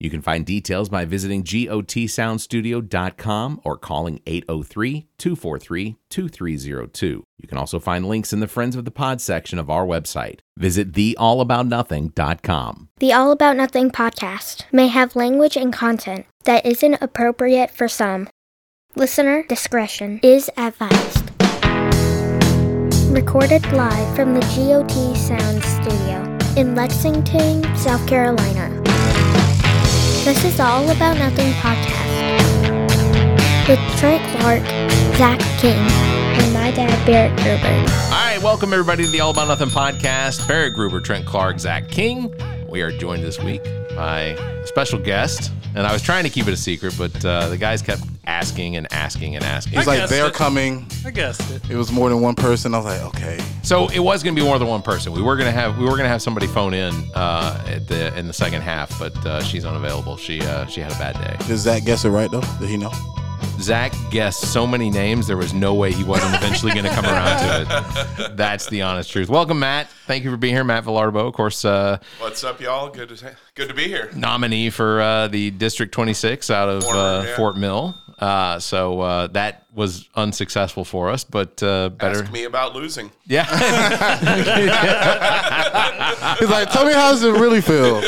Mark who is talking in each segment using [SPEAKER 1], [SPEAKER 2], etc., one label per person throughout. [SPEAKER 1] You can find details by visiting gotsoundstudio.com or calling 803 243 2302. You can also find links in the Friends of the Pod section of our website. Visit theallaboutnothing.com.
[SPEAKER 2] The All About Nothing podcast may have language and content that isn't appropriate for some. Listener discretion is advised. Recorded live from the GOT Sound Studio in Lexington, South Carolina. This is the All About Nothing podcast with Trent Clark, Zach King, and my dad, Barrett Gerber.
[SPEAKER 1] All right, welcome everybody to the All About Nothing podcast. Barry Gruber, Trent Clark, Zach King. We are joined this week by a special guest. And I was trying to keep it a secret, but uh, the guys kept asking and asking and asking.
[SPEAKER 3] It's
[SPEAKER 4] I
[SPEAKER 3] like
[SPEAKER 4] guessed
[SPEAKER 3] they're
[SPEAKER 4] it.
[SPEAKER 3] coming.
[SPEAKER 4] I guessed it.
[SPEAKER 3] It was more than one person. I was like, okay.
[SPEAKER 1] So it was going to be more than one person. We were going to have we were going to have somebody phone in uh, at the in the second half, but uh, she's unavailable. She uh, she had a bad day.
[SPEAKER 3] Does Zach guess it right though? Did he know?
[SPEAKER 1] Zach guessed so many names, there was no way he wasn't eventually going to come around to it. That's the honest truth. Welcome, Matt. Thank you for being here, Matt Villarbo. Of course, uh,
[SPEAKER 5] What's up, y'all? Good to good to be here.
[SPEAKER 1] nominee for uh, the District 26 out of
[SPEAKER 5] Fort
[SPEAKER 1] uh,
[SPEAKER 5] Mill, yeah.
[SPEAKER 1] Fort Mill. Uh, so uh, that was unsuccessful for us, but uh, better.
[SPEAKER 5] Ask me about losing.
[SPEAKER 1] Yeah,
[SPEAKER 3] He's like, tell me how does it really feel?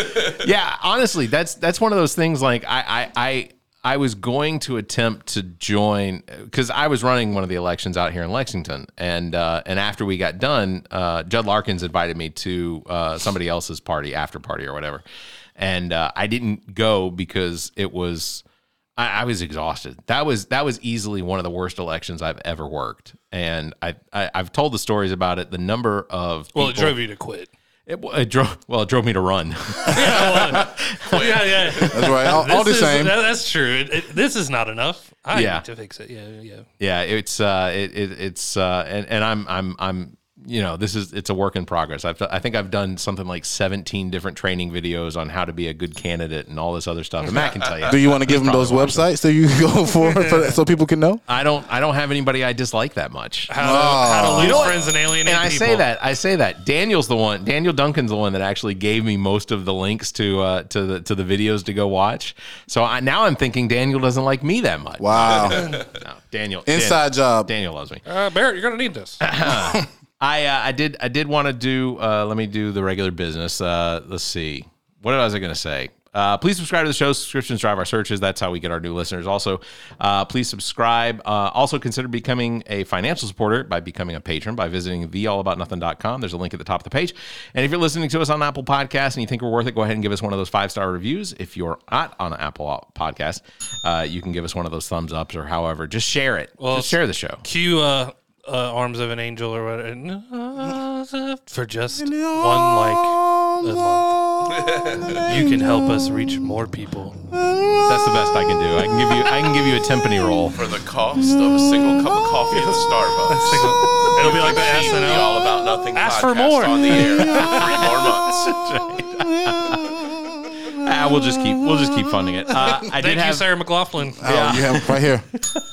[SPEAKER 1] yeah. Honestly, that's that's one of those things. Like I I I, I was going to attempt to join because I was running one of the elections out here in Lexington, and uh, and after we got done, uh, Judd Larkins invited me to uh, somebody else's party after party or whatever, and uh, I didn't go because it was. I, I was exhausted. That was that was easily one of the worst elections I've ever worked, and I, I I've told the stories about it. The number of
[SPEAKER 4] Well, it
[SPEAKER 1] people-
[SPEAKER 4] drove you to quit.
[SPEAKER 1] it, it drove well it drove me to run.
[SPEAKER 4] Yeah, well, yeah, yeah.
[SPEAKER 3] That's right. All, all the
[SPEAKER 4] This is-
[SPEAKER 3] same.
[SPEAKER 4] that- that's true. It- it- this is not enough. I
[SPEAKER 1] Yeah.
[SPEAKER 4] need to fix it. Yeah, yeah.
[SPEAKER 1] yeah it's uh it, it it's uh and, and i'm i'm i'm you know this is it's a work in progress i've i think i've done something like 17 different training videos on how to be a good candidate and all this other stuff and matt can tell
[SPEAKER 3] Do
[SPEAKER 1] you
[SPEAKER 3] you want to give him those websites so you can go for, for so people can know?
[SPEAKER 1] i don't i don't have anybody i dislike that much
[SPEAKER 4] How to, how to lose
[SPEAKER 1] know what?
[SPEAKER 4] friends and alienate
[SPEAKER 1] and I
[SPEAKER 4] people.
[SPEAKER 1] say that I say that Daniel's the one. Daniel Duncan's the one that actually gave me most of the links to uh, to the to the videos to go watch. So I, now I'm thinking Daniel doesn't like me that much.
[SPEAKER 3] Wow.
[SPEAKER 1] No, Daniel
[SPEAKER 3] Inside job.
[SPEAKER 1] Daniel loves me.
[SPEAKER 4] Uh, Barrett, you're gonna need this.
[SPEAKER 1] I uh, I did I did want to do uh, let me do the regular business. Uh, let's see what was I going to say. Uh, please subscribe to the show. Subscriptions drive our searches. That's how we get our new listeners. Also, uh, please subscribe. Uh, also, consider becoming a financial supporter by becoming a patron by visiting theallaboutnothing.com. There's a link at the top of the page. And if you're listening to us on Apple Podcasts and you think we're worth it, go ahead and give us one of those five star reviews. If you're not on an Apple Podcast, uh, you can give us one of those thumbs ups or however. Just share it. just share the show.
[SPEAKER 4] Cue uh, uh, arms of an angel or whatever for just one like a month. You can help us reach more people.
[SPEAKER 1] That's the best I can do. I can give you I can give you a timpani roll.
[SPEAKER 5] For the cost of a single cup of coffee at Starbucks.
[SPEAKER 4] It'll be like the
[SPEAKER 5] Keep the
[SPEAKER 4] SNL.
[SPEAKER 5] all about nothing
[SPEAKER 4] Ask
[SPEAKER 5] podcast
[SPEAKER 4] for more.
[SPEAKER 5] on the air. for Three more months.
[SPEAKER 3] Oh,
[SPEAKER 1] Ah, we'll just keep we'll just keep funding it. Uh, I did
[SPEAKER 4] Thank you,
[SPEAKER 1] have
[SPEAKER 4] Sarah McLaughlin.
[SPEAKER 3] Oh, you have him right here.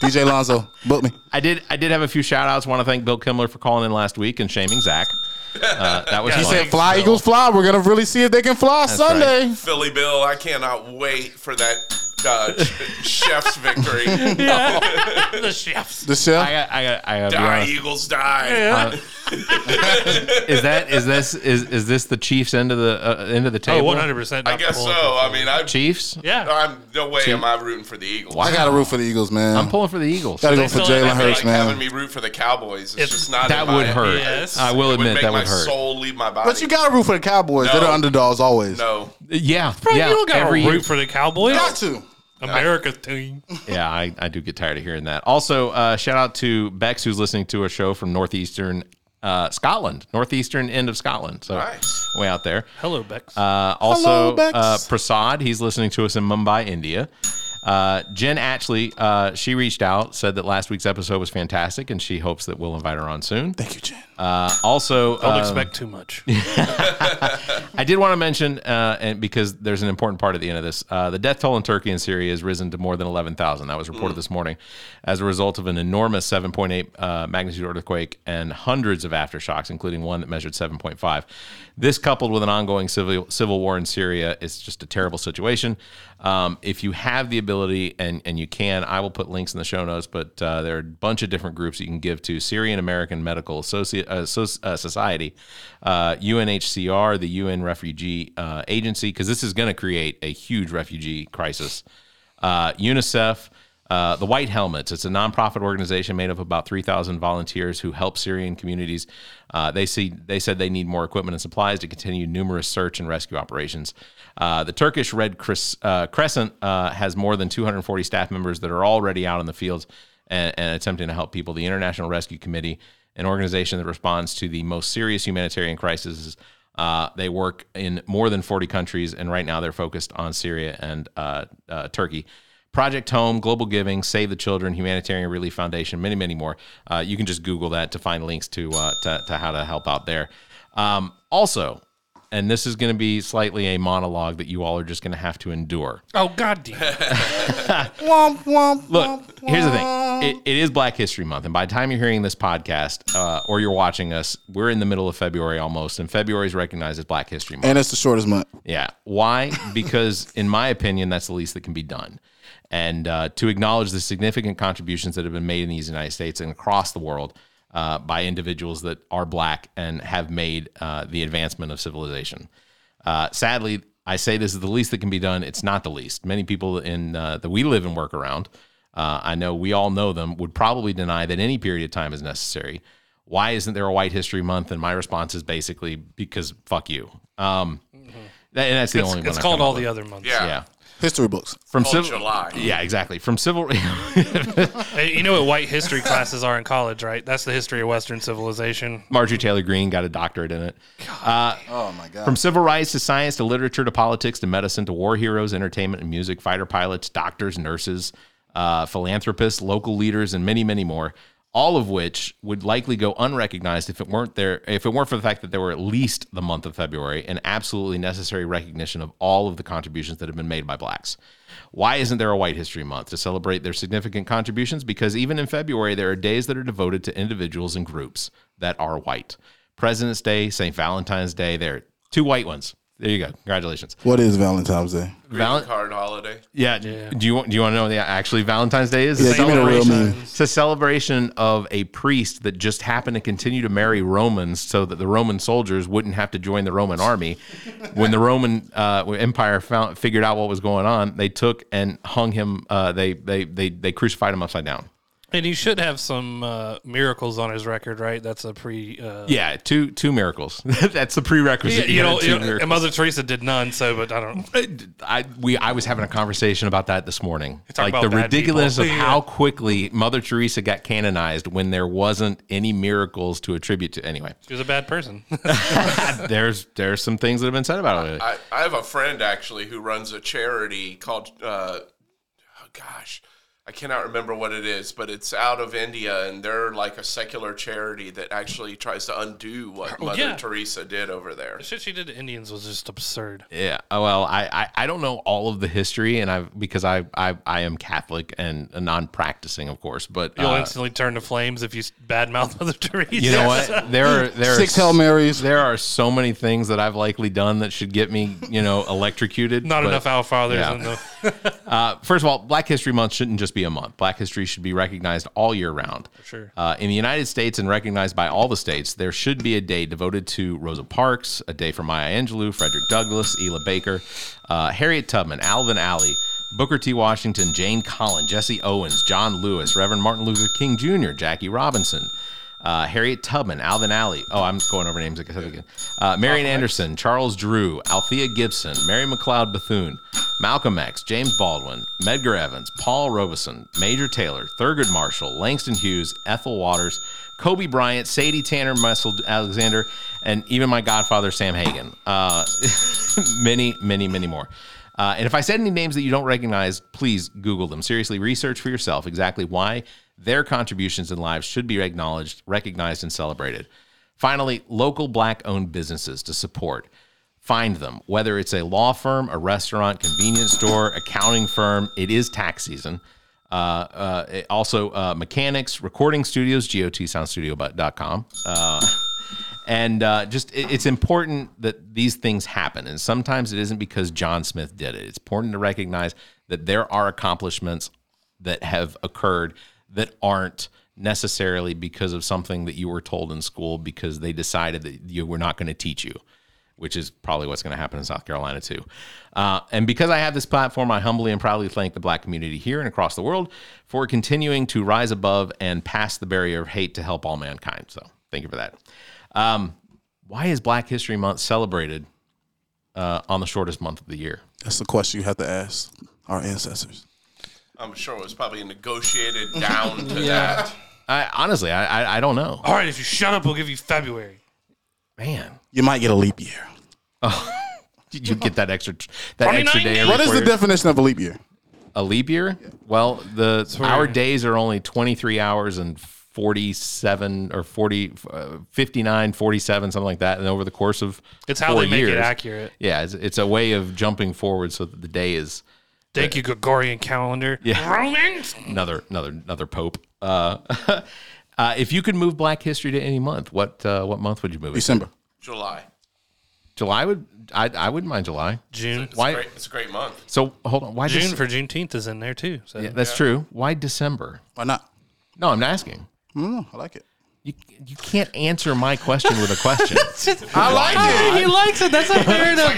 [SPEAKER 3] DJ Lonzo, book me.
[SPEAKER 1] I did I did have a few shout outs. Want to thank Bill Kimmler for calling in last week and shaming Zach. Uh, that was
[SPEAKER 4] He
[SPEAKER 1] fun.
[SPEAKER 3] Say fly Eagles fly. We're gonna really see if they can fly Sunday.
[SPEAKER 5] Philly Bill, I cannot wait for that uh, ch- chef's victory.
[SPEAKER 4] the chefs.
[SPEAKER 3] The
[SPEAKER 1] I
[SPEAKER 3] chef.
[SPEAKER 1] got I got I gotta be
[SPEAKER 5] Die,
[SPEAKER 1] honest.
[SPEAKER 5] Eagles, die.
[SPEAKER 1] Is that is this is is this the Chiefs end of the uh, end of the
[SPEAKER 4] Oh,
[SPEAKER 1] table?
[SPEAKER 4] 100. percent
[SPEAKER 5] I guess so. I mean, I,
[SPEAKER 1] Chiefs.
[SPEAKER 4] Yeah.
[SPEAKER 5] I'm no way am I rooting for the Eagles.
[SPEAKER 3] I got to root for the Eagles, man.
[SPEAKER 1] I'm pulling for the Eagles.
[SPEAKER 3] Gotta
[SPEAKER 4] They
[SPEAKER 3] go for
[SPEAKER 4] still
[SPEAKER 3] Jalen
[SPEAKER 4] have that
[SPEAKER 5] Like
[SPEAKER 3] Hurts, man.
[SPEAKER 5] having me root for the Cowboys. It's,
[SPEAKER 4] It's-
[SPEAKER 5] just not
[SPEAKER 1] that
[SPEAKER 5] in my-
[SPEAKER 1] would hurt.
[SPEAKER 4] Yes.
[SPEAKER 1] I will
[SPEAKER 5] It would
[SPEAKER 1] admit
[SPEAKER 5] make
[SPEAKER 1] that
[SPEAKER 5] my
[SPEAKER 1] would hurt.
[SPEAKER 5] soul leave my body.
[SPEAKER 3] But you got to root for the Cowboys.
[SPEAKER 5] No.
[SPEAKER 3] They're the underdogs always.
[SPEAKER 5] no.
[SPEAKER 1] Yeah,
[SPEAKER 4] Bro,
[SPEAKER 1] yeah.
[SPEAKER 4] you don't got to
[SPEAKER 1] every
[SPEAKER 4] root
[SPEAKER 1] year.
[SPEAKER 4] for the Cowboys.
[SPEAKER 3] Got to.
[SPEAKER 4] America's team.
[SPEAKER 1] yeah, I, I do get tired of hearing that. Also, uh, shout out to Bex who's listening to a show from northeastern uh, Scotland, northeastern end of Scotland. So
[SPEAKER 5] Nice.
[SPEAKER 1] way out there.
[SPEAKER 4] Hello, Bex.
[SPEAKER 1] Uh, also,
[SPEAKER 3] Hello, Bex.
[SPEAKER 1] uh, Prasad, he's listening to us in Mumbai, India. Uh, Jen Atchley, uh, she reached out, said that last week's episode was fantastic, and she hopes that we'll invite her on soon.
[SPEAKER 3] Thank you, Jen.
[SPEAKER 1] Uh, also,
[SPEAKER 4] Don't
[SPEAKER 1] um,
[SPEAKER 4] expect too much.
[SPEAKER 1] I did want to mention, uh, and because there's an important part at the end of this, uh, the death toll in Turkey and Syria has risen to more than 11,000. That was reported this morning as a result of an enormous 7.8 uh, magnitude earthquake and hundreds of aftershocks, including one that measured 7.5. This, coupled with an ongoing civil civil war in Syria, is just a terrible situation. Um, if you have the ability and and you can, I will put links in the show notes. But uh, there are a bunch of different groups you can give to Syrian American Medical Associ- uh, so- uh, Society, uh, UNHCR, the UN Refugee uh, Agency, because this is going to create a huge refugee crisis. Uh, UNICEF. Uh, the White Helmets. It's a nonprofit organization made up of about 3,000 volunteers who help Syrian communities. Uh, they see they said they need more equipment and supplies to continue numerous search and rescue operations. Uh, the Turkish Red Cres- uh, Crescent uh, has more than 240 staff members that are already out in the fields and, and attempting to help people. The International Rescue Committee, an organization that responds to the most serious humanitarian crises. Uh, they work in more than 40 countries, and right now they're focused on Syria and uh, uh, Turkey. Project Home, Global Giving, Save the Children, Humanitarian Relief Foundation, many, many more. Uh, you can just Google that to find links to uh, to, to how to help out there. Um, also, and this is going to be slightly a monologue that you all are just going to have to endure.
[SPEAKER 4] oh God damn!
[SPEAKER 3] Womp, womp,
[SPEAKER 1] Look, here's the thing: it, it is Black History Month, and by the time you're hearing this podcast uh, or you're watching us, we're in the middle of February almost, and February is recognized as Black History Month.
[SPEAKER 3] And it's the shortest month.
[SPEAKER 1] Yeah. Why? Because, in my opinion, that's the least that can be done. And uh, to acknowledge the significant contributions that have been made in these United States and across the world uh, by individuals that are black and have made uh, the advancement of civilization. Uh, sadly, I say this is the least that can be done. It's not the least. Many people in uh, that we live and work around, uh, I know we all know them, would probably deny that any period of time is necessary. Why isn't there a White History Month? And my response is basically because fuck you. Um, that- and that's the only one.
[SPEAKER 4] It's
[SPEAKER 1] I've
[SPEAKER 4] called
[SPEAKER 1] come
[SPEAKER 4] all
[SPEAKER 1] up
[SPEAKER 4] the
[SPEAKER 1] with.
[SPEAKER 4] other months.
[SPEAKER 5] Yeah.
[SPEAKER 1] Yeah,
[SPEAKER 3] History books.
[SPEAKER 1] from
[SPEAKER 5] Called July.
[SPEAKER 1] Yeah, exactly. From civil.
[SPEAKER 4] Hey, you know what white history classes are in college, right? That's the history of Western civilization.
[SPEAKER 1] Marjorie Taylor Greene got a doctorate in it.
[SPEAKER 3] Oh my God.
[SPEAKER 1] From civil rights to science to literature to politics to medicine to war heroes, entertainment and music, fighter pilots, doctors, nurses, uh, philanthropists, local leaders, and many, many more. All of which would likely go unrecognized if it weren't there, if it weren't for the fact that there were at least the month of February and absolutely necessary recognition of all of the contributions that have been made by blacks. Why isn't there a White History Month to celebrate their significant contributions? Because even in February, there are days that are devoted to individuals and groups that are white. President's Day, St. Valentine's Day, there are two white ones. There you go. Congratulations.
[SPEAKER 3] what is Valentine's Day?
[SPEAKER 1] Valen-
[SPEAKER 5] card holiday.
[SPEAKER 1] yeah, Do you want, do you want to know what the actually Valentine's Day is?
[SPEAKER 3] Yeah, give me the real
[SPEAKER 1] Celebration-
[SPEAKER 3] name.
[SPEAKER 1] It's a celebration of a priest that just happened to continue to marry Romans so that the Roman soldiers wouldn't have to join the Roman army. when the Roman uh, Empire found, figured out what was going on, they took and hung him. Uh, they, they they they crucified him upside down.
[SPEAKER 4] And he should have some uh, miracles on his record, right? That's a pre. Uh,
[SPEAKER 1] Yeah, two two miracles. That's the
[SPEAKER 4] You,
[SPEAKER 1] prerequisite.
[SPEAKER 4] you know,
[SPEAKER 1] two
[SPEAKER 4] you know,
[SPEAKER 1] miracles.
[SPEAKER 4] and Mother Teresa did none, so but I don't.
[SPEAKER 1] Uh, I we I was having a conversation about that this morning.
[SPEAKER 4] Talk
[SPEAKER 1] Like
[SPEAKER 4] about
[SPEAKER 1] the
[SPEAKER 4] bad
[SPEAKER 1] ridiculousness of
[SPEAKER 4] people.
[SPEAKER 1] how quickly Mother Teresa got canonized when there wasn't any miracles to attribute to. Anyway,
[SPEAKER 4] She was a bad person.
[SPEAKER 1] there's there's some things that have been said about it.
[SPEAKER 5] I, I have a friend actually who runs a charity called, uh, oh gosh, I cannot remember what it is, but it's out of India, and they're like a secular charity that actually tries to undo what Mother
[SPEAKER 4] yeah.
[SPEAKER 5] Teresa did over there.
[SPEAKER 4] Shit she did to Indians was just absurd.
[SPEAKER 1] Yeah. oh, Well, I, I I don't know all of the history, and I because I I, I am Catholic and non-practicing, of course. But
[SPEAKER 4] You'll
[SPEAKER 1] uh,
[SPEAKER 4] instantly turn to flames if you s- badmouth Mother Teresa.
[SPEAKER 1] you know what? There are there
[SPEAKER 3] Six
[SPEAKER 1] are,
[SPEAKER 3] Hail Marys.
[SPEAKER 1] There are so many things that I've likely done that should get me, you know, electrocuted.
[SPEAKER 4] Not
[SPEAKER 1] but-
[SPEAKER 4] enough Our Fathers
[SPEAKER 1] yeah.
[SPEAKER 4] in the.
[SPEAKER 1] Uh, First of all, Black History Month shouldn't just be a month. Black history should be recognized all year round.
[SPEAKER 4] sure.
[SPEAKER 1] Uh, in the United States and recognized by all the states, there should be a day devoted to Rosa Parks, a day for Maya Angelou, Frederick Douglass, Ela Baker, uh, Harriet Tubman, Alvin Alley, Booker T. Washington, Jane Collins, Jesse Owens, John Lewis, Reverend Martin Luther King Jr., Jackie Robinson. Uh, Harriet Tubman, Alvin Alley. Oh, I'm going over names again. Uh, Marian Anderson, Charles Drew, Althea Gibson, Mary McLeod Bethune, Malcolm X, James Baldwin, Medgar Evans, Paul Robeson, Major Taylor, Thurgood Marshall, Langston Hughes, Ethel Waters, Kobe Bryant, Sadie Tanner, Muscle Alexander, and even my godfather, Sam Hagen. Uh, many, many, many more. Uh, and if I said any names that you don't recognize, please Google them. Seriously, research for yourself exactly why their contributions and lives should be acknowledged, recognized, and celebrated. Finally, local black owned businesses to support. Find them, whether it's a law firm, a restaurant, convenience store, accounting firm, it is tax season. Uh, uh, it- also, uh, mechanics, recording studios, gotsoundstudio.com. Uh, and uh, just it, it's important that these things happen. And sometimes it isn't because John Smith did it. It's important to recognize that there are accomplishments that have occurred that aren't necessarily because of something that you were told in school because they decided that you were not going to teach you which is probably what's going to happen in South Carolina too. Uh, and because I have this platform, I humbly and proudly thank the black community here and across the world for continuing to rise above and pass the barrier of hate to help all mankind. So thank you for that. Um, why is Black History Month celebrated uh, on the shortest month of the year?
[SPEAKER 3] That's the question you have to ask our ancestors.
[SPEAKER 5] I'm sure it was probably negotiated down to that.
[SPEAKER 1] I, honestly, I, I, I don't know.
[SPEAKER 4] All right, if you shut up, we'll give you February.
[SPEAKER 1] Man,
[SPEAKER 3] You might get a leap year.
[SPEAKER 1] did you get that extra that extra
[SPEAKER 4] 29
[SPEAKER 1] day?
[SPEAKER 4] days.
[SPEAKER 1] every
[SPEAKER 3] What is the
[SPEAKER 1] quarter?
[SPEAKER 3] definition of a leap year?
[SPEAKER 1] a leap year? Well, the
[SPEAKER 4] where-
[SPEAKER 1] our days are only 23 hours and 47 or 40 uh, 59 47 something like that and over the course of
[SPEAKER 4] It's how
[SPEAKER 1] four
[SPEAKER 4] they make it
[SPEAKER 1] years-
[SPEAKER 4] accurate.
[SPEAKER 1] Yeah, it's, it's a way of jumping forward so that the day is
[SPEAKER 4] Thank you, Gregorian calendar.
[SPEAKER 1] Yeah.
[SPEAKER 4] Romans.
[SPEAKER 1] another another another pope. Uh, uh, if you could move Black History to any month, what uh, what month would you move it?
[SPEAKER 3] December.
[SPEAKER 5] July.
[SPEAKER 1] July would I I wouldn't mind July.
[SPEAKER 4] June.
[SPEAKER 5] It's,
[SPEAKER 1] Why-
[SPEAKER 5] Great, it's a great month.
[SPEAKER 1] So hold on, why
[SPEAKER 4] June
[SPEAKER 1] Dec-
[SPEAKER 4] for Juneteenth is in there too. So
[SPEAKER 1] Yeah, that's true. Why December?
[SPEAKER 3] Why not?
[SPEAKER 1] No, I'm asking.
[SPEAKER 3] Mm, I like it.
[SPEAKER 1] You you can't answer my question with a question.
[SPEAKER 4] I like it. He likes it. That's not fair enough.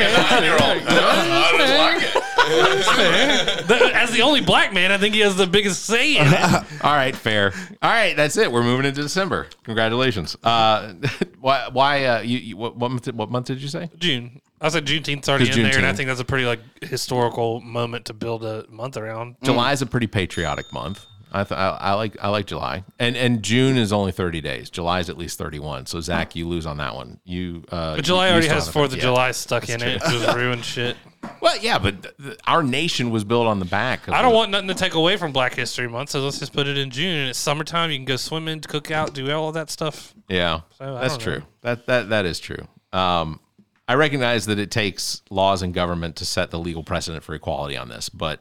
[SPEAKER 4] As the only black man, I think he has the biggest say in it.
[SPEAKER 1] All right, fair. All right, that's it. We're moving into December. Congratulations. Uh, why? Why? Uh, you, you what, what, month, what month did you say?
[SPEAKER 4] June. I said Juneteenth's already in
[SPEAKER 1] 'Cause
[SPEAKER 4] there, and I
[SPEAKER 1] Juneteenth.
[SPEAKER 4] think that's a pretty like historical moment to build a month around.
[SPEAKER 1] July is a pretty patriotic month. I, th- I, I like I like July, and and June is only thirty days. July is at least thirty one. So Zach, you lose on that one. You. Uh,
[SPEAKER 4] But July
[SPEAKER 1] you- you
[SPEAKER 4] already
[SPEAKER 1] still
[SPEAKER 4] has
[SPEAKER 1] haven't-
[SPEAKER 4] Fourth of
[SPEAKER 1] yeah.
[SPEAKER 4] July stuck in it. It just ruined shit.
[SPEAKER 1] Well, yeah, but th- th- our nation was built on the back. Of
[SPEAKER 4] I don't want nothing to take away from Black History Month, so let's just put it in June. And it's summertime. You can go swimming, cook out, do all of that stuff.
[SPEAKER 1] Yeah,
[SPEAKER 4] So, I
[SPEAKER 1] that's
[SPEAKER 4] don't know.
[SPEAKER 1] true. That that that is true. Um, I recognize that it takes laws and government to set the legal precedent for equality on this, but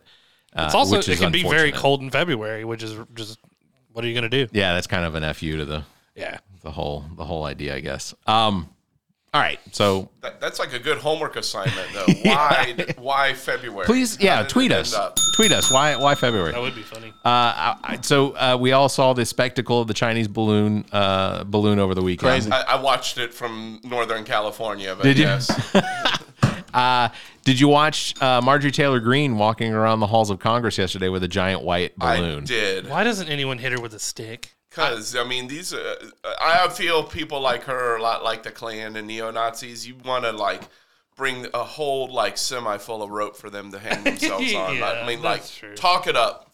[SPEAKER 1] uh,
[SPEAKER 4] It's also
[SPEAKER 1] which
[SPEAKER 4] it
[SPEAKER 1] is
[SPEAKER 4] can be very
[SPEAKER 1] unfortunate.
[SPEAKER 4] cold in February, which is just what are you gonna do?
[SPEAKER 1] Yeah, that's kind of an fu to the
[SPEAKER 4] Yeah.
[SPEAKER 1] the whole the whole idea, I guess. Um, all right, so
[SPEAKER 5] That, that's like a good homework assignment, though. Why? Why February?
[SPEAKER 1] please,
[SPEAKER 5] How
[SPEAKER 1] yeah,
[SPEAKER 5] did
[SPEAKER 1] tweet
[SPEAKER 5] it
[SPEAKER 1] us,
[SPEAKER 5] end up?
[SPEAKER 1] tweet us. Why why February?
[SPEAKER 4] That would be funny.
[SPEAKER 1] Uh, I, I- so uh, we all saw the spectacle of the Chinese balloon uh, balloon over the weekend.
[SPEAKER 3] Crazy.
[SPEAKER 5] I, I watched it from Northern California. But
[SPEAKER 1] Did you?
[SPEAKER 5] Yes.
[SPEAKER 1] Uh, did you watch uh, Marjorie Taylor Greene walking around the halls of Congress yesterday with a giant white
[SPEAKER 5] I
[SPEAKER 1] balloon?
[SPEAKER 5] did.
[SPEAKER 4] Why doesn't anyone hit her with a stick?
[SPEAKER 5] Because I mean, these. Uh, I feel people like her are a lot like the Klan and neo Nazis. You want to like bring a whole like semi full of rope for them to hang themselves on. Like,
[SPEAKER 4] Yeah,
[SPEAKER 5] I mean, like
[SPEAKER 4] that's true.
[SPEAKER 5] talk it up.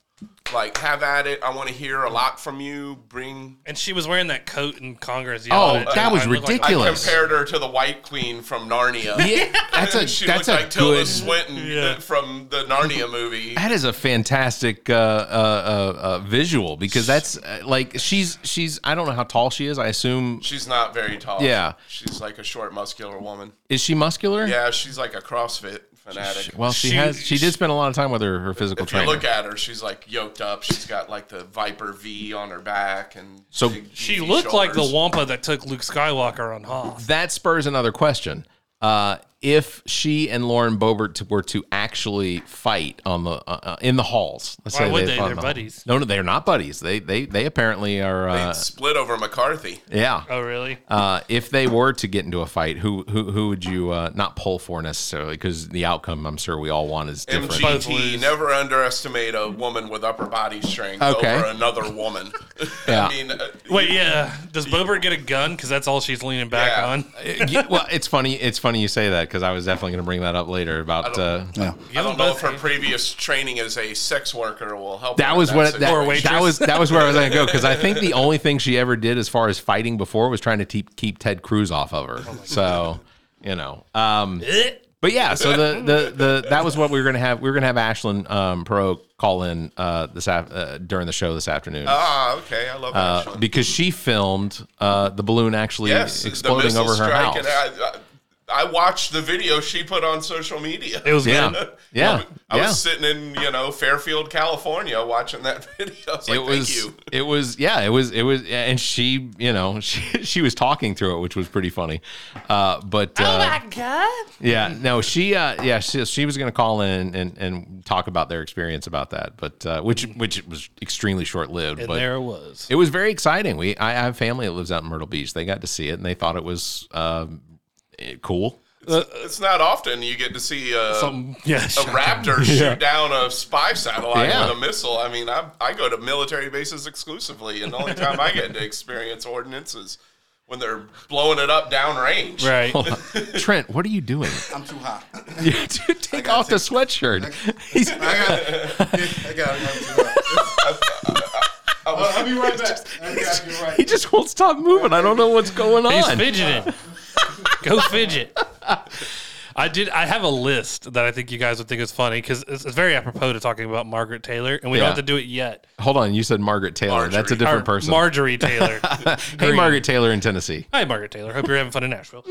[SPEAKER 5] Like have at it. I want to hear a lot from you. Bring.
[SPEAKER 4] And she was wearing that coat in Congress.
[SPEAKER 1] Oh,
[SPEAKER 4] yellow.
[SPEAKER 1] that was
[SPEAKER 4] I look like-
[SPEAKER 1] ridiculous.
[SPEAKER 5] I compared her to the White Queen from Narnia.
[SPEAKER 1] Yeah, that's
[SPEAKER 5] And
[SPEAKER 1] a
[SPEAKER 5] she
[SPEAKER 1] that's
[SPEAKER 5] looked
[SPEAKER 1] a
[SPEAKER 5] like Tilda
[SPEAKER 1] good.
[SPEAKER 5] Swinton uh,
[SPEAKER 4] Yeah.
[SPEAKER 5] from the Narnia movie.
[SPEAKER 1] That is a fantastic uh, uh, uh, uh, visual because that's uh, like she's she's I don't know how tall she is. I assume
[SPEAKER 5] She's not very tall.
[SPEAKER 1] Yeah.
[SPEAKER 5] She's like a short, muscular woman.
[SPEAKER 1] is she muscular?
[SPEAKER 5] Yeah, she's like a CrossFit fanatic.
[SPEAKER 1] She- well, she,
[SPEAKER 4] She-
[SPEAKER 1] has. She did spend a lot of time with her, her physical
[SPEAKER 5] if you
[SPEAKER 1] trainer.
[SPEAKER 5] look at her, she's like yoked up. She's got like the Viper V on her back, and
[SPEAKER 1] So-
[SPEAKER 5] big,
[SPEAKER 4] She
[SPEAKER 5] beefy
[SPEAKER 4] looked like the
[SPEAKER 5] shoulders.
[SPEAKER 4] Wampa that took Luke Skywalker on Hoth.
[SPEAKER 1] that spurs another question. Uh, if she and Lauren Boebert t- were to actually fight on the uh, uh, in the halls, let's
[SPEAKER 4] Why would
[SPEAKER 1] fought in
[SPEAKER 4] they? They're
[SPEAKER 1] the hall-
[SPEAKER 4] buddies.
[SPEAKER 1] No, no, they're not buddies. They they they apparently are. Uh,
[SPEAKER 5] split over McCarthy.
[SPEAKER 1] yeah.
[SPEAKER 4] Oh, really?
[SPEAKER 1] Uh, if they were to get into a fight, who who, who would you uh, not pull for necessarily? Because the outcome, I'm sure we all want is different.
[SPEAKER 4] Both
[SPEAKER 5] MGT
[SPEAKER 4] lose.
[SPEAKER 5] never underestimate a woman with upper body strength
[SPEAKER 1] Okay.
[SPEAKER 5] over another woman.
[SPEAKER 1] Yeah.
[SPEAKER 5] I mean, uh,
[SPEAKER 4] Wait, yeah. Does Bobert get a gun? Because that's all she's leaning back
[SPEAKER 5] Yeah.
[SPEAKER 4] on.
[SPEAKER 1] Uh, yeah, well, it's funny. It's funny you say that because I was definitely going to bring that up later about. Uh,
[SPEAKER 3] Yeah.
[SPEAKER 5] I
[SPEAKER 4] them
[SPEAKER 5] don't know
[SPEAKER 4] both
[SPEAKER 5] if her
[SPEAKER 4] a-
[SPEAKER 5] previous training as a sex worker will help.
[SPEAKER 1] that
[SPEAKER 5] her in
[SPEAKER 1] was what
[SPEAKER 5] situation.
[SPEAKER 4] Or a
[SPEAKER 1] that,
[SPEAKER 4] waitress.
[SPEAKER 1] that was that was where I was going to go because I think the only thing she ever did as far as
[SPEAKER 4] Oh
[SPEAKER 1] fighting before was trying to te- keep Ted Cruz off of her. so you know, um,
[SPEAKER 4] Eh.
[SPEAKER 1] But yeah, so the the the that was what we were gonna have. We were gonna have Ashlyn um, Pro call in uh, this af- uh, during the show this afternoon
[SPEAKER 4] Oh,
[SPEAKER 5] Ah, okay. I love
[SPEAKER 1] uh,
[SPEAKER 5] Ashland.
[SPEAKER 1] because she filmed uh, the balloon actually
[SPEAKER 5] yes, the
[SPEAKER 1] exploding
[SPEAKER 5] missile
[SPEAKER 1] over her
[SPEAKER 5] strike,
[SPEAKER 1] house.
[SPEAKER 5] and I, I, I watched the video she put on social media.
[SPEAKER 4] It was
[SPEAKER 1] Yeah.
[SPEAKER 4] good.
[SPEAKER 1] Yeah,
[SPEAKER 5] I
[SPEAKER 1] yeah.
[SPEAKER 5] was sitting in you know Fairfield, California, watching that video. I was like,
[SPEAKER 1] it was.
[SPEAKER 5] Thank you.
[SPEAKER 1] It was. Yeah. It was. It was. And she, you know, she she was talking through it, which was pretty funny. Uh, but uh, Yeah, no, she, uh, yeah, she, she was going to call in and, and talk about their experience about that, but uh, which which was extremely short lived.
[SPEAKER 4] And
[SPEAKER 1] But
[SPEAKER 4] there it was.
[SPEAKER 1] it was very exciting. We I I have family that lives out in Myrtle Beach. They got to see it and they thought it was um, eh, cool.
[SPEAKER 5] It's not often you get to see uh,
[SPEAKER 4] Something. Yeah.
[SPEAKER 5] a
[SPEAKER 4] shut up.
[SPEAKER 5] Raptor shoot down a spy satellite
[SPEAKER 1] Yeah.
[SPEAKER 5] with a missile. I mean, I, I go to military bases exclusively, and the only time I get to experience ordnance is when they're blowing it up downrange.
[SPEAKER 4] Right.
[SPEAKER 1] Trent, what are you doing?
[SPEAKER 6] I'm too hot.
[SPEAKER 1] You have to take
[SPEAKER 6] gotta
[SPEAKER 1] off the sweatshirt. He's-
[SPEAKER 6] I got it. I got it. I'm too hot. I'll, I'll be right back. I got you
[SPEAKER 1] he
[SPEAKER 6] right.
[SPEAKER 1] just won't stop moving. I don't know what's going
[SPEAKER 4] He's
[SPEAKER 1] on.
[SPEAKER 4] fidgeting. Go fidget. I did. I have a list that I think you guys would think is funny because it's, it's very apropos to talking about Margaret Taylor, and we
[SPEAKER 1] Yeah.
[SPEAKER 4] don't have to do it yet.
[SPEAKER 1] Hold on, you said Margaret Taylor. That's a
[SPEAKER 5] Marjorie.
[SPEAKER 1] different
[SPEAKER 4] Or
[SPEAKER 1] person.
[SPEAKER 4] Marjorie Taylor.
[SPEAKER 1] hey, Margaret Taylor in Tennessee.
[SPEAKER 4] Hi, Margaret Taylor. Hope you're having fun in Nashville.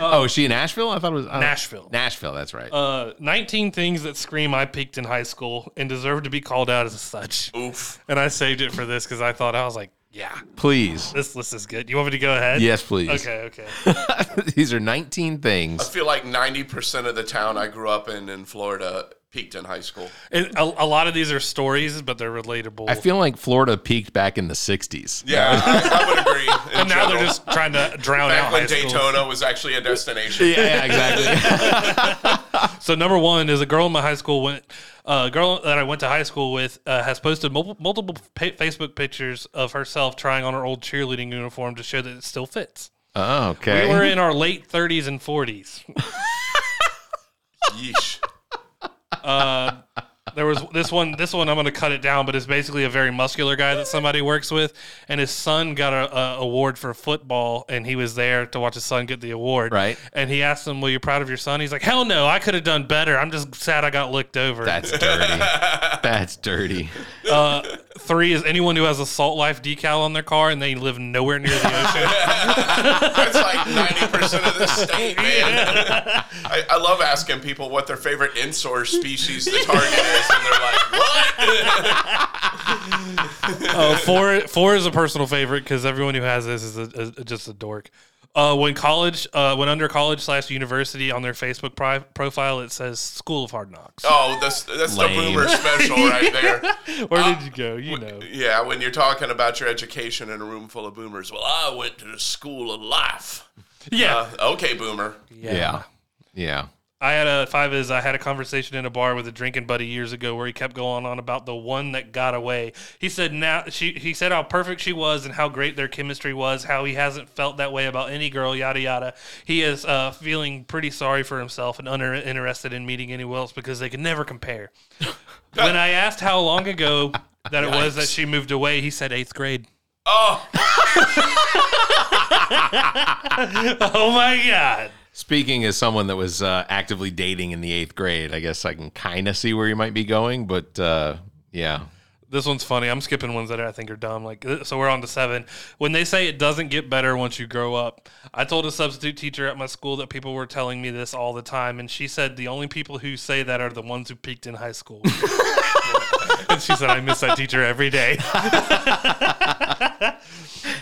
[SPEAKER 1] oh, is she in Nashville? I thought it was I don't-
[SPEAKER 4] Uh, Nashville.
[SPEAKER 1] Nashville, that's right.
[SPEAKER 4] Uh, 19 things that scream I peaked in high school and deserve to be called out as such.
[SPEAKER 5] Oof.
[SPEAKER 4] And I saved it for this because I thought I was like, yeah,
[SPEAKER 1] Please.
[SPEAKER 4] this list is good. You want me to go ahead?
[SPEAKER 1] Yes, please.
[SPEAKER 4] Okay. Okay.
[SPEAKER 1] These are 19
[SPEAKER 5] I
[SPEAKER 1] things.
[SPEAKER 5] feel like 90% of the town I grew up in in Florida peaked in high school.
[SPEAKER 4] And a, a lot of these are stories, but they're relatable.
[SPEAKER 1] I feel like Florida peaked back in the 60s.
[SPEAKER 5] Yeah, I, I would agree. in
[SPEAKER 4] and now
[SPEAKER 5] general.
[SPEAKER 4] they're just trying to drown
[SPEAKER 5] back
[SPEAKER 4] out
[SPEAKER 5] when
[SPEAKER 4] high school.
[SPEAKER 5] Daytona was actually a destination.
[SPEAKER 1] Yeah, yeah, exactly.
[SPEAKER 4] So number one is a girl in my high school went. uh, A girl that I went to high school with uh, has posted mul- multiple pa- Facebook pictures of herself trying on her old cheerleading uniform to show that it still fits.
[SPEAKER 1] oh, okay.
[SPEAKER 4] We were in our late 30s and 40s.
[SPEAKER 5] Yeesh.
[SPEAKER 4] There was this one. This one I'm going to cut it down, but it's basically a very muscular guy that somebody works with, and his son got a, a award for football, and he was there to watch his son get the award.
[SPEAKER 1] Right.
[SPEAKER 4] And he asked him, "Well, you proud of your son?" He's like, "Hell no, I could have done better. I'm just sad I got looked over."
[SPEAKER 1] That's dirty. That's dirty.
[SPEAKER 4] Three is anyone who has a salt life decal on their car and they live nowhere near the ocean.
[SPEAKER 5] That's like ninety percent of the state, man. I, I love asking people what their favorite insource species the target is, and they're like, "What?"
[SPEAKER 4] Uh, four, four is a personal favorite because everyone who has this is a, a- just a dork. Uh, when college, uh, when under college slash university on their Facebook pri- profile, it says School of Hard Knocks.
[SPEAKER 5] Oh, that's that's
[SPEAKER 1] Lame.
[SPEAKER 5] the boomer special right there.
[SPEAKER 4] Where did you go? You know.
[SPEAKER 5] Yeah, when you're talking about your education in a room full of boomers. Well, I went to the school of life.
[SPEAKER 4] Yeah.
[SPEAKER 5] Uh, okay, boomer.
[SPEAKER 1] Yeah. Yeah.
[SPEAKER 4] I had a five is I had a conversation in a bar with a drinking buddy years ago where he kept going on about the one that got away. He said now she he said how perfect she was and how great their chemistry was, how he hasn't felt that way about any girl, yada yada. He is uh, feeling pretty sorry for himself and uninterested in meeting anyone else because they can never compare. when I asked how long ago that it was that she moved away, he said eighth grade.
[SPEAKER 5] Oh,
[SPEAKER 4] Oh my god.
[SPEAKER 1] Speaking as someone that was uh, actively dating in the eighth grade, I guess I can kind of see where you might be going, but uh, yeah.
[SPEAKER 4] This one's funny. I'm skipping ones that I think are dumb. Like uh, so, we're on to seven. When they say it doesn't get better once you grow up, I told a substitute teacher at my school that people were telling me this all the time, and she said the only people who say that are the ones who peaked in high school. and she said I miss that teacher every day.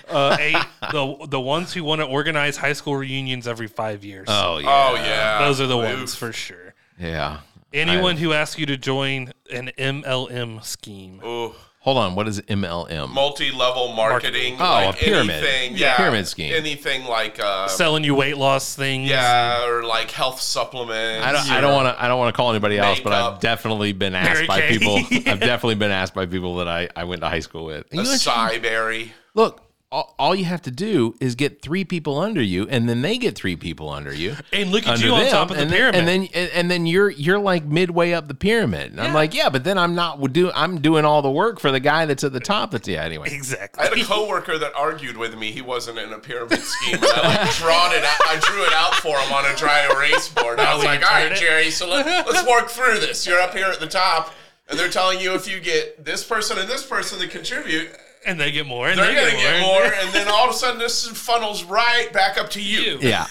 [SPEAKER 4] uh, eight, the the ones who want to organize high school reunions every five years.
[SPEAKER 1] Oh, yeah.
[SPEAKER 5] oh yeah.
[SPEAKER 4] Those are the
[SPEAKER 5] Oof.
[SPEAKER 4] ones for sure.
[SPEAKER 1] oh, Yeah.
[SPEAKER 4] Anyone who asks you to join an MLM scheme.
[SPEAKER 5] Ooh.
[SPEAKER 1] Hold on. What is MLM?
[SPEAKER 5] Multi-level marketing.
[SPEAKER 1] Oh,
[SPEAKER 5] like
[SPEAKER 1] a pyramid.
[SPEAKER 5] Anything,
[SPEAKER 1] Yeah.
[SPEAKER 5] yeah,
[SPEAKER 1] Pyramid scheme.
[SPEAKER 5] Anything like uh,
[SPEAKER 4] selling you weight loss things.
[SPEAKER 5] yeah, or like health supplements.
[SPEAKER 1] I don't. I don't want to. I don't want to call anybody else, but I've
[SPEAKER 5] Makeup.
[SPEAKER 1] definitely been asked
[SPEAKER 4] Mary
[SPEAKER 1] by
[SPEAKER 4] Kay.
[SPEAKER 1] people. I've definitely been asked by people that I, I went to high school with. You
[SPEAKER 5] a
[SPEAKER 1] know,
[SPEAKER 5] Cyberry.
[SPEAKER 1] Look, all, all you have to do is get three people under you, and then they get three people under you.
[SPEAKER 4] And look at
[SPEAKER 1] under
[SPEAKER 4] you on top of the
[SPEAKER 1] and
[SPEAKER 4] pyramid.
[SPEAKER 1] Then, and then and, and then you're you're like midway up the pyramid. And I'm like, yeah, but then I'm not would do I'm doing all the work for the guy that's at the top. That's yeah, anyway.
[SPEAKER 4] exactly.
[SPEAKER 5] I had a coworker that argued with me. He wasn't in a pyramid scheme. And I like drawn it. Out, I drew it out for him on a dry erase board. I was
[SPEAKER 4] we
[SPEAKER 5] like, "All right,
[SPEAKER 4] turned it."
[SPEAKER 5] Jerry. So let, let's work through this. You're up here at the top, and they're telling you if you get this person and this person to contribute,
[SPEAKER 4] And they get more. And
[SPEAKER 5] they're
[SPEAKER 4] they
[SPEAKER 5] gonna get more.
[SPEAKER 4] and-
[SPEAKER 5] And then all of a sudden, this funnels right back up to you.
[SPEAKER 1] Yeah,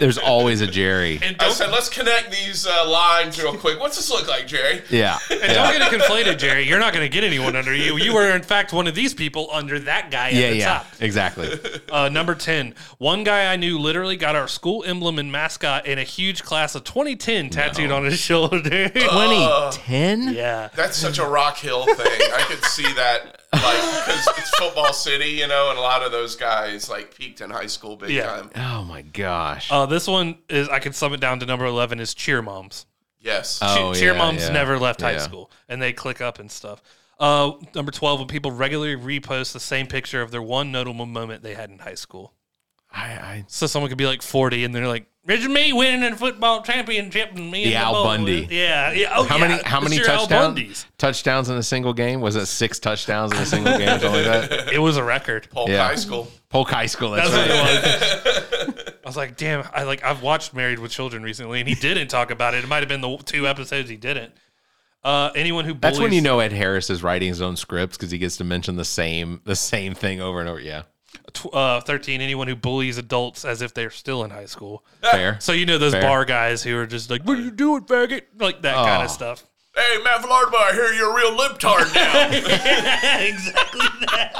[SPEAKER 1] there's always a Jerry.
[SPEAKER 4] And
[SPEAKER 5] I
[SPEAKER 4] don't,
[SPEAKER 5] said, "Let's connect these uh, lines real quick. What's this look like, Jerry?"
[SPEAKER 1] Yeah,
[SPEAKER 4] and
[SPEAKER 1] yeah.
[SPEAKER 4] don't get it conflated, Jerry. You're not going to get anyone under you. You are, in fact, one of these people under that guy at
[SPEAKER 1] yeah,
[SPEAKER 4] the
[SPEAKER 1] yeah,
[SPEAKER 4] top.
[SPEAKER 1] exactly.
[SPEAKER 4] Uh, number 10. One guy I knew literally got our school emblem and mascot in a huge class of 2010 tattooed on his shoulder.
[SPEAKER 5] Uh.
[SPEAKER 1] Twenty ten.
[SPEAKER 4] Uh, yeah.
[SPEAKER 5] That's such a Rock Hill thing. I could see that, like, because it's football city, you know, and a lot of those guys like peaked in high school big
[SPEAKER 4] Yeah.
[SPEAKER 5] time.
[SPEAKER 1] Oh my gosh.
[SPEAKER 4] Uh, this one is, I can sum it down to number 11 is cheer moms.
[SPEAKER 5] Yes.
[SPEAKER 1] Oh.
[SPEAKER 4] Che- cheer
[SPEAKER 1] yeah,
[SPEAKER 4] moms
[SPEAKER 1] yeah.
[SPEAKER 4] never left high
[SPEAKER 1] Yeah.
[SPEAKER 4] school and they click up and stuff. Uh, number 12, when people regularly repost the same picture of their one notable moment they had in high school.
[SPEAKER 1] I, I
[SPEAKER 4] So someone could be like 40 and they're like, Richard me winning a football championship and me
[SPEAKER 1] The
[SPEAKER 4] and
[SPEAKER 1] Al
[SPEAKER 4] bowl."
[SPEAKER 1] Bundy.
[SPEAKER 4] Yeah. yeah. Oh,
[SPEAKER 1] how
[SPEAKER 4] yeah.
[SPEAKER 1] many how
[SPEAKER 4] It's
[SPEAKER 1] many
[SPEAKER 4] your Al
[SPEAKER 1] touchdowns
[SPEAKER 4] Bundys.
[SPEAKER 1] touchdowns in a single game? Was it six touchdowns in a single game? or Something like that.
[SPEAKER 4] It was a record.
[SPEAKER 5] Polk
[SPEAKER 1] yeah.
[SPEAKER 5] High School.
[SPEAKER 1] Polk High School. That's,
[SPEAKER 4] That's what
[SPEAKER 1] right.
[SPEAKER 4] it was. I was like, damn, I like I've watched Married with Children recently and he didn't talk about it. It might have been the two episodes he didn't. Uh, anyone who bullies,
[SPEAKER 1] That's when you know Ed Harris is writing his own scripts because he gets to mention the same the same thing over and over. Yeah,
[SPEAKER 4] tw- uh, 13 anyone who bullies adults as if they're still in high school
[SPEAKER 1] fair.
[SPEAKER 4] Uh, so you know those
[SPEAKER 1] Fair.
[SPEAKER 4] bar guys who are just like what are you doing faggot like that kind
[SPEAKER 1] Oh.
[SPEAKER 4] of stuff
[SPEAKER 5] Hey, Matt Villarba, I hear you're a real libtard now.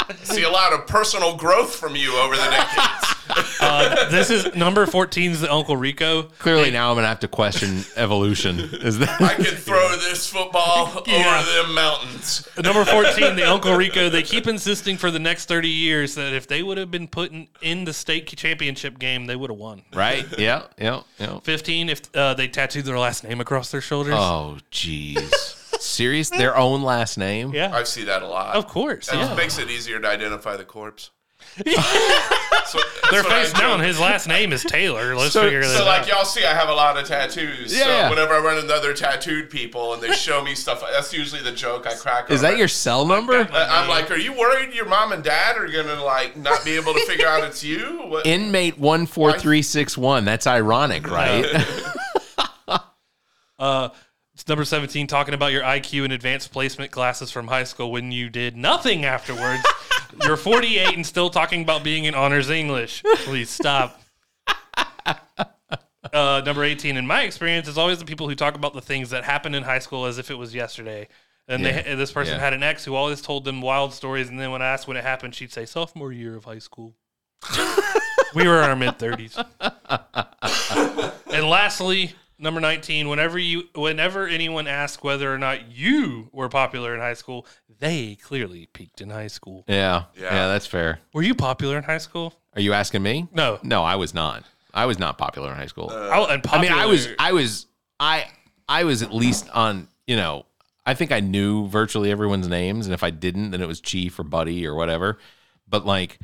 [SPEAKER 4] exactly
[SPEAKER 5] see a lot of personal growth from you over the decades.
[SPEAKER 4] uh, this is number 14 is the uncle rico
[SPEAKER 1] Clearly, now I'm gonna have to question evolution. Is
[SPEAKER 5] I
[SPEAKER 1] that
[SPEAKER 5] can throw this football
[SPEAKER 4] Yeah.
[SPEAKER 5] over them mountains.
[SPEAKER 4] number 14 the uncle rico they keep insisting for the next 30 years that if they would have been put in, in the state championship game they would have won
[SPEAKER 1] right? Yeah, yeah, yeah.
[SPEAKER 4] 15 if uh, they tattooed their last name across their shoulders
[SPEAKER 1] Oh, jeez. Serious? Their own last name?
[SPEAKER 4] yeah
[SPEAKER 5] I see that a lot.
[SPEAKER 4] of course
[SPEAKER 5] That
[SPEAKER 4] yeah.
[SPEAKER 5] makes it easier to identify the corpse. so,
[SPEAKER 4] they're
[SPEAKER 5] that's what I
[SPEAKER 4] face
[SPEAKER 5] do.
[SPEAKER 4] down his last name is taylor let's
[SPEAKER 1] So-
[SPEAKER 4] figure this
[SPEAKER 5] So
[SPEAKER 4] out
[SPEAKER 5] like y'all see, I have a lot of tattoos.
[SPEAKER 1] Yeah,
[SPEAKER 5] so
[SPEAKER 1] yeah.
[SPEAKER 5] whenever I run into other tattooed people and they show me stuff, that's usually the joke I crack.
[SPEAKER 1] Is
[SPEAKER 5] over.
[SPEAKER 1] that your cell number?
[SPEAKER 5] I- I'm like, are you worried your mom and dad are gonna like not be able to figure out it's you? What?
[SPEAKER 1] Inmate one four three six one. That's ironic, right?
[SPEAKER 4] Uh, it's number 17, talking about your IQ and advanced placement classes from high school when you did nothing afterwards. You're 48 and still talking about being in honors English. Please stop. Uh, number 18, in my experience, is always the people who talk about the things that happened in high school as if it was yesterday. And they, this person
[SPEAKER 1] Yeah.
[SPEAKER 4] had an ex who always told them wild stories. And then when I asked when it happened, she'd say, sophomore year of high school. we were in our mid 30s. And lastly, number 19, whenever you whenever anyone asks whether or not you were popular in high school, they clearly peaked in high school.
[SPEAKER 1] yeah, yeah, that's fair.
[SPEAKER 4] Were you popular in high school?
[SPEAKER 1] Are you asking me?
[SPEAKER 4] No.
[SPEAKER 1] No, I was not. I was not popular in high school.
[SPEAKER 4] I, and
[SPEAKER 1] I mean, I was,
[SPEAKER 4] popular- uh,
[SPEAKER 1] I was, I, I was at least on. You know, I think I knew virtually everyone's names, and if I didn't, then it was Chief or Buddy or whatever. But like,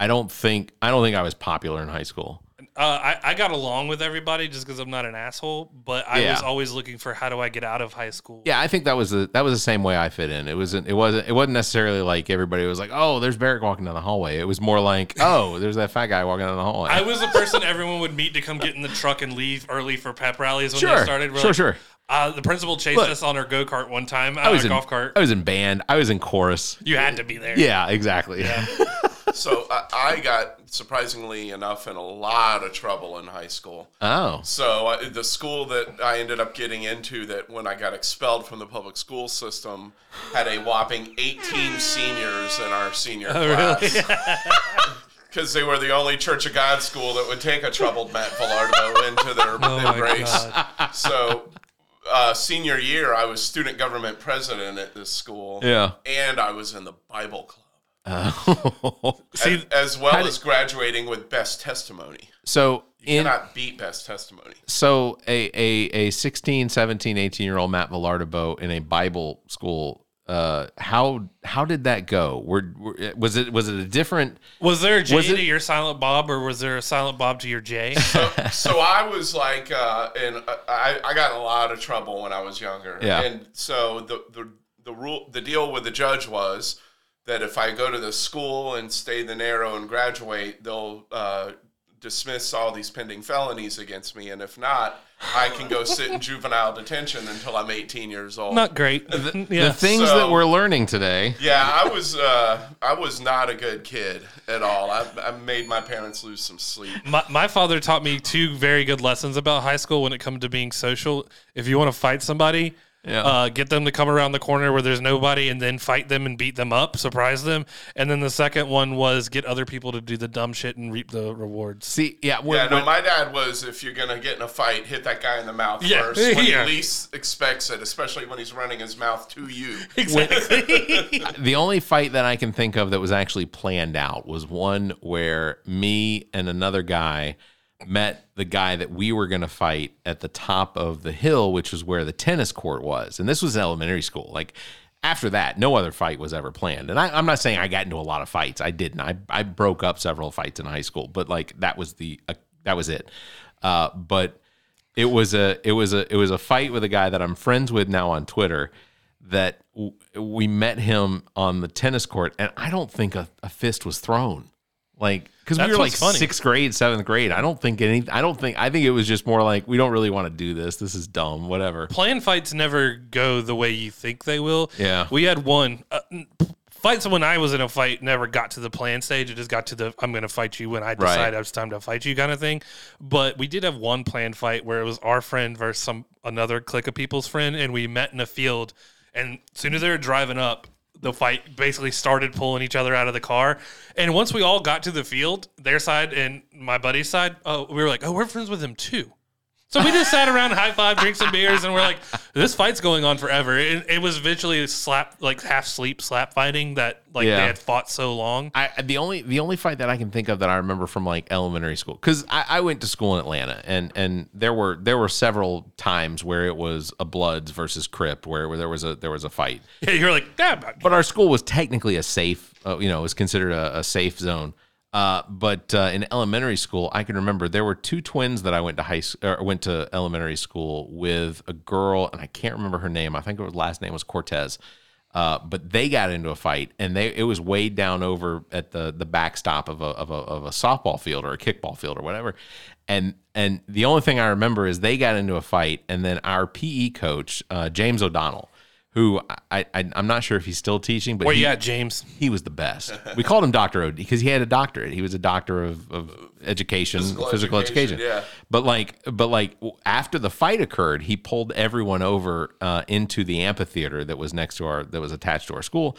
[SPEAKER 1] I don't think, I don't think I was popular in high school.
[SPEAKER 4] uh, I, I got along with everybody just because I'm not an asshole, but I
[SPEAKER 1] Yeah.
[SPEAKER 4] was always looking for how do I get out of high school.
[SPEAKER 1] Yeah, I think that was the that was the same way I fit in. It wasn't it wasn't it wasn't necessarily like everybody was like, oh, there's Barrett walking down the hallway. It was more like, oh, there's that fat guy walking down the hallway.
[SPEAKER 4] I was the person everyone would meet to come get in the truck and leave early for pep rallies when they
[SPEAKER 1] sure,
[SPEAKER 4] started. We're
[SPEAKER 1] sure,
[SPEAKER 4] like,
[SPEAKER 1] sure.
[SPEAKER 4] Uh, the principal chased
[SPEAKER 1] Look.
[SPEAKER 4] us on our go kart one time.
[SPEAKER 1] I was
[SPEAKER 4] our
[SPEAKER 1] in
[SPEAKER 4] golf cart.
[SPEAKER 1] I was in band. I was in chorus.
[SPEAKER 4] you had to be there.
[SPEAKER 1] Yeah, exactly.
[SPEAKER 5] so I, I got surprisingly enough in a lot of trouble in high school.
[SPEAKER 1] oh,
[SPEAKER 5] So I, the school that I ended up getting into, that when I got expelled from the public school system, had a whopping 18 seniors in our senior
[SPEAKER 1] Oh,
[SPEAKER 5] class. Because they were the only Church of God school that would take a troubled Matt Villardo into
[SPEAKER 1] Oh,
[SPEAKER 5] their
[SPEAKER 4] my
[SPEAKER 5] embrace.
[SPEAKER 4] God.
[SPEAKER 5] So, uh, senior year, I was student government president at this school.
[SPEAKER 1] yeah.
[SPEAKER 5] And I was in the Bible club,
[SPEAKER 1] Oh.
[SPEAKER 5] as, as well
[SPEAKER 1] did-
[SPEAKER 5] as graduating with best testimony.
[SPEAKER 1] so in
[SPEAKER 5] Cannot beat best testimony.
[SPEAKER 1] so a, a a 16, 17, 18 year old Matt Villardibo in a Bible school uh, uh, how how did that go? Were, were was it was it a different?
[SPEAKER 4] Was there a J
[SPEAKER 1] Was it-
[SPEAKER 4] to your Silent Bob, or was there a Silent Bob to your J?
[SPEAKER 5] so I was like, uh, and I, I got in a lot of trouble when I was younger.
[SPEAKER 1] Yeah.
[SPEAKER 5] And so the, the the rule, the deal with the judge was that if I go to the school and stay the narrow and graduate, they'll uh, dismiss all these pending felonies against me, and if not, I can go sit in juvenile detention until I'm 18 years old.
[SPEAKER 4] Not great. yeah.
[SPEAKER 1] The things
[SPEAKER 5] So-
[SPEAKER 1] that we're learning today.
[SPEAKER 5] yeah, I was uh, I was not a good kid at all. I, I made my parents lose some sleep.
[SPEAKER 4] my, my father taught me two very good lessons about high school when it comes to being social. If you want to fight somebody,
[SPEAKER 1] Yeah.
[SPEAKER 4] uh, get them to come around the corner where there's nobody and then fight them and beat them up, surprise them. And then the second one was get other people to do the dumb shit and reap the rewards.
[SPEAKER 1] See, yeah, we're,
[SPEAKER 5] Yeah, no,
[SPEAKER 1] we're-
[SPEAKER 5] my dad was if you're gonna get in a fight, hit that guy in the mouth
[SPEAKER 4] Yeah,
[SPEAKER 5] first when
[SPEAKER 4] yeah.
[SPEAKER 5] he least expects it, especially when he's running his mouth to you.
[SPEAKER 4] Exactly.
[SPEAKER 1] the only fight that I can think of that was actually planned out was one where me and another guy met the guy that we were going to fight at the top of the hill, which was where the tennis court was. And this was elementary school. Like after that, no other fight was ever planned. And I, I'm not saying I got into a lot of fights. I didn't. I, I broke up several fights in high school, but like that was the uh, that was it. Uh, but it was a it was a it was a fight with a guy that I'm friends with now on Twitter that w- we met him on the tennis court and I don't think a, a fist was thrown like because we
[SPEAKER 4] That's
[SPEAKER 1] were like
[SPEAKER 4] what's funny.
[SPEAKER 1] sixth grade seventh grade I don't think any I don't think I think it was just more like we don't really want to do this this is dumb whatever
[SPEAKER 4] Plan fights never go the way you think they will.
[SPEAKER 1] Yeah.
[SPEAKER 4] We had one. Uh, n- Fights when I was in a fight never got to the plan stage. It just got to the I'm going to fight you when I decide it's time to fight you kind of thing. But we did have one planned fight where it was our friend versus some another clique of people's friend, and we met in a field. And as soon as they were driving up, the fight basically started pulling each other out of the car. And once we all got to the field, their side and my buddy's side, oh, we were like, oh, we're friends with them too. So we just sat around, high five, drink some beers, and we're like, this fight's going on forever. It, it was eventually slap, like half sleep slap fighting that like
[SPEAKER 1] Yeah.
[SPEAKER 4] they had fought so long.
[SPEAKER 1] I I- the only the only fight that I can think of that I remember from like elementary school because I, I went to school in Atlanta and and there were there were several times where it was a Bloods versus Crip where, where there was a there was a fight
[SPEAKER 4] You're like, damn, but
[SPEAKER 1] but our school was technically a safe, uh, you know, it was considered a, a safe zone. Uh, but uh, in elementary school, I can remember there were two twins that I went to high s- or went to elementary school with a girl, and I can't remember her name. I think her last name was Cortez. Uh, but they got into a fight, and they it was weighed down over at the the backstop of a of a, of a softball field or a kickball field or whatever, and and the only thing I remember is they got into a fight, and then our PE coach uh, James O'Donnell, who I, I I'm not sure if he's still teaching, but
[SPEAKER 4] where
[SPEAKER 1] he,
[SPEAKER 4] you at, James?
[SPEAKER 1] he was the best. We called him Doctor O because he had a doctorate. He was a doctor of, of education, physical,
[SPEAKER 5] Physical
[SPEAKER 1] education.
[SPEAKER 5] education, yeah.
[SPEAKER 1] But like, but like w- after the fight occurred, he pulled everyone over uh, into the amphitheater that was next to our that was attached to our school,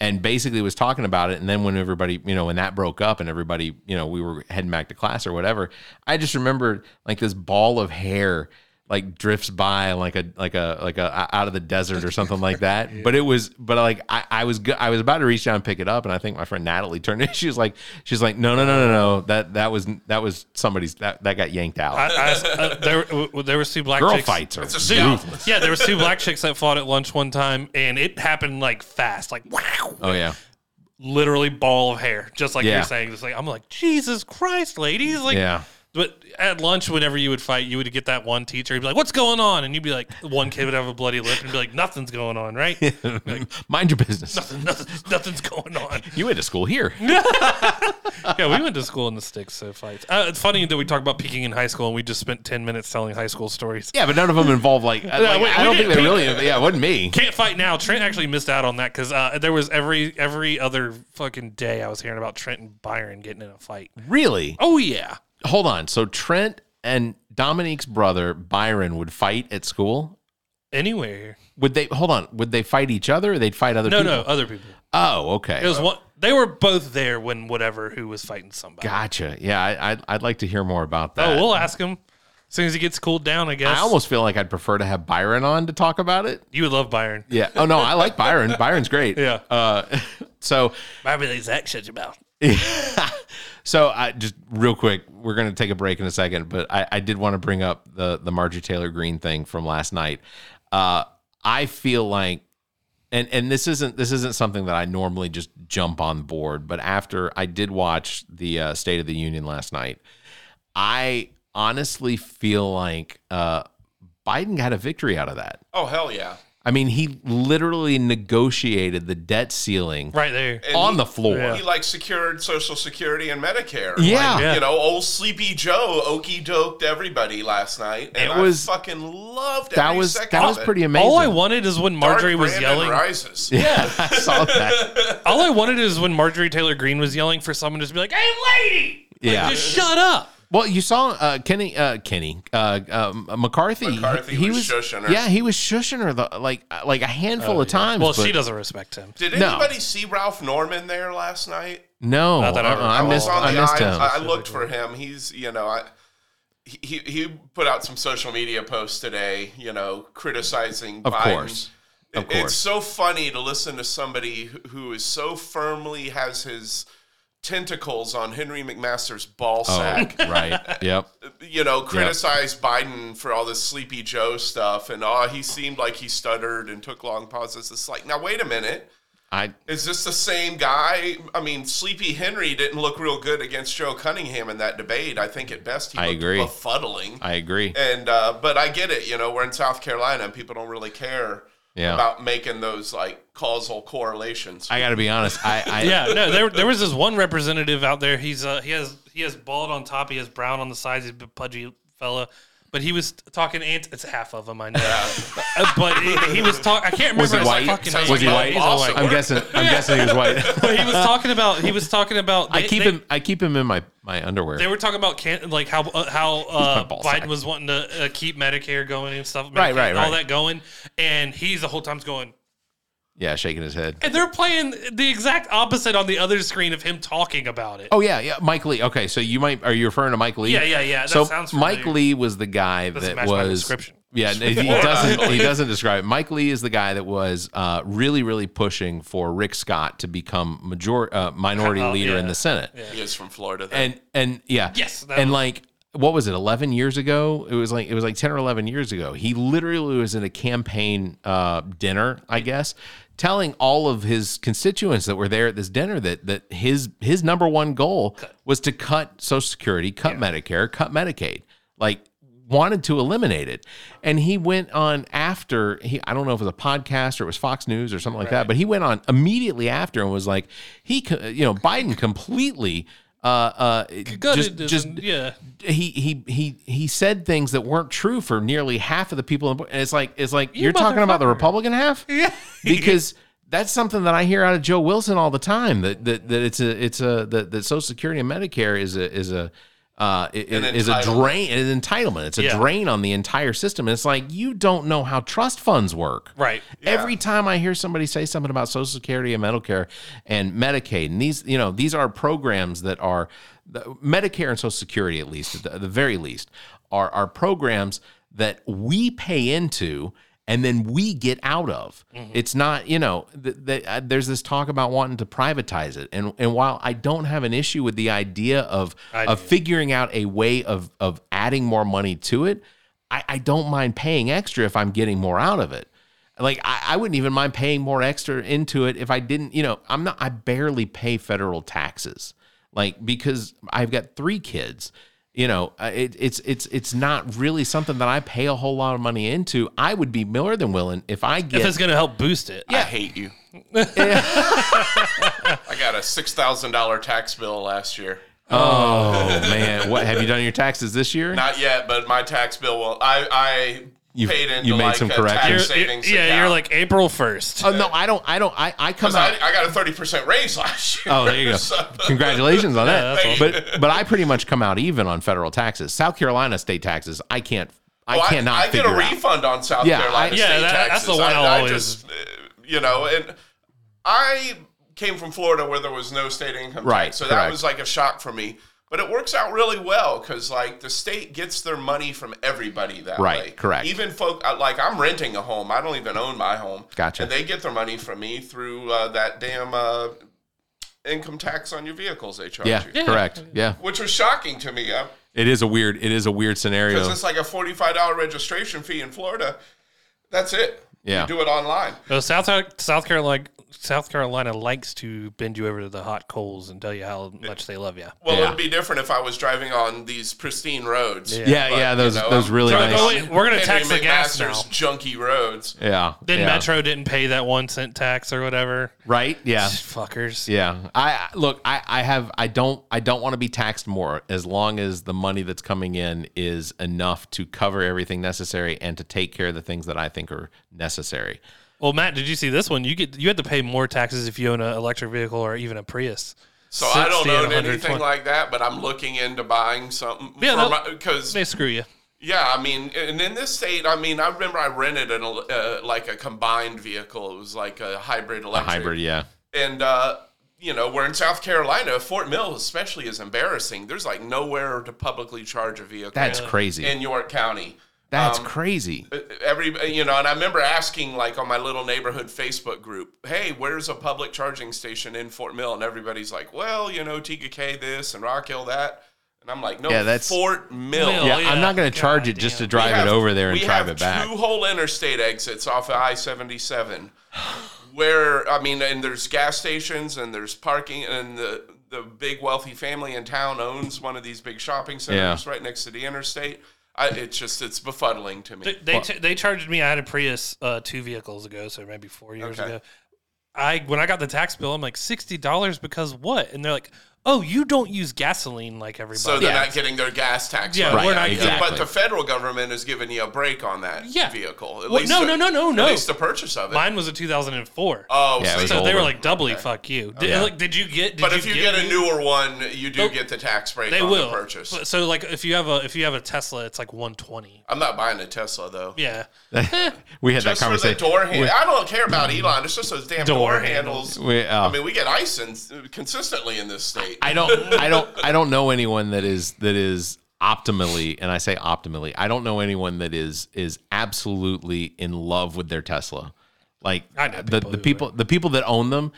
[SPEAKER 1] and basically was talking about it. And then when everybody, you know, when that broke up and everybody, you know, we were heading back to class or whatever, I just remembered like this ball of hair like drifts by like a like a like a out of the desert or something like that. But it was but like I, I was go- I was about to reach down and pick it up, and I think my friend Natalie turned it. She was like she's like no no no no no that that was that was somebody's that that got yanked out.
[SPEAKER 4] I, I, uh, there, w- there was two black
[SPEAKER 1] Girl
[SPEAKER 4] chicks.
[SPEAKER 1] fights are
[SPEAKER 5] It's a
[SPEAKER 1] ruthless.
[SPEAKER 5] scout.
[SPEAKER 4] Yeah, there was two black chicks that fought at lunch one time, and it happened like fast, like wow,
[SPEAKER 1] Oh yeah,
[SPEAKER 4] literally ball of hair, just like
[SPEAKER 1] Yeah.
[SPEAKER 4] you're saying. It's like I'm like Jesus Christ, ladies, like.
[SPEAKER 1] yeah.
[SPEAKER 4] But at lunch, whenever you would fight, you would get that one teacher. He'd be like, "What's going on?" And you'd be like, one kid would have a bloody lip and be like, "Nothing's going on, right?
[SPEAKER 1] Mind your business.
[SPEAKER 4] Nothing, nothing's going on."
[SPEAKER 1] You went to school here.
[SPEAKER 4] Yeah, we went to school in the sticks, so fights. Uh, it's funny that we talk about peaking in high school, and we just spent ten minutes telling high school stories.
[SPEAKER 1] Yeah, but none of them involved like, I- like,
[SPEAKER 4] we-
[SPEAKER 1] I
[SPEAKER 4] we
[SPEAKER 1] don't think
[SPEAKER 4] didn't
[SPEAKER 1] they
[SPEAKER 4] pick-
[SPEAKER 1] really. Yeah, it wasn't me.
[SPEAKER 4] Can't fight now. Trent actually missed out on that because uh, there was every every other fucking day I was hearing about Trent and Byron getting in a fight.
[SPEAKER 1] Really?
[SPEAKER 4] Oh yeah,
[SPEAKER 1] Hold on. So Trent and Dominique's brother Byron would fight at school.
[SPEAKER 4] anywhere.
[SPEAKER 1] Would they hold on? Would they fight each other? Or they'd fight other
[SPEAKER 4] No,
[SPEAKER 1] people?
[SPEAKER 4] no, other people.
[SPEAKER 1] Oh, okay.
[SPEAKER 4] It was one. They were both there when whatever who was fighting somebody.
[SPEAKER 1] gotcha. Yeah, I, I'd, I'd like to hear more about that.
[SPEAKER 4] Oh, we'll ask him as soon as he gets cooled down. I guess.
[SPEAKER 1] I almost feel like I'd prefer to have Byron on to talk about it.
[SPEAKER 4] you would love Byron.
[SPEAKER 1] Yeah. Oh no, I like Byron. Byron's great.
[SPEAKER 4] Yeah.
[SPEAKER 1] Uh, so,
[SPEAKER 4] Byron is actually about.
[SPEAKER 1] so I just real quick, we're gonna take a break in a second, but I, I did want to bring up the the Marjorie Taylor Green thing from last night. Uh, I feel like and and this isn't this isn't something that I normally just jump on board, but after I did watch the uh, State of the Union last night, I honestly feel like uh, Biden got a victory out of that.
[SPEAKER 5] Oh hell yeah!
[SPEAKER 1] I mean, he literally negotiated the debt ceiling
[SPEAKER 4] Right there.
[SPEAKER 5] And
[SPEAKER 1] on
[SPEAKER 5] he-
[SPEAKER 1] the floor.
[SPEAKER 4] Yeah.
[SPEAKER 5] He like secured Social Security and Medicare.
[SPEAKER 1] Yeah.
[SPEAKER 5] Like,
[SPEAKER 4] Yeah.
[SPEAKER 5] you know, old Sleepy Joe okey doked everybody last night,
[SPEAKER 1] It
[SPEAKER 5] and I
[SPEAKER 1] was-
[SPEAKER 5] fucking loved every
[SPEAKER 1] That was
[SPEAKER 5] second
[SPEAKER 1] that
[SPEAKER 5] of
[SPEAKER 1] was
[SPEAKER 5] it.
[SPEAKER 1] pretty amazing.
[SPEAKER 4] All I wanted is when
[SPEAKER 5] Dark
[SPEAKER 4] Marjorie was
[SPEAKER 5] Brandon
[SPEAKER 4] yelling.
[SPEAKER 5] Rises.
[SPEAKER 1] Yeah, I saw that.
[SPEAKER 4] All I wanted is when Marjorie Taylor Greene was yelling for someone to just be like, "Hey, lady, Like,
[SPEAKER 1] Yeah.
[SPEAKER 4] just shut up."
[SPEAKER 1] Well, you saw uh, Kenny, uh, Kenny, uh, um, McCarthy.
[SPEAKER 5] McCarthy was shushing her.
[SPEAKER 1] Yeah, he was shushing her the, like uh, like a handful of times.
[SPEAKER 4] Oh, Well,
[SPEAKER 1] but
[SPEAKER 4] she doesn't respect him.
[SPEAKER 5] Did
[SPEAKER 1] No.
[SPEAKER 5] anybody see Ralph Norman there last night?
[SPEAKER 1] No,
[SPEAKER 4] Not that I
[SPEAKER 1] uh-uh, I,
[SPEAKER 4] recall.
[SPEAKER 1] missed.
[SPEAKER 5] was on
[SPEAKER 1] I
[SPEAKER 5] the
[SPEAKER 1] missed
[SPEAKER 5] aisle.
[SPEAKER 1] him.
[SPEAKER 5] I, I looked for him. He's, you know, I he he- he put out some social media posts today, you know, criticizing.
[SPEAKER 1] Of
[SPEAKER 5] Biden.
[SPEAKER 1] course. Of
[SPEAKER 5] It-
[SPEAKER 1] course.
[SPEAKER 5] It's so funny to listen to somebody who- who is so firmly has his tentacles on Henry McMaster's ball sack.
[SPEAKER 1] oh, right. Yep.
[SPEAKER 5] You know, criticize Biden for all this Sleepy Joe stuff, and oh, he seemed like he stuttered and took long pauses. It's like, now wait a minute.
[SPEAKER 1] I
[SPEAKER 5] Is this the same guy? I mean, Sleepy Henry didn't look real good against Joe Cunningham in that debate. I think at best he
[SPEAKER 1] I
[SPEAKER 5] looked
[SPEAKER 1] agree.
[SPEAKER 5] befuddling.
[SPEAKER 1] I agree.
[SPEAKER 5] and uh, but I get it. You know, we're in South Carolina and people don't really care
[SPEAKER 1] Yeah.
[SPEAKER 5] about making those like causal correlations.
[SPEAKER 1] I got to be honest. I, I
[SPEAKER 4] yeah, no, there, there was this one representative out there. He's uh, he has he has bald on top, he has brown on the sides, he's a pudgy fella. But he was talking ant. It's half of him, I know. Uh, but he, he was talking. I can't remember
[SPEAKER 1] Was he
[SPEAKER 4] his
[SPEAKER 1] white?
[SPEAKER 4] fucking
[SPEAKER 5] Sounds
[SPEAKER 4] name.
[SPEAKER 5] like
[SPEAKER 4] He's a
[SPEAKER 5] Bob Lawson.
[SPEAKER 1] I'm guessing. I'm guessing he was white.
[SPEAKER 4] But he was talking about. He was talking about.
[SPEAKER 1] I
[SPEAKER 4] they-
[SPEAKER 1] keep
[SPEAKER 4] they-
[SPEAKER 1] him. I keep him in my my underwear.
[SPEAKER 4] They were talking about can, like how uh, how uh,
[SPEAKER 1] my ball
[SPEAKER 4] Biden
[SPEAKER 1] sack.
[SPEAKER 4] was wanting to uh, keep Medicare going and stuff,
[SPEAKER 1] Right,
[SPEAKER 4] Medicaid,
[SPEAKER 1] right,
[SPEAKER 4] all
[SPEAKER 1] right.
[SPEAKER 4] that going, and he's the whole time's going.
[SPEAKER 1] yeah, shaking his head.
[SPEAKER 4] And they're playing the exact opposite on the other screen of him talking about it.
[SPEAKER 1] Oh yeah, yeah. Mike Lee. Okay, so you might are you referring to Mike Lee?
[SPEAKER 4] Yeah, yeah, yeah, that
[SPEAKER 1] so
[SPEAKER 4] sounds familiar.
[SPEAKER 1] Mike Lee was the guy
[SPEAKER 4] Doesn't
[SPEAKER 1] that
[SPEAKER 4] match my
[SPEAKER 1] was
[SPEAKER 4] description.
[SPEAKER 1] Yeah, and he doesn't. He doesn't describe. It. Mike Lee is the guy that was uh, really, really pushing for Rick Scott to become major uh, minority
[SPEAKER 4] Oh,
[SPEAKER 1] leader in
[SPEAKER 4] yeah.
[SPEAKER 1] the Senate.
[SPEAKER 5] he is from Florida. Though.
[SPEAKER 1] And and yeah,
[SPEAKER 4] Yes, that
[SPEAKER 1] and
[SPEAKER 4] was-
[SPEAKER 1] like what was it? Eleven years ago? It was like it was like ten or eleven years ago. He literally was in a campaign uh, dinner, I guess, telling all of his constituents that were there at this dinner that that his his number one goal was to cut Social Security, cut Medicare, cut Medicaid. Like wanted to eliminate it and he went on after he i don't know if it was a podcast or it was fox news or something like that but he went on immediately after and was like he co- you know biden completely uh uh just
[SPEAKER 4] Gutted and-
[SPEAKER 1] just
[SPEAKER 4] yeah.
[SPEAKER 1] he he he he said things that weren't true for nearly half of the people in, and it's like it's like you are talking about the republican half yeah because that's something that I hear out of Joe Wilson all the time that that, that it's a it's a that, that Social Security and Medicare is a is a uh, i- i- is a
[SPEAKER 5] entitlement.
[SPEAKER 1] drain, an entitlement. It's a
[SPEAKER 4] Yeah.
[SPEAKER 1] drain on the entire system. And it's like you don't know how trust funds work.
[SPEAKER 4] Right.
[SPEAKER 1] Every time I hear somebody say something about Social Security and Medicare and Medicaid, and these, you know, these are programs that are the, Medicare and Social Security, at least at the, at the very least, are are programs that we pay into and then we get out of.
[SPEAKER 4] Mm-hmm.
[SPEAKER 1] It's not, you know, th- th- uh, there's this talk about wanting to privatize it, and and while I don't have an issue with the idea of
[SPEAKER 4] I
[SPEAKER 1] of
[SPEAKER 4] do.
[SPEAKER 1] figuring out a way of of adding more money to it, I, I don't mind paying extra if I'm getting more out of it. Like I, I wouldn't even mind paying more extra into it if I didn't, you know, I'm not I barely pay federal taxes. Like because I've got three kids, you know, uh, it, it's it's it's not really something that I pay a whole lot of money into. I would be more than willing if I
[SPEAKER 4] If
[SPEAKER 1] get
[SPEAKER 4] it's going to help boost it.
[SPEAKER 5] I hate you. I got a six thousand dollar tax bill last year.
[SPEAKER 1] Oh man, what have you done your taxes this year?
[SPEAKER 5] Not yet, but my tax bill will. I I
[SPEAKER 1] You-
[SPEAKER 5] paid into
[SPEAKER 1] you made
[SPEAKER 5] like
[SPEAKER 1] some
[SPEAKER 5] a
[SPEAKER 1] corrections.
[SPEAKER 5] tax
[SPEAKER 4] You're,
[SPEAKER 5] savings.
[SPEAKER 4] yeah,
[SPEAKER 5] account.
[SPEAKER 4] you're like April 1st.
[SPEAKER 1] oh no, I don't I don't I, I come
[SPEAKER 5] Because I,
[SPEAKER 1] out
[SPEAKER 5] I got a thirty percent raise last year.
[SPEAKER 1] Oh, there you go.
[SPEAKER 5] So-
[SPEAKER 1] Congratulations on that.
[SPEAKER 5] that's
[SPEAKER 1] but but I pretty much come out even on federal taxes. South Carolina state taxes, I can't. I
[SPEAKER 5] Well,
[SPEAKER 1] cannot
[SPEAKER 5] Oh, I,
[SPEAKER 1] figure
[SPEAKER 5] get a
[SPEAKER 1] out.
[SPEAKER 5] refund on South
[SPEAKER 1] Yeah,
[SPEAKER 5] Carolina
[SPEAKER 1] I-
[SPEAKER 5] state
[SPEAKER 4] Yeah, that- that's
[SPEAKER 5] taxes.
[SPEAKER 4] the one
[SPEAKER 5] I,
[SPEAKER 4] I'll
[SPEAKER 5] I
[SPEAKER 4] always-
[SPEAKER 5] just, uh, you know, and I came from Florida where there was no state income
[SPEAKER 1] Right,
[SPEAKER 5] tax, so
[SPEAKER 1] correct.
[SPEAKER 5] that was like a shock for me. But it works out really well because like the state gets their money from everybody that
[SPEAKER 1] Right,
[SPEAKER 5] way.
[SPEAKER 1] correct.
[SPEAKER 5] Even folk I- like I'm renting a home. I don't even own my home.
[SPEAKER 1] Gotcha.
[SPEAKER 5] And they get their money from me through uh, that damn uh, income tax on your vehicles they charge
[SPEAKER 1] Yeah,
[SPEAKER 5] you.
[SPEAKER 1] correct. Yeah,
[SPEAKER 5] Which was shocking to me. I,
[SPEAKER 1] it is a weird. It is a weird
[SPEAKER 5] because
[SPEAKER 1] scenario.
[SPEAKER 5] it's like a forty-five dollar registration fee in Florida. That's it.
[SPEAKER 1] Yeah.
[SPEAKER 5] Do it online.
[SPEAKER 4] No, South South Carolina South Carolina likes to bend you over to the hot coals and tell you how much they love you.
[SPEAKER 5] Well,
[SPEAKER 1] Yeah.
[SPEAKER 5] it'd be different if I was driving on these pristine roads.
[SPEAKER 4] Yeah.
[SPEAKER 1] Yeah,
[SPEAKER 5] But,
[SPEAKER 1] yeah,
[SPEAKER 5] you
[SPEAKER 1] those
[SPEAKER 5] know,
[SPEAKER 1] those
[SPEAKER 5] I'm
[SPEAKER 1] really
[SPEAKER 5] trying to
[SPEAKER 1] nice.
[SPEAKER 4] Well, wait, we're gonna
[SPEAKER 5] Henry
[SPEAKER 4] tax the gas now.
[SPEAKER 5] McMaster's junky roads.
[SPEAKER 1] Yeah.
[SPEAKER 4] Then
[SPEAKER 1] yeah.
[SPEAKER 4] Metro didn't pay that one cent tax or whatever.
[SPEAKER 1] Right? Yeah.
[SPEAKER 4] Fuckers.
[SPEAKER 1] Yeah. I I- look, I, I have I don't I don't want to be taxed more as long as the money that's coming in is enough to cover everything necessary and to take care of the things that I think are necessary.
[SPEAKER 4] Well, Matt, did you see this one? You get you had to pay more taxes if you own an electric vehicle or even a Prius.
[SPEAKER 5] So I don't
[SPEAKER 4] 60 and
[SPEAKER 5] own
[SPEAKER 4] 120.
[SPEAKER 5] anything like that, but I'm looking into buying something.
[SPEAKER 4] Yeah, no-
[SPEAKER 5] because
[SPEAKER 4] They screw you.
[SPEAKER 5] yeah, I mean, and in this state, I mean, I remember I rented an el- uh, like a combined vehicle. It was like a hybrid
[SPEAKER 1] A
[SPEAKER 5] electric.
[SPEAKER 1] hybrid, yeah.
[SPEAKER 5] and uh, you know we're in South Carolina. Fort Mill especially is embarrassing. There's like nowhere to publicly charge a vehicle.
[SPEAKER 1] That's crazy.
[SPEAKER 5] in York County. Uh,
[SPEAKER 1] That's
[SPEAKER 5] Um,
[SPEAKER 1] crazy.
[SPEAKER 5] Every you know, and I remember asking like on my little neighborhood Facebook group, "Hey, where's a public charging station in Fort Mill?" And everybody's like, "Well, you know, TKK this and Rock Hill that," and I'm like, "No,
[SPEAKER 1] Yeah, that's-
[SPEAKER 5] Fort Mill."
[SPEAKER 4] Mill.
[SPEAKER 1] Yeah,
[SPEAKER 4] yeah.
[SPEAKER 1] I'm not going to charge
[SPEAKER 4] God
[SPEAKER 1] it just to
[SPEAKER 4] damn.
[SPEAKER 1] drive
[SPEAKER 5] We have-
[SPEAKER 1] it over there and
[SPEAKER 5] we
[SPEAKER 1] drive
[SPEAKER 5] have
[SPEAKER 1] it back.
[SPEAKER 5] Two whole interstate exits off of I seventy seven, where I mean, and there's gas stations and there's parking, and the the big wealthy family in town owns one of these big shopping centers right next to the interstate. I, it's just it's befuddling to me.
[SPEAKER 4] They they, t- they charged me. I had a Prius uh, two vehicles ago, so maybe four years
[SPEAKER 5] Okay.
[SPEAKER 4] ago. I when I got the tax bill, I'm like sixty dollars because what? And they're like, oh, you don't use gasoline like everybody.
[SPEAKER 5] so they're not getting their gas tax.
[SPEAKER 4] Yeah,
[SPEAKER 5] money.
[SPEAKER 4] we're not-
[SPEAKER 1] exactly.
[SPEAKER 5] But the federal government is giving you a break on that
[SPEAKER 4] Yeah.
[SPEAKER 5] vehicle. At
[SPEAKER 4] Well, no,
[SPEAKER 5] the-
[SPEAKER 4] no, no, no, no.
[SPEAKER 5] At least the purchase of it.
[SPEAKER 4] Mine was a 2004.
[SPEAKER 5] oh,
[SPEAKER 1] Yeah, it
[SPEAKER 5] so
[SPEAKER 1] was
[SPEAKER 5] you-
[SPEAKER 4] so they were
[SPEAKER 1] older.
[SPEAKER 4] like doubly fuck you. Did,
[SPEAKER 1] Yeah.
[SPEAKER 4] like, did you get? Did
[SPEAKER 5] but if you get a
[SPEAKER 4] new.
[SPEAKER 5] newer one, you do
[SPEAKER 4] Nope.
[SPEAKER 5] get the tax break
[SPEAKER 4] they
[SPEAKER 5] on
[SPEAKER 4] will
[SPEAKER 5] the purchase.
[SPEAKER 4] But- So like if you have a if you have a Tesla, it's like 120.
[SPEAKER 5] I'm not buying a Tesla though.
[SPEAKER 4] Yeah.
[SPEAKER 1] we had that
[SPEAKER 5] Just for the
[SPEAKER 1] conversation.
[SPEAKER 5] door handle. I don't care about Elon. It's just those damn
[SPEAKER 4] Door
[SPEAKER 5] door,
[SPEAKER 4] handles.
[SPEAKER 5] handles.
[SPEAKER 1] We, uh,
[SPEAKER 5] I mean, we get ice in, consistently in this state.
[SPEAKER 1] I don't I don't I don't know anyone that is that is optimally and I say optimally I don't know anyone that is is absolutely in love with their Tesla. Like
[SPEAKER 4] I know
[SPEAKER 1] the
[SPEAKER 4] people
[SPEAKER 1] the
[SPEAKER 4] who
[SPEAKER 1] people the people that own them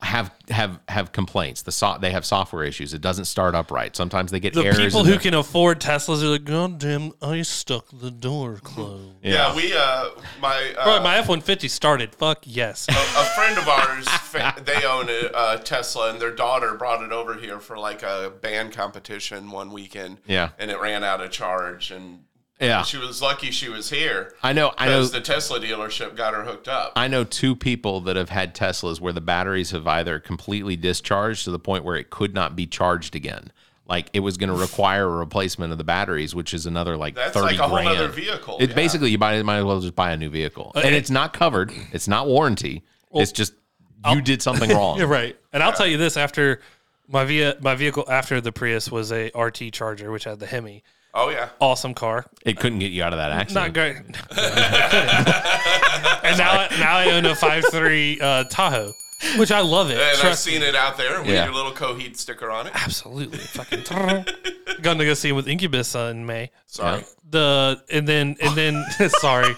[SPEAKER 1] have have have complaints. The so, they have software issues. It doesn't start up right. Sometimes they get
[SPEAKER 4] The
[SPEAKER 1] errors.
[SPEAKER 4] people
[SPEAKER 1] in
[SPEAKER 4] who
[SPEAKER 1] their-
[SPEAKER 4] can afford Teslas are like, God damn, I stuck the door closed.
[SPEAKER 5] yeah, we uh, my uh,
[SPEAKER 4] Bro, my F one fifty started. Fuck yes.
[SPEAKER 5] a friend of ours, fa- they own a, uh Tesla, and their daughter brought it over here for like a band competition one weekend.
[SPEAKER 1] Yeah.
[SPEAKER 5] and it ran out of charge, and
[SPEAKER 1] yeah.
[SPEAKER 5] she was lucky she was here.
[SPEAKER 1] I know Ah. I know
[SPEAKER 5] because the Tesla dealership got her hooked up.
[SPEAKER 1] I know two people that have had Teslas where the batteries have either completely discharged to the point where it could not be charged again. Like it was going to require a replacement of the batteries, which is another like
[SPEAKER 5] That's
[SPEAKER 1] thirty
[SPEAKER 5] like a whole
[SPEAKER 1] grand.
[SPEAKER 5] other vehicle,
[SPEAKER 1] It
[SPEAKER 5] yeah.
[SPEAKER 1] basically you buy, might as well just buy a new
[SPEAKER 4] Uh,
[SPEAKER 1] vehicle, and it's not covered. It's not warranty. it's just you did something wrong.
[SPEAKER 4] You're right. And I'll tell you this: after my via my vehicle after the Prius was a RT Charger, which had the Hemi.
[SPEAKER 5] oh yeah,
[SPEAKER 4] Awesome car,
[SPEAKER 1] It couldn't get you out of that
[SPEAKER 4] not
[SPEAKER 1] accident.
[SPEAKER 4] great. and now, I- now I own a 5.3 uh, Tahoe, which I love it.
[SPEAKER 5] and I've
[SPEAKER 4] Trust me. Ah,
[SPEAKER 5] seen it out there with
[SPEAKER 1] Yeah.
[SPEAKER 5] your little Coheed sticker on it.
[SPEAKER 4] Absolutely, fucking. Going to go see him with Incubus uh, in May.
[SPEAKER 5] Sorry.
[SPEAKER 4] The and then and then sorry,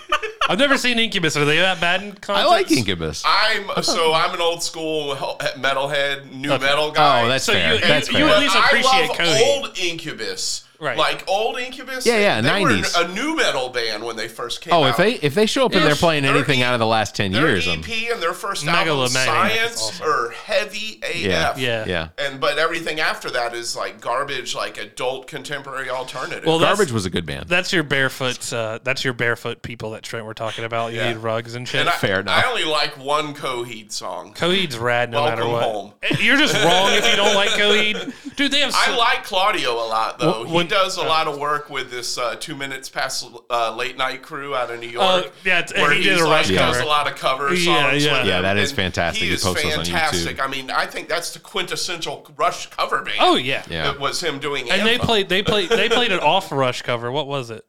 [SPEAKER 4] I've never seen Incubus. Are they that bad in
[SPEAKER 1] I
[SPEAKER 4] concerts?
[SPEAKER 1] like Incubus.
[SPEAKER 5] I'm so I'm an old school metalhead, new metal guy.
[SPEAKER 1] Oh, that's
[SPEAKER 4] So
[SPEAKER 1] fair.
[SPEAKER 4] you-
[SPEAKER 1] that's
[SPEAKER 4] you
[SPEAKER 1] fair.
[SPEAKER 4] at least
[SPEAKER 5] But
[SPEAKER 4] appreciate
[SPEAKER 5] I love
[SPEAKER 4] Coheed.
[SPEAKER 5] old Incubus,
[SPEAKER 4] Right.
[SPEAKER 5] Like old Incubus.
[SPEAKER 1] Yeah, yeah,
[SPEAKER 5] They
[SPEAKER 1] 90s.
[SPEAKER 5] were a new metal band when they first came.
[SPEAKER 1] oh,
[SPEAKER 5] out.
[SPEAKER 1] if they if they show up and they're playing
[SPEAKER 5] their
[SPEAKER 1] anything
[SPEAKER 5] E-
[SPEAKER 1] out of the last ten
[SPEAKER 5] their
[SPEAKER 1] years, um, I'm,
[SPEAKER 5] EP and their first album,
[SPEAKER 4] Megalomaniac is
[SPEAKER 5] Science
[SPEAKER 4] awesome.
[SPEAKER 5] or Heavy AF.
[SPEAKER 1] yeah,
[SPEAKER 4] Yeah.
[SPEAKER 1] yeah.
[SPEAKER 5] And but everything after that is like garbage, like adult contemporary alternative.
[SPEAKER 4] Well, that's,
[SPEAKER 1] Garbage was a good band.
[SPEAKER 4] that's your barefoot. Uh, that's your barefoot people that Trent were talking about. You
[SPEAKER 5] Yeah.
[SPEAKER 4] need rugs and shit.
[SPEAKER 5] and I,
[SPEAKER 1] fair enough.
[SPEAKER 5] I only like one Coheed song.
[SPEAKER 4] Coheed's rad no
[SPEAKER 5] Welcome
[SPEAKER 4] matter what. Eh,
[SPEAKER 5] home.
[SPEAKER 4] You're just wrong if you don't like Coheed, dude. They have.
[SPEAKER 5] I
[SPEAKER 4] so-
[SPEAKER 5] like Claudio a lot though.
[SPEAKER 4] Wh- uh, when-
[SPEAKER 5] he does a lot of work with this uh, two minutes past uh, late night crew out of New York.
[SPEAKER 4] Oh, yeah, it's-
[SPEAKER 5] where
[SPEAKER 4] he did
[SPEAKER 5] he's,
[SPEAKER 4] a rough
[SPEAKER 5] like, does
[SPEAKER 4] cover.
[SPEAKER 5] a lot of cover songs.
[SPEAKER 4] Yeah,
[SPEAKER 5] with
[SPEAKER 4] yeah.
[SPEAKER 5] them,
[SPEAKER 1] Yeah, that is
[SPEAKER 5] and
[SPEAKER 1] fantastic.
[SPEAKER 5] He
[SPEAKER 1] He
[SPEAKER 5] is
[SPEAKER 1] posts those on YouTube.
[SPEAKER 5] fantastic. I mean, I think that's the quintessential Rush cover band.
[SPEAKER 4] Oh yeah.
[SPEAKER 1] Yeah.
[SPEAKER 5] It was him doing
[SPEAKER 4] And they
[SPEAKER 5] Anthem.
[SPEAKER 4] played. They played. They played an off Rush cover. What was it?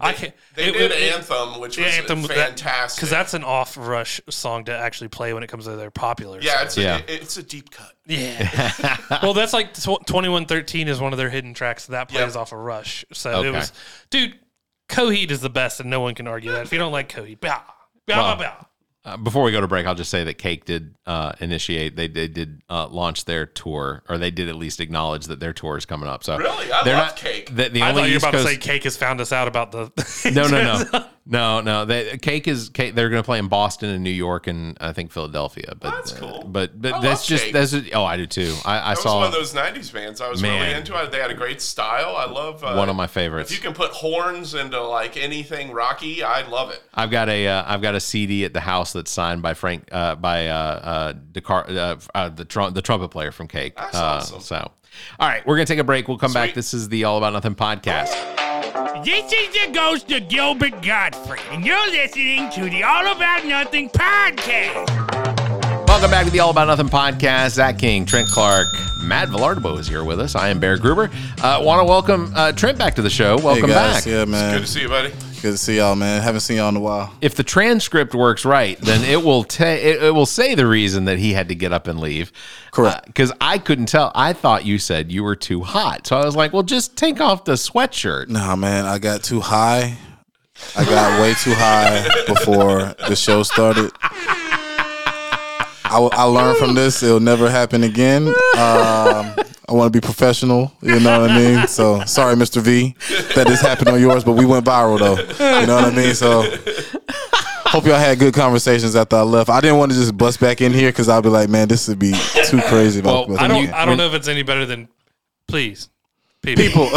[SPEAKER 4] I can't.
[SPEAKER 5] They
[SPEAKER 4] it-
[SPEAKER 5] did
[SPEAKER 4] it-
[SPEAKER 5] Anthem, which
[SPEAKER 4] Yeah,
[SPEAKER 5] was
[SPEAKER 4] Anthem, that-
[SPEAKER 5] fantastic.
[SPEAKER 4] Because that's an off rush song to actually play when it comes to their popular.
[SPEAKER 5] yeah, it's a,
[SPEAKER 1] Yeah.
[SPEAKER 5] it- it's a deep cut.
[SPEAKER 4] Yeah. well, that's like tw- 2113 is one of their hidden tracks that plays off of Rush. So
[SPEAKER 1] Okay.
[SPEAKER 4] it was, dude, Coheed is the best, and no one can argue that. If you don't like Coheed, bah, bah, bah, bah.
[SPEAKER 1] Uh, before we go to break, I'll just say that Cake did uh, initiate. They they did uh, launch their tour, or they did at least acknowledge that their tour is coming up. So
[SPEAKER 5] Really? I love Cake.
[SPEAKER 1] The, the
[SPEAKER 4] I
[SPEAKER 1] only
[SPEAKER 4] thought you were
[SPEAKER 1] East
[SPEAKER 4] about
[SPEAKER 1] Coast,
[SPEAKER 4] to say Cake has found us out about the.
[SPEAKER 1] no, no, no. No, no. They, cake is cake. They're going to play in Boston and New York and I think Philadelphia. But
[SPEAKER 5] That's
[SPEAKER 1] uh,
[SPEAKER 5] cool.
[SPEAKER 1] but but
[SPEAKER 5] I
[SPEAKER 1] that's
[SPEAKER 5] love
[SPEAKER 1] just
[SPEAKER 5] Cake.
[SPEAKER 1] that's oh I do too. I, I
[SPEAKER 5] That was one
[SPEAKER 1] saw
[SPEAKER 5] of those '90s bands I was
[SPEAKER 1] Man.
[SPEAKER 5] really into. I- They had a great style. I love uh,
[SPEAKER 1] one of my
[SPEAKER 5] If
[SPEAKER 1] favorites.
[SPEAKER 5] you can put horns into like anything rocky, I love it.
[SPEAKER 1] I've got a uh, I've got a CD at the house that's signed by Frank uh, by uh, uh, Decar- uh, uh, the trum- the trumpet player from Cake.
[SPEAKER 5] That's
[SPEAKER 1] uh,
[SPEAKER 5] awesome.
[SPEAKER 1] So, all right, we're gonna take a break. We'll come back.
[SPEAKER 5] Sweet.
[SPEAKER 1] This is the All About Nothing podcast.
[SPEAKER 7] This is the ghost of Gilbert Godfrey, and you're listening to the All About Nothing podcast.
[SPEAKER 1] Welcome back to the All About Nothing podcast. Zach King, Trent Clark, Matt Villarbo is here with us. I am Bear Gruber. Uh, Want to welcome uh, Trent back to the show.
[SPEAKER 3] Hey
[SPEAKER 1] Welcome
[SPEAKER 3] guys,
[SPEAKER 1] back.
[SPEAKER 3] yeah,
[SPEAKER 5] Good
[SPEAKER 3] man.
[SPEAKER 5] to see you, buddy.
[SPEAKER 3] Good to see y'all, man. Haven't seen y'all in a while.
[SPEAKER 1] If the transcript works right, then it will ta- it, it will say the reason that he had to get up and leave.
[SPEAKER 3] Correct.
[SPEAKER 1] Because I couldn't tell. I thought you said you were too hot, so I was like, "Well, just take off the sweatshirt."
[SPEAKER 3] Nah, man, I got too high. I got way too high before the show started. I, I learned from this; it'll never happen again. Um, I want to be professional. You know what I mean. So sorry, Mr. V, that this happened on yours, but we went viral though. You know what I mean. So hope y'all had good conversations after I left. I didn't want to just bust back in here because I'd be like, man, this would be too crazy. If
[SPEAKER 1] Well,
[SPEAKER 3] bust
[SPEAKER 4] I
[SPEAKER 3] back
[SPEAKER 4] don't.
[SPEAKER 3] in.
[SPEAKER 4] I don't know if it's any better than. Please, people.
[SPEAKER 3] people.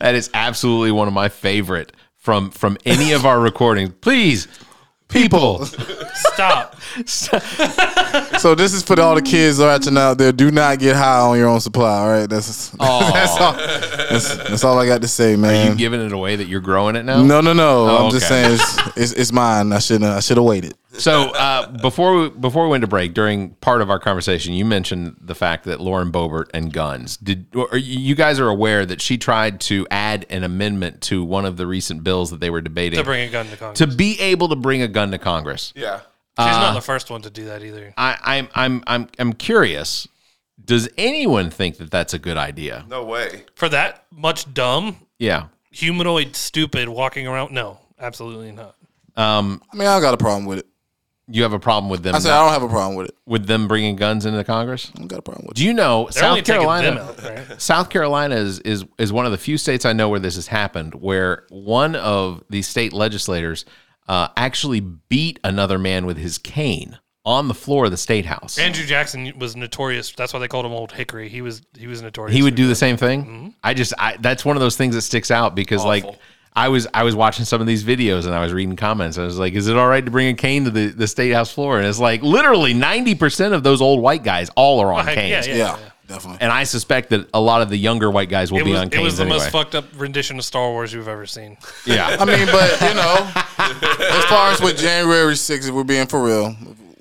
[SPEAKER 1] That is absolutely one of my favorite from from any of our recordings. Please, people,
[SPEAKER 4] stop.
[SPEAKER 3] So this is for all the kids watching out there. Do not get high on your own supply. All right, that's that's all. That's, that's all I got to say,
[SPEAKER 1] you
[SPEAKER 3] man.
[SPEAKER 1] giving it away that you're growing it now?
[SPEAKER 3] no, no, no. I'm just
[SPEAKER 1] okay.
[SPEAKER 3] saying it's, it's it's mine. I should I should have waited.
[SPEAKER 1] So uh, before we, before we went to break, during part of our conversation, you mentioned the fact that Lauren Boebert and guns did. Or you guys are aware that she tried to add an amendment to one of the recent bills that they were debating
[SPEAKER 4] To bring a gun to Congress.
[SPEAKER 1] to uh, be able to bring a gun to Congress.
[SPEAKER 5] Yeah.
[SPEAKER 4] She's not the first one to do that either.
[SPEAKER 1] I, I'm I'm I'm I'm curious. Does anyone think that that's a good idea?
[SPEAKER 5] No way.
[SPEAKER 4] For that much dumb,
[SPEAKER 1] Yeah.
[SPEAKER 4] humanoid, stupid walking around. No, absolutely not.
[SPEAKER 1] Um,
[SPEAKER 3] I mean, I got a problem with it.
[SPEAKER 1] you have a problem with them
[SPEAKER 3] I said I don't have a problem with it.
[SPEAKER 1] with them bringing guns into the Congress?
[SPEAKER 3] I don't got a problem with it.
[SPEAKER 1] Do you know
[SPEAKER 4] They're only
[SPEAKER 1] South
[SPEAKER 4] taking
[SPEAKER 1] Carolina?
[SPEAKER 4] them out, right?
[SPEAKER 1] South Carolina is, is is one of the few states I know where this has happened, where one of the state legislators uh, actually beat another man with his cane on the floor of the state house.
[SPEAKER 4] Andrew Jackson was notorious. That's why they called him Old Hickory. He was he was notorious.
[SPEAKER 1] he would
[SPEAKER 4] for
[SPEAKER 1] do the same thing.
[SPEAKER 4] Mm-hmm.
[SPEAKER 1] I just I, that's one of those things that sticks out because like I was I was watching some of these videos and I was reading comments. I was like, is it all right to bring a cane to the, the state house floor? And it's like literally ninety percent of those old white guys all are on
[SPEAKER 4] Right,
[SPEAKER 1] canes.
[SPEAKER 4] yeah,
[SPEAKER 3] Yeah, definitely.
[SPEAKER 1] And I suspect that a lot of the younger white guys will
[SPEAKER 4] It
[SPEAKER 1] be
[SPEAKER 4] was,
[SPEAKER 1] on
[SPEAKER 4] it
[SPEAKER 1] canes.
[SPEAKER 4] was the
[SPEAKER 1] anyway.
[SPEAKER 4] most fucked up rendition of Star Wars you've ever seen.
[SPEAKER 1] yeah.
[SPEAKER 3] I mean, but you know, as far as with January 6th, if we're being for real,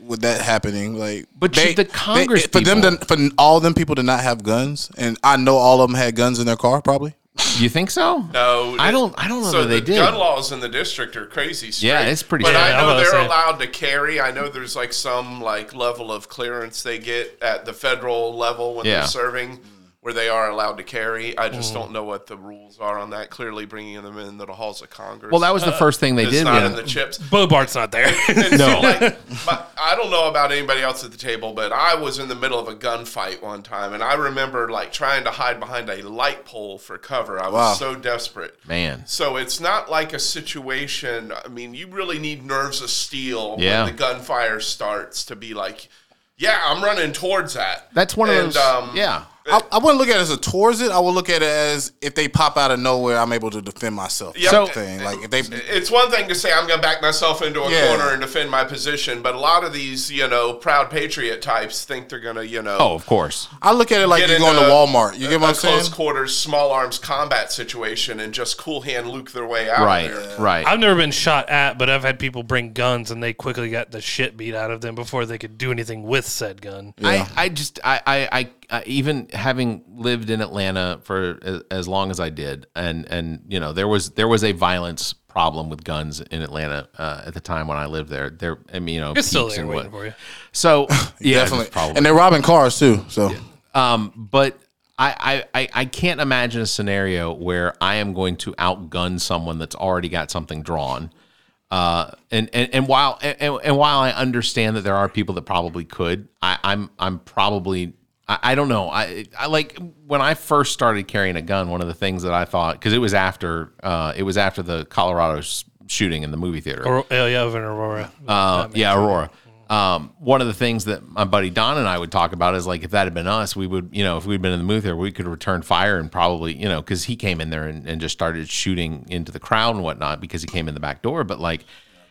[SPEAKER 3] with that happening, like,
[SPEAKER 1] But you- the Congress
[SPEAKER 3] for them
[SPEAKER 1] people-
[SPEAKER 3] to, for all them people to not have guns, and I know all of them had guns in their car, probably.
[SPEAKER 1] You think so?
[SPEAKER 5] No,
[SPEAKER 1] I don't. I don't know
[SPEAKER 5] So
[SPEAKER 1] that they
[SPEAKER 5] the
[SPEAKER 1] did.
[SPEAKER 5] gun laws in the district are crazy. Straight.
[SPEAKER 1] Yeah, it's pretty
[SPEAKER 5] But
[SPEAKER 1] strict.
[SPEAKER 5] I
[SPEAKER 4] Yeah, I
[SPEAKER 5] know
[SPEAKER 4] was
[SPEAKER 5] they're
[SPEAKER 4] saying.
[SPEAKER 5] allowed to carry. I know there's like some like level of clearance they get at the federal level when
[SPEAKER 1] Yeah.
[SPEAKER 5] they're serving, where they are allowed to carry. I just don't know what the rules are on that. Clearly, bringing them into the halls of Congress.
[SPEAKER 1] well, that was the first thing they
[SPEAKER 5] it's
[SPEAKER 1] did.
[SPEAKER 5] not
[SPEAKER 1] when-
[SPEAKER 5] in the chips.
[SPEAKER 4] Bobart's not there.
[SPEAKER 5] No, like, my, I don't know about anybody else at the table, but I was in the middle of a gunfight one time, and I remember like trying to hide behind a light pole for cover. I was
[SPEAKER 3] Wow.
[SPEAKER 5] so desperate.
[SPEAKER 1] man,
[SPEAKER 5] So it's not like a situation. I mean, you really need nerves of steel
[SPEAKER 1] Yeah.
[SPEAKER 5] when the gunfire starts to be like, yeah, I'm running towards that.
[SPEAKER 1] that's one of
[SPEAKER 5] And,
[SPEAKER 1] those.
[SPEAKER 5] um,
[SPEAKER 1] yeah,
[SPEAKER 3] I, I wouldn't look at it as a towards it. I would look at it as if they pop out of nowhere, I'm able to defend myself.
[SPEAKER 5] Yeah.
[SPEAKER 3] So
[SPEAKER 1] So-
[SPEAKER 3] thing like if they
[SPEAKER 5] It's one thing to say I'm going to back myself into a
[SPEAKER 3] Yeah.
[SPEAKER 5] corner and defend my position, but a lot of these, you know, proud patriot types think they're going to, you know,
[SPEAKER 1] Oh, of course.
[SPEAKER 3] I look at it like
[SPEAKER 5] Get
[SPEAKER 3] you're
[SPEAKER 5] in
[SPEAKER 3] going to
[SPEAKER 5] a-
[SPEAKER 3] Walmart. You get what
[SPEAKER 5] a
[SPEAKER 3] I'm saying?
[SPEAKER 5] close quarters, small arms combat situation and just cool hand Luke their way out. of
[SPEAKER 1] Right.
[SPEAKER 5] there.
[SPEAKER 1] Right.
[SPEAKER 4] I've never been shot at, but I've had people bring guns and they quickly got the shit beat out of them before they could do anything with said gun.
[SPEAKER 1] I, I just I, I I I even having lived in Atlanta for as, as long as I did, and and you know there was there was a violence problem with guns in Atlanta uh, at the time when I lived there. There, I mean, you know,
[SPEAKER 4] It's still
[SPEAKER 1] peaks
[SPEAKER 4] there
[SPEAKER 1] and
[SPEAKER 4] waiting
[SPEAKER 1] what-
[SPEAKER 4] for you.
[SPEAKER 1] So yeah,
[SPEAKER 3] Definitely.
[SPEAKER 1] probably.
[SPEAKER 3] And they're robbing cars too. So
[SPEAKER 1] Um, but I, I, I- I can't imagine a scenario where I am going to outgun someone that's already got something drawn. Uh, and, and, and while and, and while I understand that there are people that probably could, I, I'm I'm probably I, I don't know. I, I like when I first started carrying a gun. One of the things that I thought because it was after uh, it was after the Colorado s- shooting in the movie theater.
[SPEAKER 4] Or, oh, yeah, over in Aurora.
[SPEAKER 1] Uh, yeah, Aurora. Um, one of the things that my buddy Don and I would talk about is like if that had been us, we would, you know, if we'd been in the movie theater, we could return fire and probably, you know, because he came in there and, and just started shooting into the crowd and whatnot because he came in the back door. But like,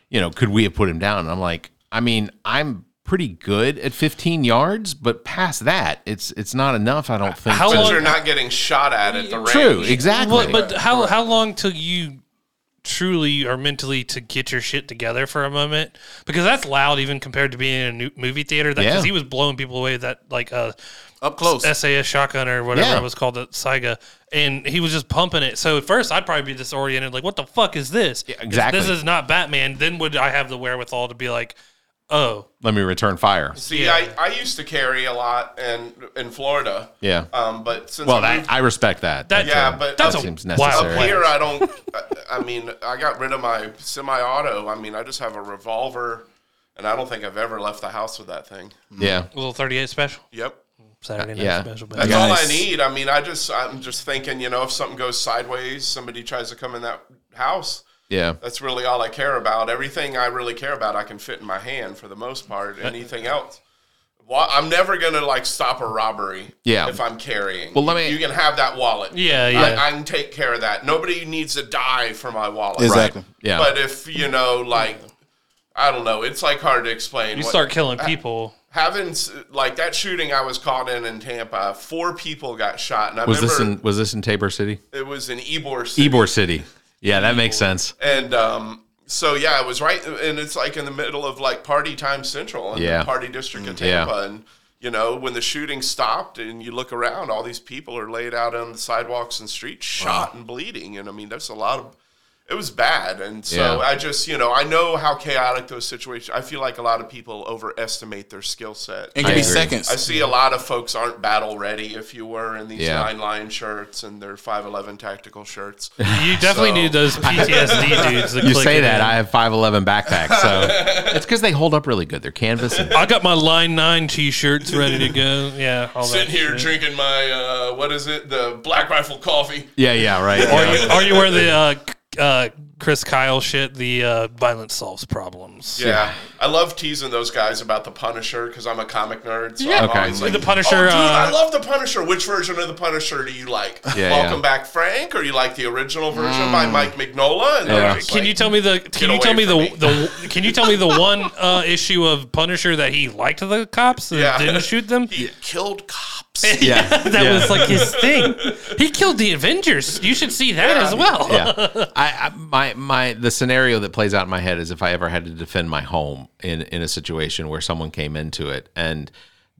[SPEAKER 1] you know, could we have put him down? And I'm like, I mean, I'm pretty good at 15 yards, but past that, it's it's not enough. I don't think.
[SPEAKER 4] How
[SPEAKER 1] to-
[SPEAKER 5] But
[SPEAKER 4] long-
[SPEAKER 5] you're not getting shot at at the range.
[SPEAKER 1] True, exactly.
[SPEAKER 4] Well, but how how long till you truly are mentally to get your shit together for a moment? Because that's loud, even compared to being in a new movie theater. That
[SPEAKER 1] Yeah.
[SPEAKER 4] because he was blowing people away with that like uh,
[SPEAKER 5] Up close.
[SPEAKER 4] SAS shotgun or whatever
[SPEAKER 1] Oh, Yeah.
[SPEAKER 4] it was called, the Saiga, and he was just pumping it. So at first, I'd probably be disoriented, like, "What the fuck is this? This-
[SPEAKER 1] exactly.
[SPEAKER 4] This is not Batman." Then would I have the wherewithal to be like, "Oh,
[SPEAKER 1] Let me return fire.
[SPEAKER 5] See, I, I used to carry a lot and in Florida.
[SPEAKER 1] Yeah.
[SPEAKER 5] Um, but since
[SPEAKER 1] Well,
[SPEAKER 5] I
[SPEAKER 1] that
[SPEAKER 5] moved
[SPEAKER 1] I respect that.
[SPEAKER 4] That-
[SPEAKER 1] uh,
[SPEAKER 5] Yeah, but
[SPEAKER 1] that
[SPEAKER 4] that's a
[SPEAKER 1] seems
[SPEAKER 4] wild
[SPEAKER 1] necessary. uh,
[SPEAKER 4] plan.
[SPEAKER 5] Here I don't. I- I mean, I got rid of my semi-auto. I mean, I just have a revolver, and I don't think I've ever left the house with that thing.
[SPEAKER 1] Yeah.
[SPEAKER 4] little thirty-eight special
[SPEAKER 5] Yep,
[SPEAKER 4] Saturday night
[SPEAKER 1] yeah.
[SPEAKER 4] special."
[SPEAKER 5] that's
[SPEAKER 4] But
[SPEAKER 1] Yeah.
[SPEAKER 5] all I
[SPEAKER 1] Nice.
[SPEAKER 5] need. I mean, I just I'm just thinking, you know, if something goes sideways, somebody tries to come in that house.
[SPEAKER 1] Yeah.
[SPEAKER 5] That's really all I care about. Everything I really care about, I can fit in my hand for the most part. Anything else. Well, I'm never gonna like stop a robbery.
[SPEAKER 1] Yeah.
[SPEAKER 5] If I'm carrying,
[SPEAKER 1] Well, let me-
[SPEAKER 5] You can have that wallet.
[SPEAKER 4] Yeah,
[SPEAKER 5] I-
[SPEAKER 4] yeah.
[SPEAKER 5] I, can take care of that. Nobody needs to die for my wallet.
[SPEAKER 3] Exactly.
[SPEAKER 1] Yeah.
[SPEAKER 5] But if you know, like, I don't know, it's like hard to explain.
[SPEAKER 4] you
[SPEAKER 5] what-
[SPEAKER 4] start killing people.
[SPEAKER 5] having s- like that shooting I was caught in in Tampa. Four people got shot, and I
[SPEAKER 1] was this
[SPEAKER 5] remember
[SPEAKER 1] in was this in Tabor City?
[SPEAKER 5] it was in Ybor City.
[SPEAKER 1] Ybor City. Yeah, that makes sense.
[SPEAKER 5] And um, so yeah, it was right, and it's like in the middle of like party time central in
[SPEAKER 1] Yeah. Mm,
[SPEAKER 5] the party district of
[SPEAKER 1] yeah.
[SPEAKER 5] Tampa, and you know when the shooting stopped and you look around, all these people are laid out on the sidewalks and streets, shot and bleeding, and I mean that's a lot of. It was bad, and so
[SPEAKER 1] Yeah.
[SPEAKER 5] I just you know I know how chaotic those situations. I feel like a lot of people overestimate their skill set.
[SPEAKER 3] It can be
[SPEAKER 1] agree.
[SPEAKER 5] I
[SPEAKER 3] seconds.
[SPEAKER 5] see a lot of folks aren't battle ready, if you were, in these
[SPEAKER 1] Yeah.
[SPEAKER 5] nine line shirts and their five eleven tactical shirts.
[SPEAKER 4] You definitely
[SPEAKER 5] So-
[SPEAKER 4] need those PTSD dudes. That
[SPEAKER 1] You
[SPEAKER 4] click
[SPEAKER 1] say
[SPEAKER 4] it
[SPEAKER 1] that
[SPEAKER 4] in.
[SPEAKER 1] I have five eleven backpack, so it's because they hold up really good. They're canvas. And,
[SPEAKER 4] I got my Line Nine T-shirts ready to go. Yeah, all
[SPEAKER 5] Sitting
[SPEAKER 4] that
[SPEAKER 5] here
[SPEAKER 4] shit.
[SPEAKER 5] drinking my uh, what is it? The Black Rifle coffee.
[SPEAKER 1] yeah, yeah, right.
[SPEAKER 4] Or
[SPEAKER 1] yeah.
[SPEAKER 4] you, or you wear the uh, c- uh, Chris Kyle shit? The uh, violence solves problems.
[SPEAKER 5] Yeah, I love teasing those guys about the Punisher because I'm a comic nerd. So
[SPEAKER 4] Yeah.
[SPEAKER 5] I'm
[SPEAKER 1] Okay.
[SPEAKER 5] always like,
[SPEAKER 4] The
[SPEAKER 5] Oh,
[SPEAKER 4] Punisher.
[SPEAKER 5] dude, I
[SPEAKER 4] uh,
[SPEAKER 5] love the Punisher. Which version of the Punisher do you like?
[SPEAKER 1] Yeah,
[SPEAKER 5] Welcome
[SPEAKER 1] yeah.
[SPEAKER 5] back, Frank, or you like the original version by Mike Mignola? And
[SPEAKER 1] Yeah.
[SPEAKER 5] they're just
[SPEAKER 4] can you
[SPEAKER 5] like,
[SPEAKER 4] tell me the? Can you
[SPEAKER 5] away
[SPEAKER 4] tell me the,
[SPEAKER 5] from me.
[SPEAKER 4] the? Can you tell me the one uh, issue of Punisher that he liked the cops and
[SPEAKER 5] Yeah.
[SPEAKER 4] didn't shoot them?
[SPEAKER 5] he killed cops?
[SPEAKER 1] Yeah.
[SPEAKER 4] that
[SPEAKER 1] Yeah.
[SPEAKER 4] was like his thing. He killed the Avengers. You should see that as well.
[SPEAKER 1] yeah. I, I my my the scenario that plays out in my head is if I ever had to defend my home in in a situation where someone came into it and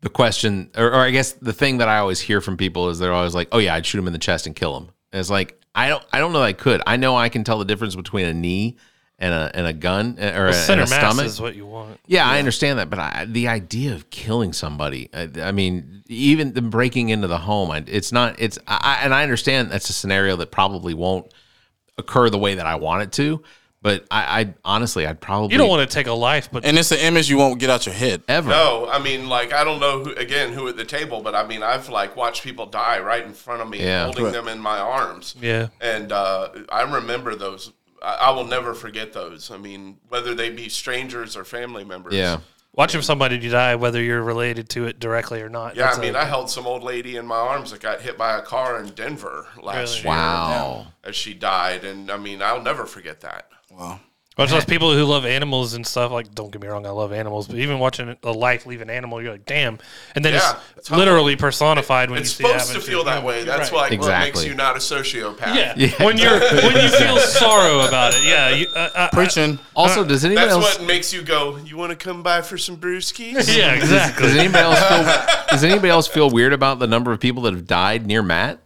[SPEAKER 1] the question or, or I guess the thing that I always hear from people is they're always like, "Oh yeah, I'd shoot him in the chest and kill him." And it's like, I don't I don't know that I could. I know I can tell the difference between a knee and a and a gun uh, or a, and
[SPEAKER 4] Center
[SPEAKER 1] a
[SPEAKER 4] mass
[SPEAKER 1] stomach.
[SPEAKER 4] is what you want.
[SPEAKER 1] Yeah, I understand that, but I, the idea of killing somebody, I, I mean, even the breaking into the home, I, it's not, it's, I, I- and I understand that's a scenario that probably won't occur the way that I want it to, but I, I honestly, I'd probably,
[SPEAKER 4] You don't want to take a life, but
[SPEAKER 3] And it's an image you won't get out your head.
[SPEAKER 1] ever.
[SPEAKER 5] No, I mean, like, I don't know who, again, who at the table, but I mean, I've like watched people die right in front of me,
[SPEAKER 1] Yeah.
[SPEAKER 5] holding
[SPEAKER 3] Right.
[SPEAKER 5] them in my arms.
[SPEAKER 4] Yeah.
[SPEAKER 5] And uh, I remember those. I, I will never forget those. I mean, whether they be strangers or family members.
[SPEAKER 1] Yeah.
[SPEAKER 4] watching somebody die, whether you're related to it directly or not.
[SPEAKER 5] Yeah,
[SPEAKER 4] that's
[SPEAKER 5] I mean,
[SPEAKER 4] a-
[SPEAKER 5] I held some old lady in my arms that got hit by a car in Denver last
[SPEAKER 4] Really?
[SPEAKER 5] year.
[SPEAKER 1] Wow.
[SPEAKER 5] As she died. And I mean, I'll never forget that.
[SPEAKER 3] Wow.
[SPEAKER 4] Watch those people who love animals and stuff. Like, don't get me wrong, I love animals, but even watching a life leave an animal, you're like, damn. And then
[SPEAKER 5] Yeah,
[SPEAKER 4] it's
[SPEAKER 5] it's how-
[SPEAKER 4] literally personified when
[SPEAKER 5] It's
[SPEAKER 4] you see it
[SPEAKER 5] supposed to
[SPEAKER 4] happen
[SPEAKER 5] feel
[SPEAKER 4] you.
[SPEAKER 5] that way. That's
[SPEAKER 4] Right.
[SPEAKER 5] like what
[SPEAKER 1] Exactly.
[SPEAKER 5] makes you not a sociopath.
[SPEAKER 4] Yeah. when you're when you feel sorrow about it. Yeah, you, uh, uh,
[SPEAKER 3] Preaching.
[SPEAKER 1] Also, does anybody
[SPEAKER 5] That's
[SPEAKER 1] else,
[SPEAKER 5] what makes you go, you want to come by for some brewskis?
[SPEAKER 4] yeah,
[SPEAKER 1] does
[SPEAKER 4] exactly.
[SPEAKER 1] anybody else feel, does anybody else feel weird about the number of people that have died near Matt?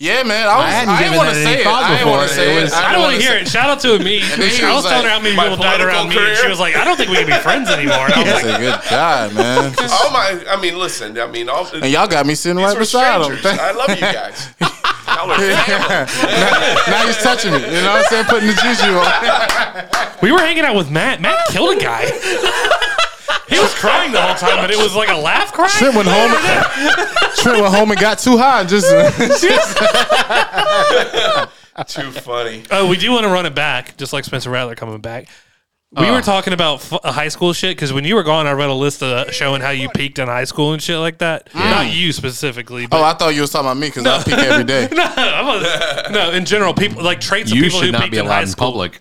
[SPEAKER 3] Yeah, man. I, was, I
[SPEAKER 1] hadn't
[SPEAKER 3] hadn't
[SPEAKER 1] given
[SPEAKER 3] want to
[SPEAKER 1] that any
[SPEAKER 3] say it.
[SPEAKER 1] thought
[SPEAKER 3] I didn't want
[SPEAKER 1] before.
[SPEAKER 3] to say
[SPEAKER 1] It
[SPEAKER 3] it.
[SPEAKER 1] was-
[SPEAKER 4] I don't want to hear
[SPEAKER 3] it.
[SPEAKER 4] it. Shout out to me. I
[SPEAKER 3] then he
[SPEAKER 4] was,
[SPEAKER 3] was
[SPEAKER 4] telling her
[SPEAKER 3] like,
[SPEAKER 4] how many
[SPEAKER 5] "My
[SPEAKER 4] people died around me,
[SPEAKER 5] political
[SPEAKER 4] and she
[SPEAKER 5] career?"
[SPEAKER 4] was like, I don't think we can be friends anymore. And I was like,
[SPEAKER 3] good God, man.
[SPEAKER 5] Oh my! I mean, listen. I mean, all
[SPEAKER 3] And y'all got me sitting
[SPEAKER 5] these
[SPEAKER 3] right
[SPEAKER 5] were
[SPEAKER 3] beside
[SPEAKER 5] strangers.
[SPEAKER 3] him.
[SPEAKER 5] I love you guys. Y'all are family.
[SPEAKER 3] now, now he's touching me. You know what I'm saying? Putting the juju on.
[SPEAKER 4] we were hanging out with Matt. Matt killed a guy. He was crying the whole time, but it was like a laugh cry.
[SPEAKER 3] Trent went home. Trent went home and got too high. And just
[SPEAKER 5] Too funny.
[SPEAKER 4] Uh, we do want to run it back, just like Spencer Rattler coming back. We were talking about f- uh, high school shit because when you were gone, I read a list of showing how you peaked in high school and shit like that. Not you specifically, but
[SPEAKER 3] oh, I thought you was talking about me because I peek every day.
[SPEAKER 4] no, I'm a- no, in general, people like traits of
[SPEAKER 1] you
[SPEAKER 4] people who
[SPEAKER 1] should not
[SPEAKER 4] peaked
[SPEAKER 1] be
[SPEAKER 4] in high
[SPEAKER 1] allowed in
[SPEAKER 4] school.
[SPEAKER 1] public.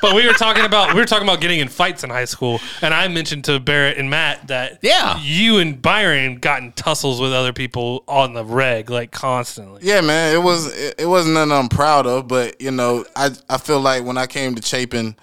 [SPEAKER 4] But we were talking about we were talking about getting in fights in high school, and I mentioned to Barrett and Matt that
[SPEAKER 1] Yeah.
[SPEAKER 4] you and Byron got in tussles with other people on the reg like constantly.
[SPEAKER 3] Yeah, man, it was it, it wasn't nothing I'm proud of, but you know, I I feel like when I came to Chapin,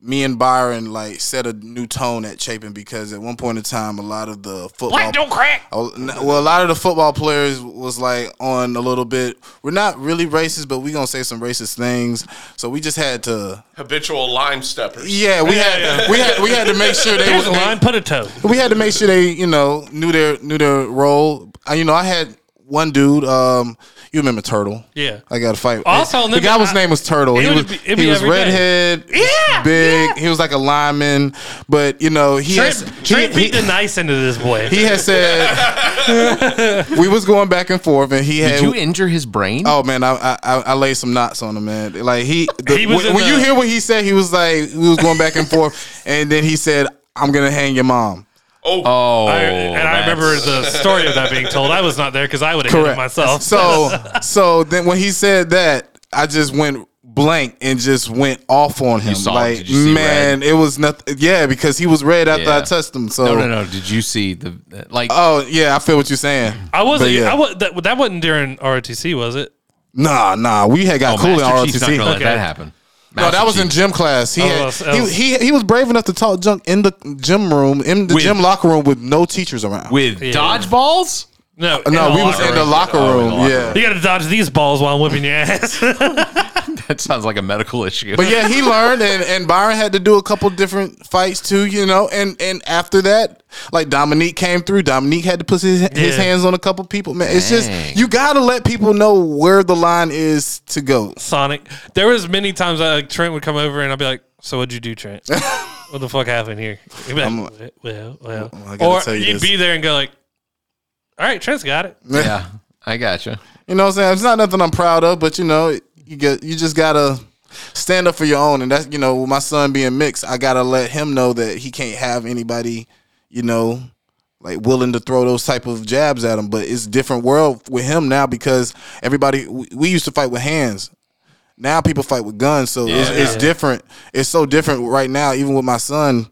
[SPEAKER 3] me and Byron like set a new tone at Chapin because at one point in time, a lot of the football
[SPEAKER 7] Black don't crack.
[SPEAKER 3] Oh, n- Well, a lot of the football players was like on a little bit. We're not really racist, but we gonna say some racist things. So we just had to.
[SPEAKER 5] Habitual lime steppers.
[SPEAKER 3] Yeah, we had we had we had to make sure they
[SPEAKER 4] Here's
[SPEAKER 3] was.
[SPEAKER 4] a line, put a toe.
[SPEAKER 3] we had to make sure they you know knew their knew their role. I, you know, I had one dude. Um, you remember Turtle?
[SPEAKER 4] Yeah.
[SPEAKER 3] I got to fight.
[SPEAKER 4] Also,
[SPEAKER 3] the
[SPEAKER 4] let me-
[SPEAKER 3] guy was
[SPEAKER 4] I-
[SPEAKER 3] name was Turtle.
[SPEAKER 4] it
[SPEAKER 3] He
[SPEAKER 4] would
[SPEAKER 3] was
[SPEAKER 4] be- it'd
[SPEAKER 3] he
[SPEAKER 4] be
[SPEAKER 3] was
[SPEAKER 4] every day.
[SPEAKER 3] redhead, big. He was like a lineman, but you know he
[SPEAKER 4] Trent,
[SPEAKER 3] has- he-
[SPEAKER 4] Trent
[SPEAKER 3] he-
[SPEAKER 4] beat the nice end of this boy.
[SPEAKER 3] he had said we was going back and forth, and he had.
[SPEAKER 1] Did you injure his brain?
[SPEAKER 3] oh man, I, I I I laid some knots on him, man. Like he, the,
[SPEAKER 4] He was
[SPEAKER 3] when,
[SPEAKER 4] in
[SPEAKER 3] when
[SPEAKER 4] the-
[SPEAKER 3] you hear what he said, he was like we was going back and forth, and then he said, "I'm gonna hang your mom."
[SPEAKER 5] Oh,
[SPEAKER 1] Oh,
[SPEAKER 4] I- and I remember the story of that being told. I was not there because I would have hit it
[SPEAKER 3] Correct.
[SPEAKER 4] myself.
[SPEAKER 3] So so then when he said that, I just went blank and just went off on him.
[SPEAKER 1] saw him.
[SPEAKER 3] like
[SPEAKER 1] Did you see
[SPEAKER 3] man, it was nothing. Yeah, because he was red after
[SPEAKER 1] Yeah.
[SPEAKER 3] I touched him. So
[SPEAKER 1] No, no, no. Did you see the like?
[SPEAKER 3] oh yeah, I feel what you're saying.
[SPEAKER 4] I wasn't.
[SPEAKER 3] But yeah.
[SPEAKER 4] I was, that, that wasn't during ROTC, was it?
[SPEAKER 3] Nah, nah, we had got
[SPEAKER 1] oh,
[SPEAKER 3] cool in
[SPEAKER 1] Master Chief's not
[SPEAKER 3] ROTC.
[SPEAKER 1] gonna let
[SPEAKER 4] Okay.
[SPEAKER 1] that happen.
[SPEAKER 3] No, that
[SPEAKER 1] Master
[SPEAKER 3] was
[SPEAKER 1] Chief.
[SPEAKER 3] in gym class. He,
[SPEAKER 4] Oh,
[SPEAKER 3] had,
[SPEAKER 4] that was-
[SPEAKER 3] he, he he was brave enough to talk junk in the gym room, in the
[SPEAKER 1] With-
[SPEAKER 3] gym locker room with no teachers around.
[SPEAKER 1] with
[SPEAKER 4] Yeah.
[SPEAKER 1] dodgeballs.
[SPEAKER 4] No,
[SPEAKER 3] no, we was
[SPEAKER 4] locker
[SPEAKER 3] in the
[SPEAKER 4] room.
[SPEAKER 3] locker
[SPEAKER 1] Oh, in
[SPEAKER 3] room.
[SPEAKER 1] the locker
[SPEAKER 3] yeah.
[SPEAKER 4] You got to dodge these balls while I'm whipping your ass.
[SPEAKER 1] That sounds like a medical issue.
[SPEAKER 3] But yeah, he learned, and, and Byron had to do a couple different fights too, you know. And and after that, like Dominique came through. Dominique had to put his, his
[SPEAKER 4] Yeah.
[SPEAKER 3] hands on a couple people. Man, it's
[SPEAKER 1] Dang.
[SPEAKER 3] just you gotta let people know where the line is to go.
[SPEAKER 4] Sonic. There was many times I, like Trent would come over and I'd be like, "So what'd you do, Trent? what the fuck happened here?" He'd be like, "Well, well."
[SPEAKER 3] I gotta
[SPEAKER 4] Or
[SPEAKER 3] tell you
[SPEAKER 4] you'd
[SPEAKER 3] this.
[SPEAKER 4] be there and go like, "All right, Trent's got it."
[SPEAKER 1] yeah, I gotcha.
[SPEAKER 3] You know what I'm saying? It's not nothing I'm proud of, but you know, you get you just gotta stand up for your own. And that's you know, with my son being mixed, I gotta let him know that he can't have anybody, you know, like willing to throw those type of jabs at him. But it's a different world with him now because everybody we, we used to fight with hands. Now people fight with guns, so it's, it's different. It's so different right now, even with my son.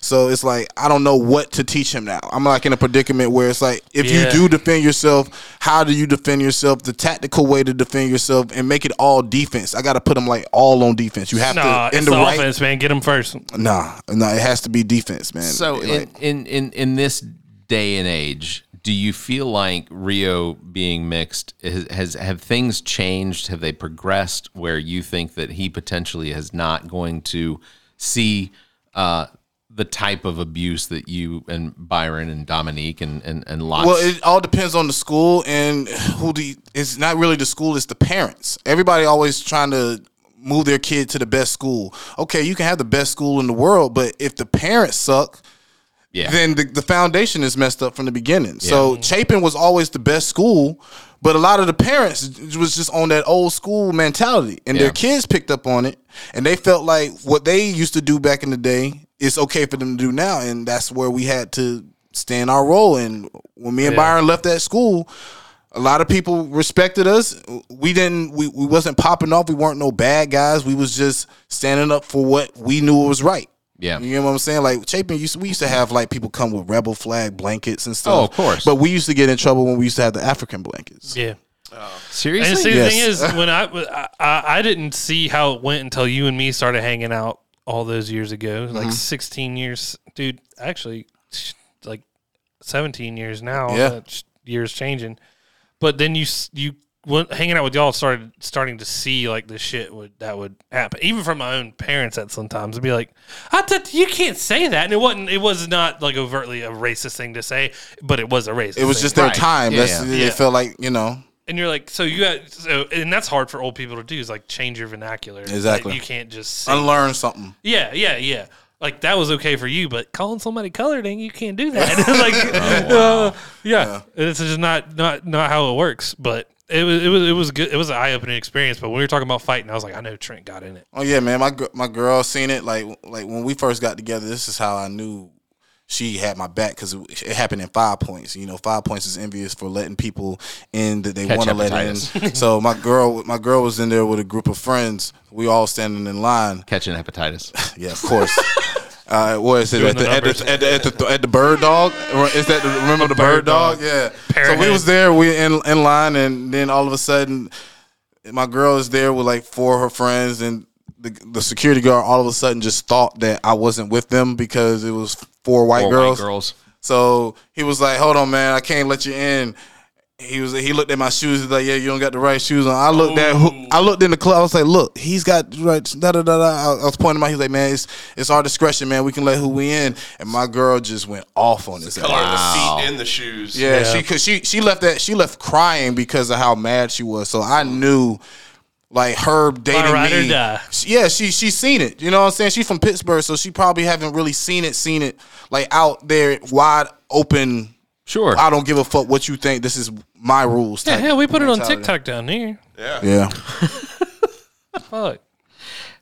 [SPEAKER 3] So it's like I don't know what to teach him now. I'm like in a predicament where it's like if
[SPEAKER 4] Yeah.
[SPEAKER 3] you do defend yourself, how do you defend yourself? The tactical way to defend yourself and make it all defense. I got to put him like all on defense. You have
[SPEAKER 4] Nah,
[SPEAKER 3] to in
[SPEAKER 4] it's
[SPEAKER 3] the
[SPEAKER 4] the,
[SPEAKER 3] right.
[SPEAKER 4] offense, man. Get him first.
[SPEAKER 3] Nah, nah, it has to be defense, man.
[SPEAKER 1] So
[SPEAKER 3] Like,
[SPEAKER 1] in, in in in this day and age, do you feel like Rio being mixed has, has have things changed? Have they progressed where you think that he potentially is not going to see uh, the type of abuse that you and Byron and Dominique and and and lots?
[SPEAKER 3] Well, it all depends on the school and who the. It's not really the school; it's the parents. Everybody always trying to move their kid to the best school. Okay, you can have the best school in the world, but if the parents suck,
[SPEAKER 1] yeah,
[SPEAKER 3] then the, the foundation is messed up from the beginning. So Chapin was always the best school, but a lot of the parents was just on that old school mentality, and
[SPEAKER 1] Yeah.
[SPEAKER 3] their kids picked up on it, and they felt like what they used to do back in the day is okay for them to do now, and that's where we had to stand our role. And when me and Byron left that school. A lot of people respected us. We didn't. We, we wasn't popping off. We weren't no bad guys. We was just standing up for what we knew was right.
[SPEAKER 1] yeah.
[SPEAKER 3] You know what I'm saying? Like Chapin used to, we used to have like people come with rebel flag blankets and stuff.
[SPEAKER 1] Oh, of course.
[SPEAKER 3] But we used to get in trouble when we used to have the African blankets.
[SPEAKER 4] Yeah. And
[SPEAKER 1] Seriously,
[SPEAKER 4] see, the
[SPEAKER 3] Yes.
[SPEAKER 4] thing is, when I, I I didn't see how it went until you and me started hanging out all those years ago,
[SPEAKER 3] Mm-hmm.
[SPEAKER 4] like sixteen years, dude. Actually, like seventeen years now.
[SPEAKER 3] Yeah.
[SPEAKER 4] that sh- years changing. But then you s- you went, hanging out with y'all started starting to see like the shit would that would happen. Even from my own parents, at sometimes I'd be like, I thought you can't say that, and it wasn't. It was not like overtly a racist thing to say, but it was a racist.
[SPEAKER 3] It was
[SPEAKER 4] thing.
[SPEAKER 3] just their
[SPEAKER 1] Right.
[SPEAKER 3] time.
[SPEAKER 1] Yeah,
[SPEAKER 3] That's,
[SPEAKER 1] yeah.
[SPEAKER 3] They
[SPEAKER 4] Yeah.
[SPEAKER 3] felt like you know.
[SPEAKER 4] and you're like, so you got, so, and that's hard for old people to do is like change your vernacular.
[SPEAKER 3] Exactly.
[SPEAKER 4] Like, you can't just say,
[SPEAKER 3] Unlearn something.
[SPEAKER 4] yeah, yeah, yeah. Like that was okay for you, but calling somebody colored and you can't do that.
[SPEAKER 3] Oh,
[SPEAKER 4] like, uh, yeah, it's just not not not how it works. But it was it was it was good. It was an eye opening experience. But when we were talking about fighting, I was like, I know Trent got in it.
[SPEAKER 3] Oh yeah, man. My gr- my girl seen it. Like like when we first got together, this is how I knew she had my back because it, it happened in five points. You know, five points is envious for letting people in that they
[SPEAKER 1] Catch
[SPEAKER 3] want to let in.
[SPEAKER 1] hepatitis.
[SPEAKER 3] so my girl my girl was in there with a group of friends. We all standing in line.
[SPEAKER 1] Catching hepatitis.
[SPEAKER 3] Yeah, of course. Uh, what is it
[SPEAKER 4] Doing
[SPEAKER 3] at the,
[SPEAKER 4] the
[SPEAKER 3] at,
[SPEAKER 4] numbers.
[SPEAKER 3] the, at, the, at, the, at the bird dog? Or Is that the, remember the bird,
[SPEAKER 4] bird
[SPEAKER 3] dog?
[SPEAKER 4] dog.
[SPEAKER 3] Yeah. So we
[SPEAKER 4] Parrot.
[SPEAKER 3] was there. We in in line, and then all of a sudden, my girl is there with like four of her friends, and the the security guard all of a sudden just thought that I wasn't with them because it was four white,
[SPEAKER 1] Or
[SPEAKER 3] girls.
[SPEAKER 1] white girls.
[SPEAKER 3] So he was like, "Hold on, man, I can't let you in." He was he looked at my shoes. He's like, "Yeah, you don't got the right shoes on." I looked at who, I looked in the club. I was like, "Look, he's got the right." Da da da da. I, I was pointing him out. He's like, "Man, it's it's our discretion, man. We can let who we in." And my girl just went off on this.
[SPEAKER 5] Color
[SPEAKER 1] Wow.
[SPEAKER 5] the feet in the shoes.
[SPEAKER 3] Yeah, she cause she she left that she left crying because of how mad she was. So I knew like her dating
[SPEAKER 4] ride or
[SPEAKER 3] me.
[SPEAKER 4] die.
[SPEAKER 3] She- yeah, she she seen it. You know what I'm saying? She's from Pittsburgh, so she probably haven't really seen it, seen it like out there wide open.
[SPEAKER 1] Sure.
[SPEAKER 3] I don't give a fuck what you think. This is my rules.
[SPEAKER 4] Yeah,
[SPEAKER 3] type
[SPEAKER 4] hell, we put it on
[SPEAKER 3] mentality.
[SPEAKER 4] TikTok down there.
[SPEAKER 3] Yeah,
[SPEAKER 4] Fuck.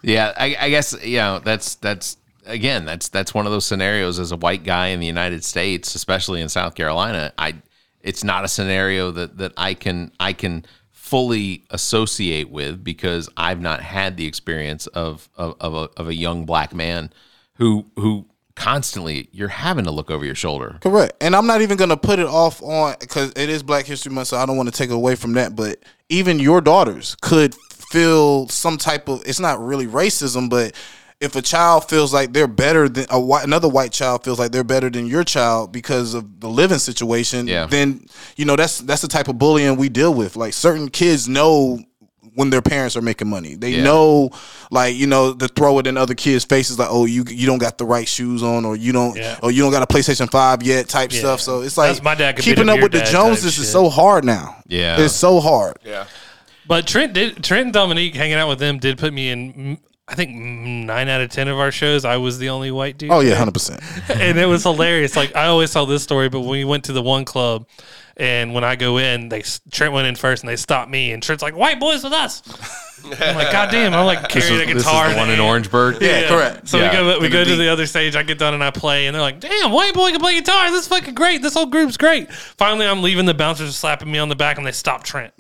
[SPEAKER 1] Yeah, I, I guess you know that's that's again that's that's one of those scenarios as a white guy in the United States, especially in South Carolina. I it's not a scenario that that I can I can fully associate with because I've not had the experience of of, of, a, of a young black man who who constantly you're having to look over your shoulder.
[SPEAKER 3] correct. And I'm not even gonna put it off on because it is Black History Month, so I don't want to take away from that. But even your daughters could feel some type of. It's not really racism, but if a child feels like they're better than a white, another white child feels like they're better than your child because of the living situation,
[SPEAKER 1] Yeah.
[SPEAKER 3] then you know that's that's the type of bullying we deal with. Like certain kids know when their parents are making money. They know like, you know, to throw it in other kids' faces like, oh, you you don't got the right shoes on or you don't
[SPEAKER 4] Yeah.
[SPEAKER 3] or you don't got a PlayStation 5 yet type stuff. So it's like
[SPEAKER 4] That's- my dad could beat
[SPEAKER 3] keeping
[SPEAKER 4] up
[SPEAKER 3] up
[SPEAKER 4] your
[SPEAKER 3] with the
[SPEAKER 4] dad type
[SPEAKER 3] Joneses is
[SPEAKER 4] shit.
[SPEAKER 3] so hard now.
[SPEAKER 1] Yeah.
[SPEAKER 3] It's so hard.
[SPEAKER 5] Yeah.
[SPEAKER 4] But Trent did Trent and Dominique hanging out with them did put me in. mm, I think mm, nine out of ten of our shows, I was the only white dude.
[SPEAKER 3] Oh yeah, 100%.
[SPEAKER 4] and it was hilarious. Like I always tell this story, but when we went to the one club, and when I go in, they Trent went in first, and they stopped me. And Trent's like, "White boys with us." I'm like, "God damn!" I'm like carrying the guitar.
[SPEAKER 1] the one in
[SPEAKER 4] hand.
[SPEAKER 1] Orangeburg.
[SPEAKER 3] Yeah, correct.
[SPEAKER 4] So
[SPEAKER 1] Yeah.
[SPEAKER 4] we go we
[SPEAKER 3] And
[SPEAKER 4] go
[SPEAKER 3] the
[SPEAKER 4] to
[SPEAKER 3] beat.
[SPEAKER 4] the other stage. I get done and I play, and they're like, "Damn, white boy can play guitar. This is fucking great. This whole group's great." Finally, I'm leaving. The bouncers are slapping me on the back, and they stop Trent.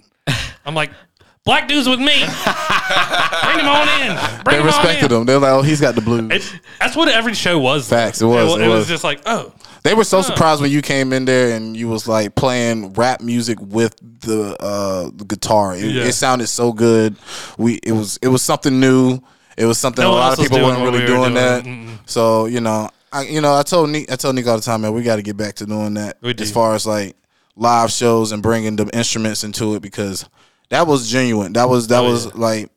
[SPEAKER 4] I'm like, "Black dudes with me. Bring them on in. Bring
[SPEAKER 3] They
[SPEAKER 4] them
[SPEAKER 3] respected
[SPEAKER 4] on in."
[SPEAKER 3] them. They're like, "Oh, he's got the blues."
[SPEAKER 4] It, that's what every show was.
[SPEAKER 3] Facts, it was,
[SPEAKER 4] It,
[SPEAKER 3] it
[SPEAKER 4] was
[SPEAKER 3] was.
[SPEAKER 4] just like, oh,
[SPEAKER 3] They were so surprised when you came in there and you was like playing rap music with the uh the guitar. It,
[SPEAKER 4] Yeah.
[SPEAKER 3] it sounded so good. We it was it was something new. It was something
[SPEAKER 4] No
[SPEAKER 3] a
[SPEAKER 4] one
[SPEAKER 3] lot of
[SPEAKER 4] else was
[SPEAKER 3] people weren't
[SPEAKER 4] doing what
[SPEAKER 3] really
[SPEAKER 4] we were
[SPEAKER 3] doing,
[SPEAKER 4] doing.
[SPEAKER 3] that.
[SPEAKER 4] Mm-mm.
[SPEAKER 3] So you know, I you know I told Nick I told Nick all the time, man, we got to get back to doing that
[SPEAKER 4] We do.
[SPEAKER 3] as far as like live shows and bringing the instruments into it because that was genuine. That was that
[SPEAKER 4] Oh,
[SPEAKER 3] was like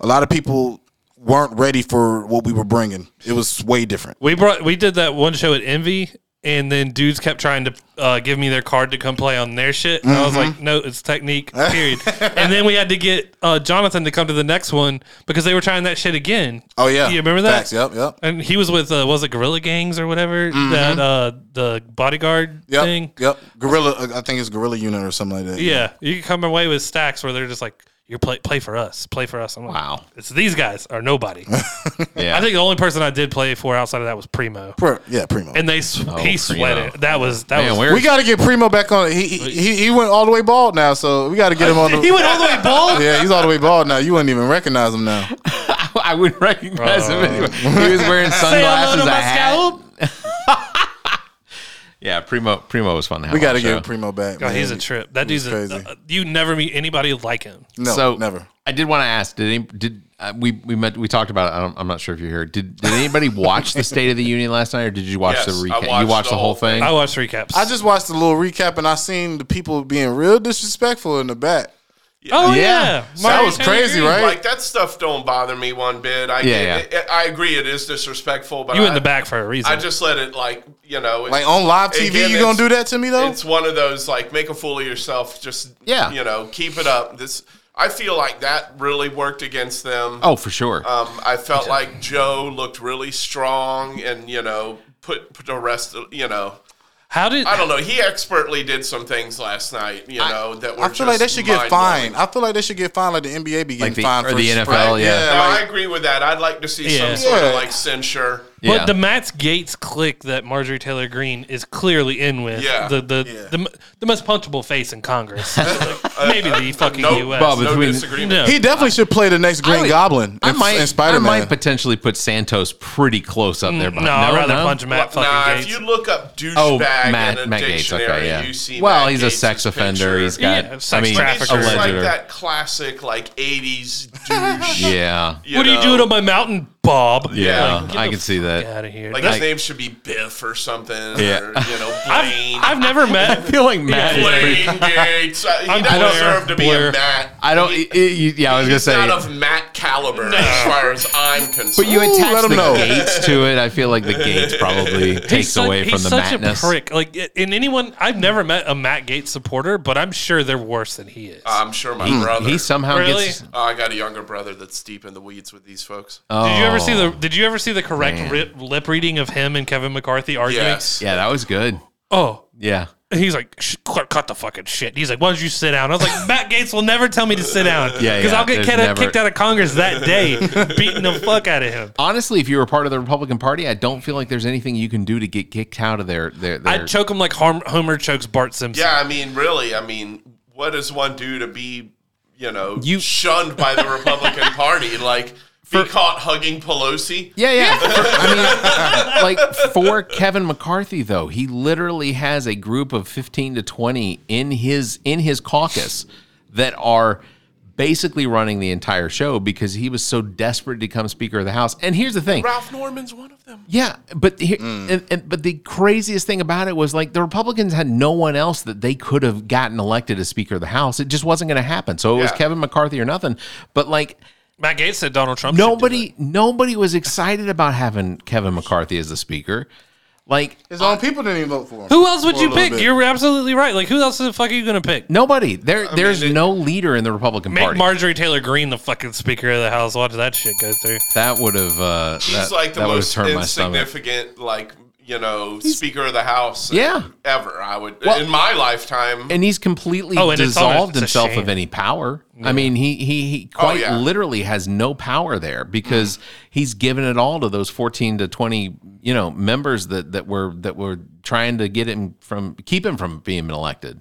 [SPEAKER 3] a lot of people weren't ready for what we were bringing. It was way different.
[SPEAKER 4] We brought we did that one show at Envy, and then dudes kept trying to uh, give me their card to come play on their shit, and I was
[SPEAKER 3] Mm-hmm.
[SPEAKER 4] like, no, it's technique, period. and then we had to get uh, Jonathan to come to the next one because they were trying that shit again.
[SPEAKER 3] Oh yeah,
[SPEAKER 4] you remember that?
[SPEAKER 3] Facts, yep, yep. Mm-hmm.
[SPEAKER 4] And he was with uh, was it Gorilla Gangs or whatever that uh, the bodyguard
[SPEAKER 3] Yep.
[SPEAKER 4] thing.
[SPEAKER 3] Yep. Gorilla. uh, I think it's Gorilla Unit or something like that.
[SPEAKER 4] Yeah, you can come away with stacks where they're just like, you play play for us, play for us. I'm like,
[SPEAKER 1] Wow.
[SPEAKER 4] it's these guys or nobody.
[SPEAKER 1] Yeah.
[SPEAKER 4] I think the only person I did play for outside of that was Primo.
[SPEAKER 3] Pr- yeah. Primo.
[SPEAKER 4] And they sw- he sweated. That was that
[SPEAKER 1] Man,
[SPEAKER 4] was
[SPEAKER 1] where's-
[SPEAKER 3] we got to get Primo back on. He, he he he went all the way bald now, so we got to get him on. The,
[SPEAKER 4] He went all the way bald.
[SPEAKER 3] yeah, he's all the way bald now. You wouldn't even recognize him now.
[SPEAKER 1] I wouldn't recognize him anyway.
[SPEAKER 3] Oh.
[SPEAKER 1] He was wearing sunglasses. a hat. Yeah, Primo Primo was fun to have.
[SPEAKER 3] We got to
[SPEAKER 1] on the show.
[SPEAKER 3] get Primo back.
[SPEAKER 4] God,
[SPEAKER 3] man.
[SPEAKER 4] Oh, he's a trip. That dude's a,
[SPEAKER 3] crazy.
[SPEAKER 4] uh, you never meet anybody like him.
[SPEAKER 3] No,
[SPEAKER 1] so
[SPEAKER 3] never.
[SPEAKER 1] I did want to ask. Did any, did uh, we we met we talked about? It, I don't, I'm not sure if you're here. Did did anybody watch the State of the Union last night, or did you watch
[SPEAKER 5] Yes,
[SPEAKER 1] the
[SPEAKER 5] I
[SPEAKER 1] recap? you
[SPEAKER 5] watched
[SPEAKER 1] watched the
[SPEAKER 5] the
[SPEAKER 1] whole
[SPEAKER 5] whole
[SPEAKER 1] thing.
[SPEAKER 4] I watched recaps.
[SPEAKER 3] I just watched a little recap and I seen the people being real disrespectful in the back.
[SPEAKER 4] oh yeah,
[SPEAKER 1] Yeah.
[SPEAKER 3] That
[SPEAKER 4] Mario
[SPEAKER 3] was
[SPEAKER 4] Taylor
[SPEAKER 3] crazy,
[SPEAKER 4] Green.
[SPEAKER 3] right?
[SPEAKER 5] Like that stuff don't bother me one bit. I
[SPEAKER 1] Yeah,
[SPEAKER 5] get- It, I agree it is disrespectful, but
[SPEAKER 4] You
[SPEAKER 5] I,
[SPEAKER 4] in the back for a reason.
[SPEAKER 5] I just let it like you know it-
[SPEAKER 3] Like on live
[SPEAKER 5] Again,
[SPEAKER 3] TV, you
[SPEAKER 5] it's-
[SPEAKER 3] gonna do that to me though?
[SPEAKER 5] It's one of those like make a fool of yourself. Just
[SPEAKER 1] Yeah.
[SPEAKER 5] you know, keep it up. This I feel like that really worked against them.
[SPEAKER 1] Oh, for sure.
[SPEAKER 3] Uh,
[SPEAKER 5] Um, I felt like Joe looked really strong and, you know, put, put the rest, of- you know.
[SPEAKER 4] How did
[SPEAKER 5] I don't know. He expertly did some things last night, you know, that were
[SPEAKER 3] I feel like they
[SPEAKER 5] just
[SPEAKER 3] should get
[SPEAKER 5] mind-blowing.
[SPEAKER 3] fined. I feel like they should get fined like the NBA be getting
[SPEAKER 1] Like the-
[SPEAKER 3] fined
[SPEAKER 1] or
[SPEAKER 3] for
[SPEAKER 1] the
[SPEAKER 3] spread.
[SPEAKER 1] NFL, yeah.
[SPEAKER 5] No,
[SPEAKER 3] like-
[SPEAKER 5] I agree with that. I'd like to see
[SPEAKER 4] Yeah.
[SPEAKER 5] some sort
[SPEAKER 3] Yeah.
[SPEAKER 5] of like censure.
[SPEAKER 4] But
[SPEAKER 1] Yeah.
[SPEAKER 4] the Matt Gates click that Marjorie Taylor Greene is clearly in with
[SPEAKER 5] Yeah.
[SPEAKER 4] the the, the m the most punchable face in Congress, maybe the fucking
[SPEAKER 5] no,
[SPEAKER 4] U.S.
[SPEAKER 1] Bob,
[SPEAKER 5] No
[SPEAKER 1] Between-
[SPEAKER 5] disagreement.
[SPEAKER 4] no,
[SPEAKER 3] He definitely should play the next Green
[SPEAKER 1] I would-
[SPEAKER 3] Goblin
[SPEAKER 1] I
[SPEAKER 3] in,
[SPEAKER 1] might,
[SPEAKER 3] in Spider
[SPEAKER 1] I
[SPEAKER 3] Man.
[SPEAKER 1] might potentially put Santos pretty close up there.
[SPEAKER 4] no,
[SPEAKER 1] but
[SPEAKER 4] I'd
[SPEAKER 1] no,
[SPEAKER 4] rather
[SPEAKER 1] no.
[SPEAKER 4] punch Matt fucking
[SPEAKER 5] nah,
[SPEAKER 4] Gates.
[SPEAKER 5] if you look up douchebag
[SPEAKER 1] Oh,
[SPEAKER 5] in
[SPEAKER 1] Matt,
[SPEAKER 5] a
[SPEAKER 1] Matt Gates.
[SPEAKER 5] dictionary,
[SPEAKER 1] Okay,
[SPEAKER 5] you see.
[SPEAKER 1] yeah. Well,
[SPEAKER 5] Matt
[SPEAKER 1] he's
[SPEAKER 5] Gates'
[SPEAKER 1] a sex offender.
[SPEAKER 5] picture.
[SPEAKER 1] He's got,
[SPEAKER 4] Yeah,
[SPEAKER 1] I
[SPEAKER 4] sex
[SPEAKER 1] mean,
[SPEAKER 5] But it's just
[SPEAKER 4] trafficker.
[SPEAKER 1] alleged.
[SPEAKER 5] like
[SPEAKER 1] or-
[SPEAKER 5] that classic like '80s douche.
[SPEAKER 1] yeah,
[SPEAKER 4] what are you
[SPEAKER 5] know?
[SPEAKER 4] doing on my mountain, Bob?
[SPEAKER 1] yeah.
[SPEAKER 4] get
[SPEAKER 1] I
[SPEAKER 4] the
[SPEAKER 1] can see
[SPEAKER 4] Get
[SPEAKER 1] that.
[SPEAKER 4] out of here.
[SPEAKER 5] Like
[SPEAKER 4] That-
[SPEAKER 5] his name should be Biff or something.
[SPEAKER 1] Yeah.
[SPEAKER 5] Or, you know, Blaine.
[SPEAKER 4] I've, I've never
[SPEAKER 1] I
[SPEAKER 4] met.
[SPEAKER 1] feel like Matt is pretty.
[SPEAKER 5] Blaine Gates. Uh, He
[SPEAKER 4] I'm
[SPEAKER 5] doesn't
[SPEAKER 4] Blair.
[SPEAKER 5] deserve to be
[SPEAKER 1] Blair.
[SPEAKER 5] a Matt.
[SPEAKER 1] I don't. i- i- you- yeah, I was gonna
[SPEAKER 5] He's
[SPEAKER 1] say.
[SPEAKER 5] not of Matt caliber as far as I'm concerned.
[SPEAKER 1] But you attach
[SPEAKER 3] let 'em
[SPEAKER 1] the
[SPEAKER 3] know.
[SPEAKER 1] gates to it. I feel like the gates probably takes
[SPEAKER 4] such-
[SPEAKER 1] away from
[SPEAKER 4] he's
[SPEAKER 1] the
[SPEAKER 4] such
[SPEAKER 1] madness.
[SPEAKER 4] a prick. Like, in anyone, I've never met a Matt Gates supporter, but I'm sure they're worse than he is.
[SPEAKER 3] Uh,
[SPEAKER 5] I'm sure my brother.
[SPEAKER 1] He somehow
[SPEAKER 4] Really?
[SPEAKER 1] gets.
[SPEAKER 5] Oh, I got a younger brother that's deep in the weeds with these folks.
[SPEAKER 4] did you ever see the?
[SPEAKER 1] Oh,
[SPEAKER 4] Did you ever see the correct
[SPEAKER 1] man.
[SPEAKER 4] ri- lip reading of him and Kevin McCarthy arguing?
[SPEAKER 5] yes.
[SPEAKER 1] Yeah, that was good.
[SPEAKER 4] Oh,
[SPEAKER 1] Yeah.
[SPEAKER 4] And he's like, Shh, cut, cut the fucking shit. He's like, why don't you sit down? I was like, Matt Gates will never tell me to sit down.
[SPEAKER 1] Yeah,
[SPEAKER 4] Because
[SPEAKER 1] yeah,
[SPEAKER 4] I'll get
[SPEAKER 1] there's
[SPEAKER 4] kicked,
[SPEAKER 1] never-
[SPEAKER 4] kicked out of Congress that day, beating the fuck out of him.
[SPEAKER 1] Honestly, if you were part of the Republican Party, I don't feel like there's anything you can do to get kicked out of their their. their
[SPEAKER 4] I'd choke him like Harm- Homer chokes Bart Simpson.
[SPEAKER 5] Yeah, I mean, really, I mean, what does one do to be, you know, shunned by the Republican Party? Like, be caught hugging Pelosi?
[SPEAKER 1] yeah, yeah. I mean, like for Kevin McCarthy though, he literally has a group of 15 to 20 in his in his caucus that are basically running the entire show because he was so desperate to become Speaker of the House. And here's the thing:
[SPEAKER 5] Ralph Norman's one of them.
[SPEAKER 1] Yeah, but here, and, and, but the craziest thing about it was like the Republicans had no one else that they could have gotten elected as Speaker of the House. It just wasn't going to happen. So it was
[SPEAKER 5] Yeah.
[SPEAKER 1] Kevin McCarthy or nothing. But like
[SPEAKER 4] Matt Gates said Donald Trump. should do it.
[SPEAKER 1] nobody, nobody was excited about having Kevin McCarthy as the Speaker. Like
[SPEAKER 3] His own people didn't even vote for him.
[SPEAKER 4] Who else would
[SPEAKER 3] For a
[SPEAKER 4] you
[SPEAKER 3] little
[SPEAKER 4] pick?
[SPEAKER 3] bit.
[SPEAKER 4] You're absolutely right. Like, who else the fuck are you going to pick?
[SPEAKER 1] nobody, there, there's no leader in the Republican
[SPEAKER 4] Make
[SPEAKER 1] Party
[SPEAKER 4] Marjorie Taylor Greene the fucking Speaker of the House. Watch that shit go through.
[SPEAKER 1] that would have uh,
[SPEAKER 5] He's
[SPEAKER 1] that,
[SPEAKER 5] like the
[SPEAKER 1] that would have
[SPEAKER 5] most
[SPEAKER 1] turned my stomach.
[SPEAKER 5] insignificant, like, you know, Speaker of the House
[SPEAKER 1] Yeah.
[SPEAKER 5] ever. I would,
[SPEAKER 1] Well-
[SPEAKER 5] in my lifetime.
[SPEAKER 1] and he's completely
[SPEAKER 4] Oh, and it's almost-
[SPEAKER 1] dissolved
[SPEAKER 4] it's a
[SPEAKER 1] himself
[SPEAKER 4] shame.
[SPEAKER 1] of any power. I mean, he he, he quite
[SPEAKER 5] Oh, yeah.
[SPEAKER 1] literally has no power there because he's given it all to those fourteen to twenty, you know, members that that were that were trying to get him from keep him from being elected.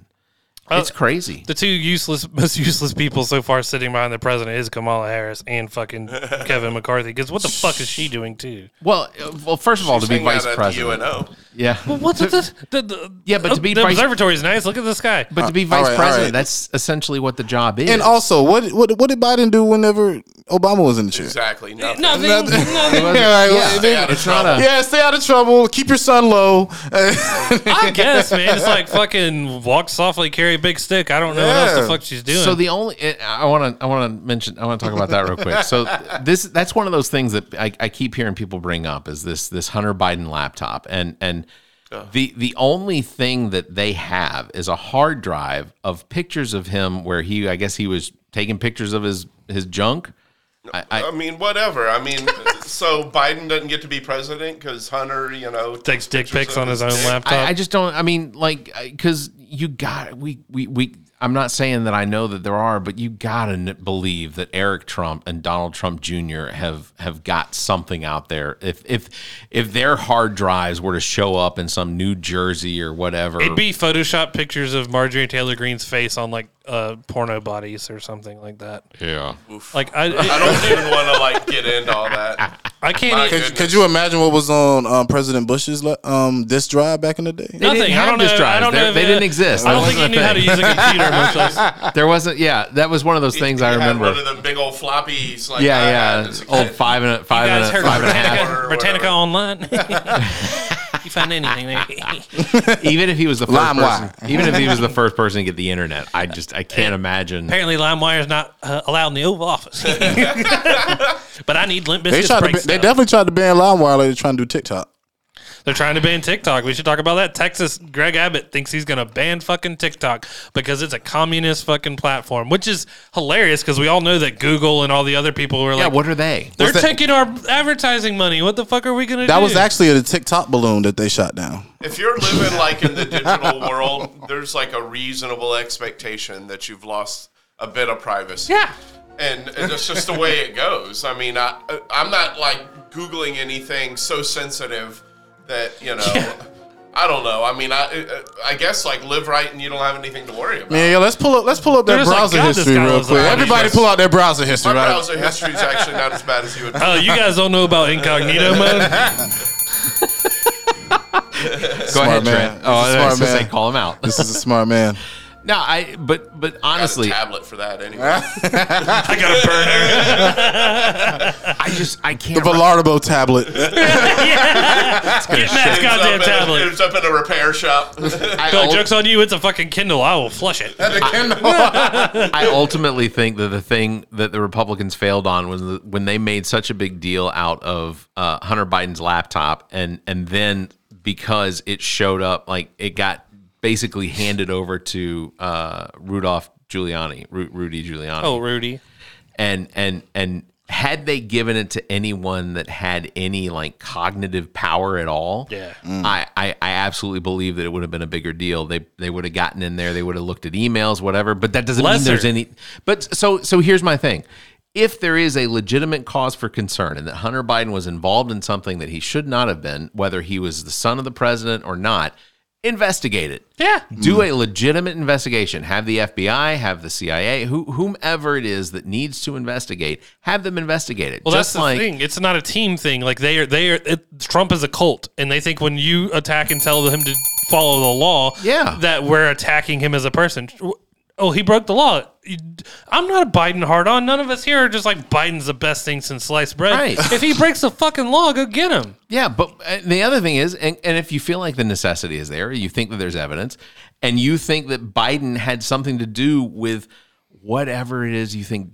[SPEAKER 1] it's crazy.
[SPEAKER 4] Uh, The two useless, most useless people so far sitting behind the president is Kamala Harris and fucking Kevin McCarthy. Because what the fuck is she doing too?
[SPEAKER 1] Well, uh, well, first of all, to be
[SPEAKER 5] hang out
[SPEAKER 1] vice
[SPEAKER 5] at the
[SPEAKER 1] president,
[SPEAKER 5] UNO.
[SPEAKER 1] yeah,
[SPEAKER 4] What's with this? The, the, oh,
[SPEAKER 1] Yeah, but to be
[SPEAKER 4] the
[SPEAKER 1] vice-
[SPEAKER 4] observatory is nice. Look at the sky.
[SPEAKER 1] but to be
[SPEAKER 3] all
[SPEAKER 1] vice
[SPEAKER 3] right, all
[SPEAKER 1] president,
[SPEAKER 3] right.
[SPEAKER 1] that's essentially what the job is.
[SPEAKER 3] And also, what what what did Biden do whenever Obama was in the chair?
[SPEAKER 5] Exactly. Nothing.
[SPEAKER 4] nothing.
[SPEAKER 3] Nothing.
[SPEAKER 1] yeah,
[SPEAKER 4] nothing.
[SPEAKER 3] Yeah,
[SPEAKER 5] Stay out of
[SPEAKER 1] it's not
[SPEAKER 5] trouble.
[SPEAKER 1] a
[SPEAKER 3] Yeah, stay out of trouble. Keep your son low.
[SPEAKER 4] I guess, man. It's like fucking walk softly, carry a big stick. I don't know what else the
[SPEAKER 3] Yeah.
[SPEAKER 4] fuck she's doing.
[SPEAKER 1] So the only eh, I want to I want to mention I want to talk about that real quick. So this that's one of those things that I, I keep hearing people bring up is this this Hunter Biden laptop and and the the only thing that they have is a hard drive of pictures of him where he I guess he was taking pictures of his his junk. I,
[SPEAKER 5] I
[SPEAKER 1] I,
[SPEAKER 5] mean, whatever. I mean, so Biden doesn't get to be president because Hunter, you know,
[SPEAKER 4] takes dick
[SPEAKER 5] pictures
[SPEAKER 4] pics
[SPEAKER 5] of
[SPEAKER 4] on his own
[SPEAKER 5] dick.
[SPEAKER 4] laptop.
[SPEAKER 1] I I just don't. I mean, like because you got we we we. I'm not saying that I know that there are, but you gotta n- believe that Eric Trump and Donald Trump Jr. have have got something out there. If if if their hard drives were to show up in some New Jersey or whatever,
[SPEAKER 4] It'd be Photoshop pictures of Marjorie Taylor Greene's face on like uh, porno bodies or something like that.
[SPEAKER 1] yeah.
[SPEAKER 4] Like I,
[SPEAKER 5] I don't even want to like get into all that.
[SPEAKER 4] I can't.
[SPEAKER 5] My-
[SPEAKER 4] Eat,
[SPEAKER 3] could, could you imagine what was on um, President Bush's le- um, disk drive back in the day?
[SPEAKER 1] They
[SPEAKER 4] nothing.
[SPEAKER 1] didn't
[SPEAKER 4] I
[SPEAKER 1] have
[SPEAKER 4] don't
[SPEAKER 1] disk
[SPEAKER 4] know. I
[SPEAKER 1] drives.
[SPEAKER 4] don't
[SPEAKER 1] There-
[SPEAKER 4] know if
[SPEAKER 1] they
[SPEAKER 4] it-
[SPEAKER 1] didn't exist.
[SPEAKER 4] I
[SPEAKER 1] That
[SPEAKER 4] don't think he
[SPEAKER 1] wasn't
[SPEAKER 4] knew
[SPEAKER 1] a
[SPEAKER 4] how to
[SPEAKER 1] thing.
[SPEAKER 4] use a computer. much less-
[SPEAKER 1] There wasn't. Yeah, that was one of those things I
[SPEAKER 5] He had
[SPEAKER 1] remember.
[SPEAKER 5] one of the big old floppies. Like I had
[SPEAKER 1] yeah, yeah,
[SPEAKER 5] as a kid.
[SPEAKER 1] old five and a, five and
[SPEAKER 4] guys
[SPEAKER 1] a,
[SPEAKER 4] heard
[SPEAKER 1] five and a half.
[SPEAKER 4] Britannica, Britannica
[SPEAKER 5] Or
[SPEAKER 4] online? you find anything there?
[SPEAKER 1] even if he was the first
[SPEAKER 3] LimeWire.
[SPEAKER 1] person, even if he was the first person to get the internet, I just I can't imagine.
[SPEAKER 4] Apparently, LimeWire is not uh, allowed in the Oval Office. but I need Limp
[SPEAKER 3] They
[SPEAKER 4] Bizkit's
[SPEAKER 3] tried. To,
[SPEAKER 4] break
[SPEAKER 3] ba- they
[SPEAKER 4] stuff.
[SPEAKER 3] definitely tried to ban LimeWire. Like they're trying to do TikTok.
[SPEAKER 4] They're trying to ban TikTok. We should talk about that. Texas Greg Abbott thinks he's going to ban fucking TikTok because it's a communist fucking platform, which is hilarious because we all know that Google and all the other people were
[SPEAKER 1] Yeah,
[SPEAKER 4] like,
[SPEAKER 1] what are they?
[SPEAKER 4] they're
[SPEAKER 3] What's that-
[SPEAKER 4] taking our advertising money. What the fuck are we going to do?
[SPEAKER 3] That was actually a TikTok balloon that they shot down.
[SPEAKER 5] If you're living like in the digital world, there's like a reasonable expectation that you've lost a bit of privacy.
[SPEAKER 4] Yeah.
[SPEAKER 5] And that's just the way it goes. I mean, I uh, I'm not like googling anything so sensitive that you know. I don't know. I mean, I I guess like live right and you don't have anything to worry about.
[SPEAKER 3] Man, yo, let's pull up. Let's pull up
[SPEAKER 4] They're
[SPEAKER 3] their
[SPEAKER 4] just like,
[SPEAKER 3] browser
[SPEAKER 4] God, this
[SPEAKER 3] history
[SPEAKER 4] guy
[SPEAKER 3] real
[SPEAKER 4] was
[SPEAKER 3] quick.
[SPEAKER 4] already
[SPEAKER 3] Everybody,
[SPEAKER 5] just-
[SPEAKER 3] pull out their browser history,
[SPEAKER 5] My
[SPEAKER 3] right?
[SPEAKER 5] browser history is actually not as bad as you would.
[SPEAKER 4] Oh, you guys don't know about incognito mode?
[SPEAKER 1] Go ahead,
[SPEAKER 3] man.
[SPEAKER 1] Trent.
[SPEAKER 3] He's
[SPEAKER 1] Oh,
[SPEAKER 3] a
[SPEAKER 1] I
[SPEAKER 3] smart
[SPEAKER 1] was gonna
[SPEAKER 3] man.
[SPEAKER 1] say call him out.
[SPEAKER 3] This is a smart man.
[SPEAKER 1] No, I. But but
[SPEAKER 5] Got
[SPEAKER 1] honestly,
[SPEAKER 5] a tablet for that anyway.
[SPEAKER 4] I got a burner.
[SPEAKER 1] I just I
[SPEAKER 3] The
[SPEAKER 1] can't.
[SPEAKER 3] Velardo tablet.
[SPEAKER 4] Get Matt's
[SPEAKER 5] It was
[SPEAKER 4] goddamn
[SPEAKER 5] up in a- It
[SPEAKER 4] tablet.
[SPEAKER 5] was up in a repair shop.
[SPEAKER 1] I,
[SPEAKER 4] Bill,
[SPEAKER 1] ul-
[SPEAKER 4] joke's on you. It's a fucking Kindle. I will flush it.
[SPEAKER 1] I ultimately think that the thing that the Republicans failed on was the, when they made such a big deal out of uh, Hunter Biden's laptop, and and then because it showed up, like it got basically handed over to uh, Rudolph Giuliani, Ru- Rudy Giuliani.
[SPEAKER 4] Oh, Rudy.
[SPEAKER 1] and and and had they given it to anyone that had any like cognitive power at all,
[SPEAKER 4] Yeah.
[SPEAKER 1] I, I, I absolutely believe that it would have been a bigger deal. They they would have gotten in there, they would have looked at emails, whatever. But that doesn't mean
[SPEAKER 4] Lesser.
[SPEAKER 1] there's any. But so so here's my thing: if there is a legitimate cause for concern and that Hunter Biden was involved in something that he should not have been, whether he was the son of the president or not, investigate it.
[SPEAKER 4] Yeah.
[SPEAKER 5] Hmm.
[SPEAKER 1] Do a legitimate investigation. Have the FBI, have the CIA, who, whomever it is that needs to investigate, have them investigate it.
[SPEAKER 4] Well,
[SPEAKER 1] Just
[SPEAKER 4] that's the
[SPEAKER 1] like
[SPEAKER 4] thing. It's not a team thing. Like they are, they are. It, Trump is a cult, and they think when you attack and tell him to follow the law,
[SPEAKER 1] Yeah.
[SPEAKER 4] that we're attacking him as a person. Oh, he broke the law. You- I'm not a Biden hard on. None of us here are just like Biden's the best thing since sliced bread.
[SPEAKER 1] Right.
[SPEAKER 4] If he breaks the fucking law, go get him.
[SPEAKER 1] Yeah, but uh, the other thing is, and, and if you feel like the necessity is there, you think that there's evidence, and you think that Biden had something to do with whatever it is you think,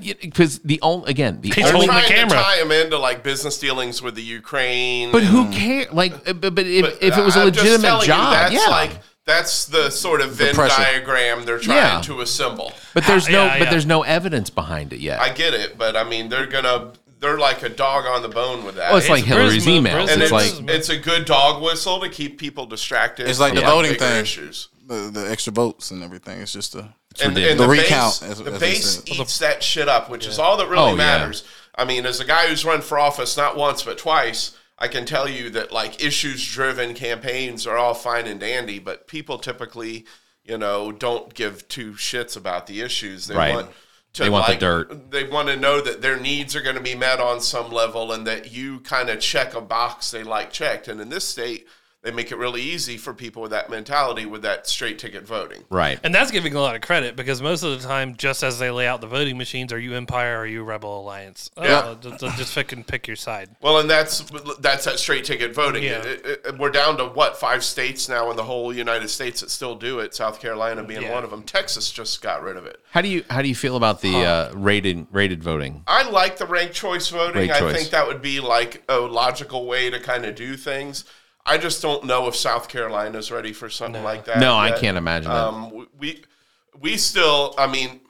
[SPEAKER 1] because the only again the
[SPEAKER 4] He's
[SPEAKER 1] only,
[SPEAKER 4] holding the
[SPEAKER 5] trying to
[SPEAKER 4] camera.
[SPEAKER 5] tie him into like business dealings with the Ukraine.
[SPEAKER 1] but who cares? Like, uh, but, but if,
[SPEAKER 5] But
[SPEAKER 1] if it was a
[SPEAKER 5] I'm just telling
[SPEAKER 1] legitimate
[SPEAKER 5] you,
[SPEAKER 1] job,
[SPEAKER 5] that's
[SPEAKER 1] yeah.
[SPEAKER 5] like that's the sort of Venn
[SPEAKER 3] pressure.
[SPEAKER 5] diagram they're trying
[SPEAKER 1] Yeah.
[SPEAKER 5] to assemble.
[SPEAKER 1] but there's no,
[SPEAKER 4] Yeah,
[SPEAKER 1] but
[SPEAKER 4] yeah.
[SPEAKER 1] there's no evidence behind it yet.
[SPEAKER 5] I get it, but I mean they're gonna they're like a dog on the bone with that.
[SPEAKER 1] well, Oh, it's like Hillary's
[SPEAKER 4] Prisma,
[SPEAKER 1] emails.
[SPEAKER 4] Prisma.
[SPEAKER 5] and
[SPEAKER 1] It's
[SPEAKER 5] it's,
[SPEAKER 1] like
[SPEAKER 5] it's, a good dog whistle to keep people distracted.
[SPEAKER 3] It's like
[SPEAKER 5] from,
[SPEAKER 3] the voting
[SPEAKER 5] bigger
[SPEAKER 3] thing.
[SPEAKER 5] Issues.
[SPEAKER 3] The, the extra votes and everything. It's just a.
[SPEAKER 5] And,
[SPEAKER 1] ridiculous.
[SPEAKER 5] and the,
[SPEAKER 3] The recount,
[SPEAKER 5] recount, base,
[SPEAKER 3] as-
[SPEAKER 5] the
[SPEAKER 3] as they
[SPEAKER 5] base
[SPEAKER 3] said.
[SPEAKER 5] eats that shit up, which is all that really
[SPEAKER 1] Oh, yeah.
[SPEAKER 5] matters. I mean, as a guy who's run for office not once but twice, I can tell you that like issues-driven campaigns are all fine and dandy, but people typically, you know, don't give two shits about the issues. They
[SPEAKER 1] Right.
[SPEAKER 5] want to
[SPEAKER 1] They want the
[SPEAKER 5] like,
[SPEAKER 1] dirt.
[SPEAKER 5] They want to know that their needs are going to be met on some level, and that you kind of check a box they like checked. And in this state, they make it really easy for people with that mentality, with that straight ticket voting.
[SPEAKER 1] right.
[SPEAKER 4] And that's giving a lot of credit because most of the time, just as they lay out the voting machines, are you Empire or are you Rebel Alliance? Oh,
[SPEAKER 5] Yeah.
[SPEAKER 4] just, just fucking pick your side.
[SPEAKER 5] Well, and that's that's that straight ticket voting.
[SPEAKER 4] Yeah.
[SPEAKER 5] It- it- it- we're down to what five states now in the whole United States that still do it. South Carolina being
[SPEAKER 4] Yeah.
[SPEAKER 5] one of them. Texas just got rid of it.
[SPEAKER 1] How do you how do you feel about the uh, rated rated voting?
[SPEAKER 5] I like the ranked choice voting.
[SPEAKER 1] Ranked
[SPEAKER 5] I
[SPEAKER 1] choice.
[SPEAKER 5] think that would be like a logical way to kind of do things. I just don't know if South Carolina's ready for something like that.
[SPEAKER 1] No, I
[SPEAKER 5] yet.
[SPEAKER 1] can't imagine that.
[SPEAKER 5] Um, w- we we still. I mean,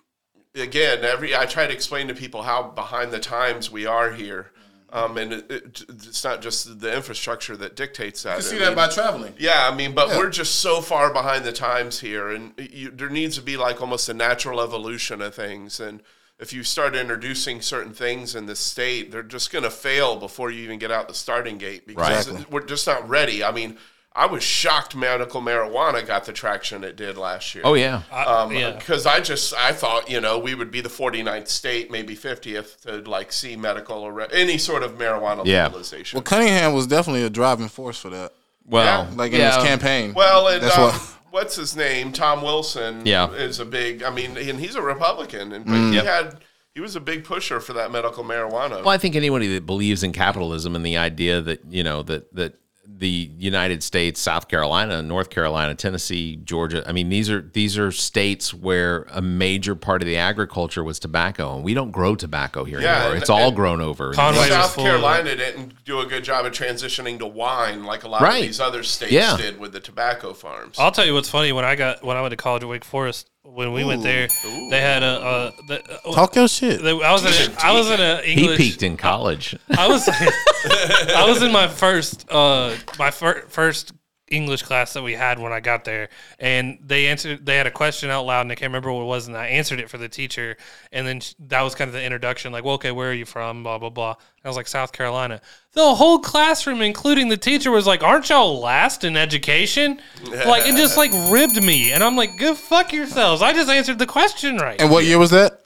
[SPEAKER 5] again, every I try to explain to people how behind the times we are here. Um, and it, it, it's not just the infrastructure that dictates that. I mean,
[SPEAKER 3] traveling.
[SPEAKER 5] yeah, I mean, but we're just so far behind the times here, and you, there needs to be like almost a natural evolution of things. And if you start introducing certain things in the state, they're just going to fail before you even get out the starting gate because
[SPEAKER 3] Exactly.
[SPEAKER 5] we're just not ready. I mean, I was shocked medical marijuana got the traction it did last year.
[SPEAKER 1] Oh yeah,
[SPEAKER 5] Um,
[SPEAKER 4] yeah.
[SPEAKER 5] Because I just I thought you know we would be the 49th state, maybe 50th to like see medical or re- any sort of marijuana
[SPEAKER 1] Yeah.
[SPEAKER 5] legalization.
[SPEAKER 3] Well, Cunningham was definitely a driving force for that.
[SPEAKER 1] well,
[SPEAKER 3] Like in
[SPEAKER 1] yeah.
[SPEAKER 3] his campaign.
[SPEAKER 5] Well, and
[SPEAKER 3] that's
[SPEAKER 5] um,
[SPEAKER 3] what.
[SPEAKER 5] what's his name? Tom Wilson.
[SPEAKER 1] Yeah.
[SPEAKER 5] is a big. I mean, and he's a Republican, and but
[SPEAKER 3] Mm.
[SPEAKER 5] he
[SPEAKER 1] Yep.
[SPEAKER 5] had he was a big pusher for that medical marijuana.
[SPEAKER 1] Well, I think anybody that believes in capitalism and the idea that you know that that the United States, South Carolina, North Carolina, Tennessee, Georgia. I mean, these are these are states where a major part of the agriculture was tobacco, and we don't grow tobacco here
[SPEAKER 5] Yeah,
[SPEAKER 1] anymore.
[SPEAKER 5] and-
[SPEAKER 1] It's all
[SPEAKER 5] and-
[SPEAKER 1] grown over.
[SPEAKER 4] Conway was
[SPEAKER 5] South
[SPEAKER 4] full of it.
[SPEAKER 5] Carolina didn't do a good job of transitioning to wine like a lot
[SPEAKER 1] Right.
[SPEAKER 5] of these other states
[SPEAKER 1] Yeah. Oh,
[SPEAKER 5] did with the tobacco farms.
[SPEAKER 4] I'll tell you what's funny. When I got when I went to college at Wake Forest, when we went there, they had a. a the, uh,
[SPEAKER 3] Talk your shit.
[SPEAKER 4] they, I was in a, I was in a
[SPEAKER 1] he
[SPEAKER 4] English.
[SPEAKER 1] peaked in college.
[SPEAKER 4] I was I was in my first uh my fir- first English class that we had when I got there, and they answered they had a question out loud, and I can't remember what it was, and I answered it for the teacher, and then sh- that was kind of the introduction, like, well, okay, where are you from, blah blah blah. And I was like South Carolina. The whole classroom, including the teacher, was like, "Aren't y'all last in education?" Like it just like ribbed me, and I'm like, "Go fuck yourselves!" I just answered the question right.
[SPEAKER 3] And what year was that?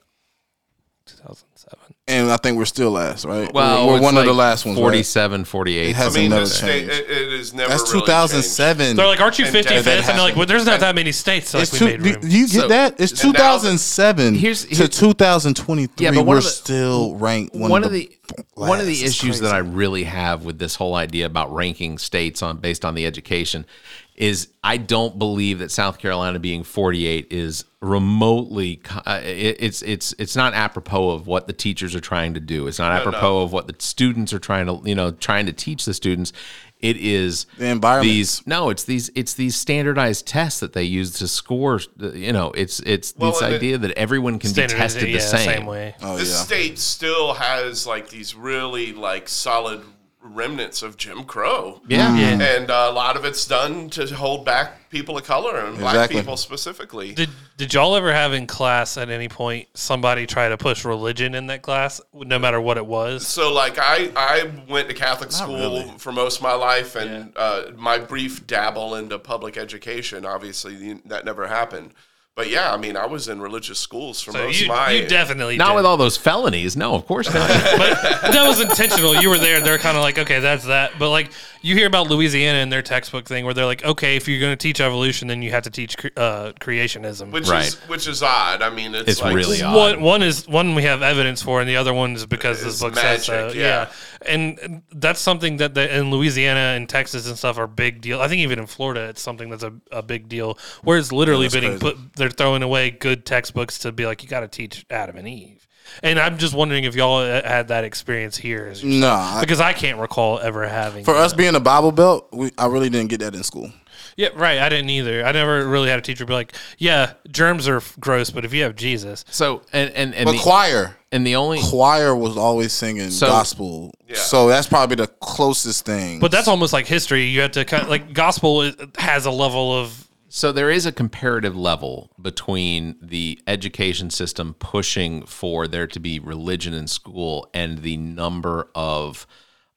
[SPEAKER 4] 2007.
[SPEAKER 3] And I think we're still last, right?
[SPEAKER 1] Well,
[SPEAKER 3] we're, we're
[SPEAKER 1] it's
[SPEAKER 3] one
[SPEAKER 1] like
[SPEAKER 3] of the last ones. right?
[SPEAKER 1] 47, 48.
[SPEAKER 3] It has
[SPEAKER 5] I mean,
[SPEAKER 3] never
[SPEAKER 5] the
[SPEAKER 3] changed.
[SPEAKER 5] state, it, it has never
[SPEAKER 3] That's
[SPEAKER 5] really
[SPEAKER 3] 2007.
[SPEAKER 4] They're like, "Aren't you
[SPEAKER 5] And that-
[SPEAKER 4] 55th?" And,
[SPEAKER 3] that
[SPEAKER 4] they're like,
[SPEAKER 3] happened.
[SPEAKER 4] "Well, there's not that many states." So, like,
[SPEAKER 3] It's
[SPEAKER 4] we
[SPEAKER 3] two,
[SPEAKER 4] made
[SPEAKER 3] do,
[SPEAKER 4] room.
[SPEAKER 3] do you get
[SPEAKER 1] So-
[SPEAKER 3] that? It's
[SPEAKER 5] now-
[SPEAKER 3] 2007
[SPEAKER 1] Here's-
[SPEAKER 3] to
[SPEAKER 1] here's-
[SPEAKER 3] 2023.
[SPEAKER 1] Yeah, but one
[SPEAKER 3] we're
[SPEAKER 1] of the-
[SPEAKER 3] still ranked one,
[SPEAKER 1] one of the one of
[SPEAKER 3] last.
[SPEAKER 1] the
[SPEAKER 3] It's
[SPEAKER 1] issues that
[SPEAKER 3] crazy.
[SPEAKER 1] I really have with this whole idea about ranking states on based on the education is I don't believe that South Carolina being 48 is remotely co- uh, it, it's it's it's not apropos of what the teachers are trying to do. It's not apropos of what the students are trying to you know trying to teach the students. It is
[SPEAKER 3] The environment.
[SPEAKER 1] These no, it's these it's these standardized tests that they use to score. uh, You know, it's it's
[SPEAKER 5] Well,
[SPEAKER 1] this
[SPEAKER 5] and it-
[SPEAKER 1] idea that everyone can be
[SPEAKER 4] Standard is-
[SPEAKER 1] tested the
[SPEAKER 4] yeah,
[SPEAKER 1] same.
[SPEAKER 4] way.
[SPEAKER 3] Oh
[SPEAKER 5] The
[SPEAKER 3] yeah.
[SPEAKER 5] state still has like these really like solid remnants of Jim Crow.
[SPEAKER 1] Yeah.
[SPEAKER 3] Mm-hmm.
[SPEAKER 1] Yeah.
[SPEAKER 5] And uh, a lot of it's done to hold back people of color and black
[SPEAKER 3] Exactly.
[SPEAKER 5] people specifically.
[SPEAKER 4] Did Did y'all ever have in class at any point somebody try to push religion in that class, no matter what it was?
[SPEAKER 5] so like I, I went to Catholic school for most of my life, and uh, my brief dabble into public education. Obviously, you- that never happened. But yeah, I mean, I was in religious schools for
[SPEAKER 4] So
[SPEAKER 5] most
[SPEAKER 4] you,
[SPEAKER 5] of my.
[SPEAKER 4] you definitely
[SPEAKER 1] Not
[SPEAKER 4] did.
[SPEAKER 1] with all those felonies. No, of course not.
[SPEAKER 4] but that was intentional. You were there. They're kind of like, okay, that's that. But like, you hear about Louisiana and their textbook thing, where they're like, okay, if you're going to teach evolution, then you have to teach cre- uh, creationism.
[SPEAKER 5] which
[SPEAKER 1] Right.
[SPEAKER 5] is which is odd. I mean, it's,
[SPEAKER 1] It's
[SPEAKER 5] like
[SPEAKER 1] really odd.
[SPEAKER 4] One, one is one we have evidence for, and the other one is because this
[SPEAKER 5] It's
[SPEAKER 4] book says so.
[SPEAKER 5] magic,
[SPEAKER 4] Yeah. and that's something that the, in Louisiana and Texas and stuff are big deal. I think even in Florida, it's something that's a, a big deal. Where it's literally being put, they're throwing away good textbooks to be like, you got to teach Adam and Eve. And I'm just wondering if y'all uh, had that experience here, as you-
[SPEAKER 3] No, I-
[SPEAKER 4] because I can't recall ever having.
[SPEAKER 3] Mm. for
[SPEAKER 4] that.
[SPEAKER 3] us being a Bible Belt, we, I really didn't get that in school.
[SPEAKER 4] yeah, right. I didn't either. I never really had a teacher be like, yeah, germs are f- gross, but if you have Jesus,
[SPEAKER 1] So and and and
[SPEAKER 3] But
[SPEAKER 1] the,
[SPEAKER 3] choir,
[SPEAKER 1] and the only
[SPEAKER 3] choir was always singing
[SPEAKER 1] So-
[SPEAKER 3] gospel, so that's probably the closest thing.
[SPEAKER 4] But that's almost like history. You have to kind of, like gospel is, has a level of
[SPEAKER 1] so there is a comparative level between the education system pushing for there to be religion in school and the number of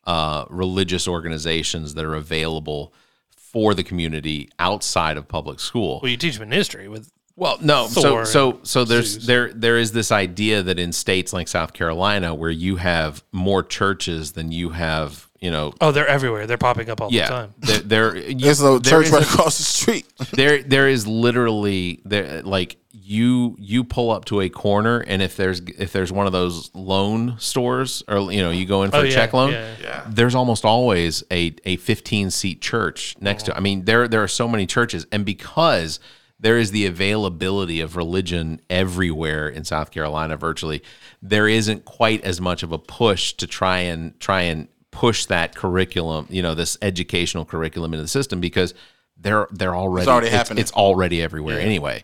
[SPEAKER 1] uh, religious organizations that are available for the community outside of public school.
[SPEAKER 4] well, you teach them in history with
[SPEAKER 1] Well, no. So
[SPEAKER 4] Thor
[SPEAKER 1] so so there's there there is this idea that in states like South Carolina where you have more churches than you have, you know,
[SPEAKER 4] oh they're everywhere. They're popping up all the
[SPEAKER 1] yeah.
[SPEAKER 4] time.
[SPEAKER 1] There, there, you-
[SPEAKER 3] there's
[SPEAKER 1] there
[SPEAKER 3] a church
[SPEAKER 1] is
[SPEAKER 3] right
[SPEAKER 1] a-
[SPEAKER 3] across the street.
[SPEAKER 1] there there is literally there like you you pull up to a corner and if there's if there's one of those loan stores or you know you go in for
[SPEAKER 4] Oh,
[SPEAKER 1] a
[SPEAKER 4] yeah,
[SPEAKER 1] check loan
[SPEAKER 4] yeah.
[SPEAKER 1] there's almost always a a 15 seat church next
[SPEAKER 4] Uh-huh.
[SPEAKER 1] to I mean there there are so many churches and because there is the availability of religion everywhere in South Carolina virtually there isn't quite as much of a push to try and try and push that curriculum you know this educational curriculum into the system because they're they're already
[SPEAKER 3] It's already happening.
[SPEAKER 1] it's already everywhere anyway.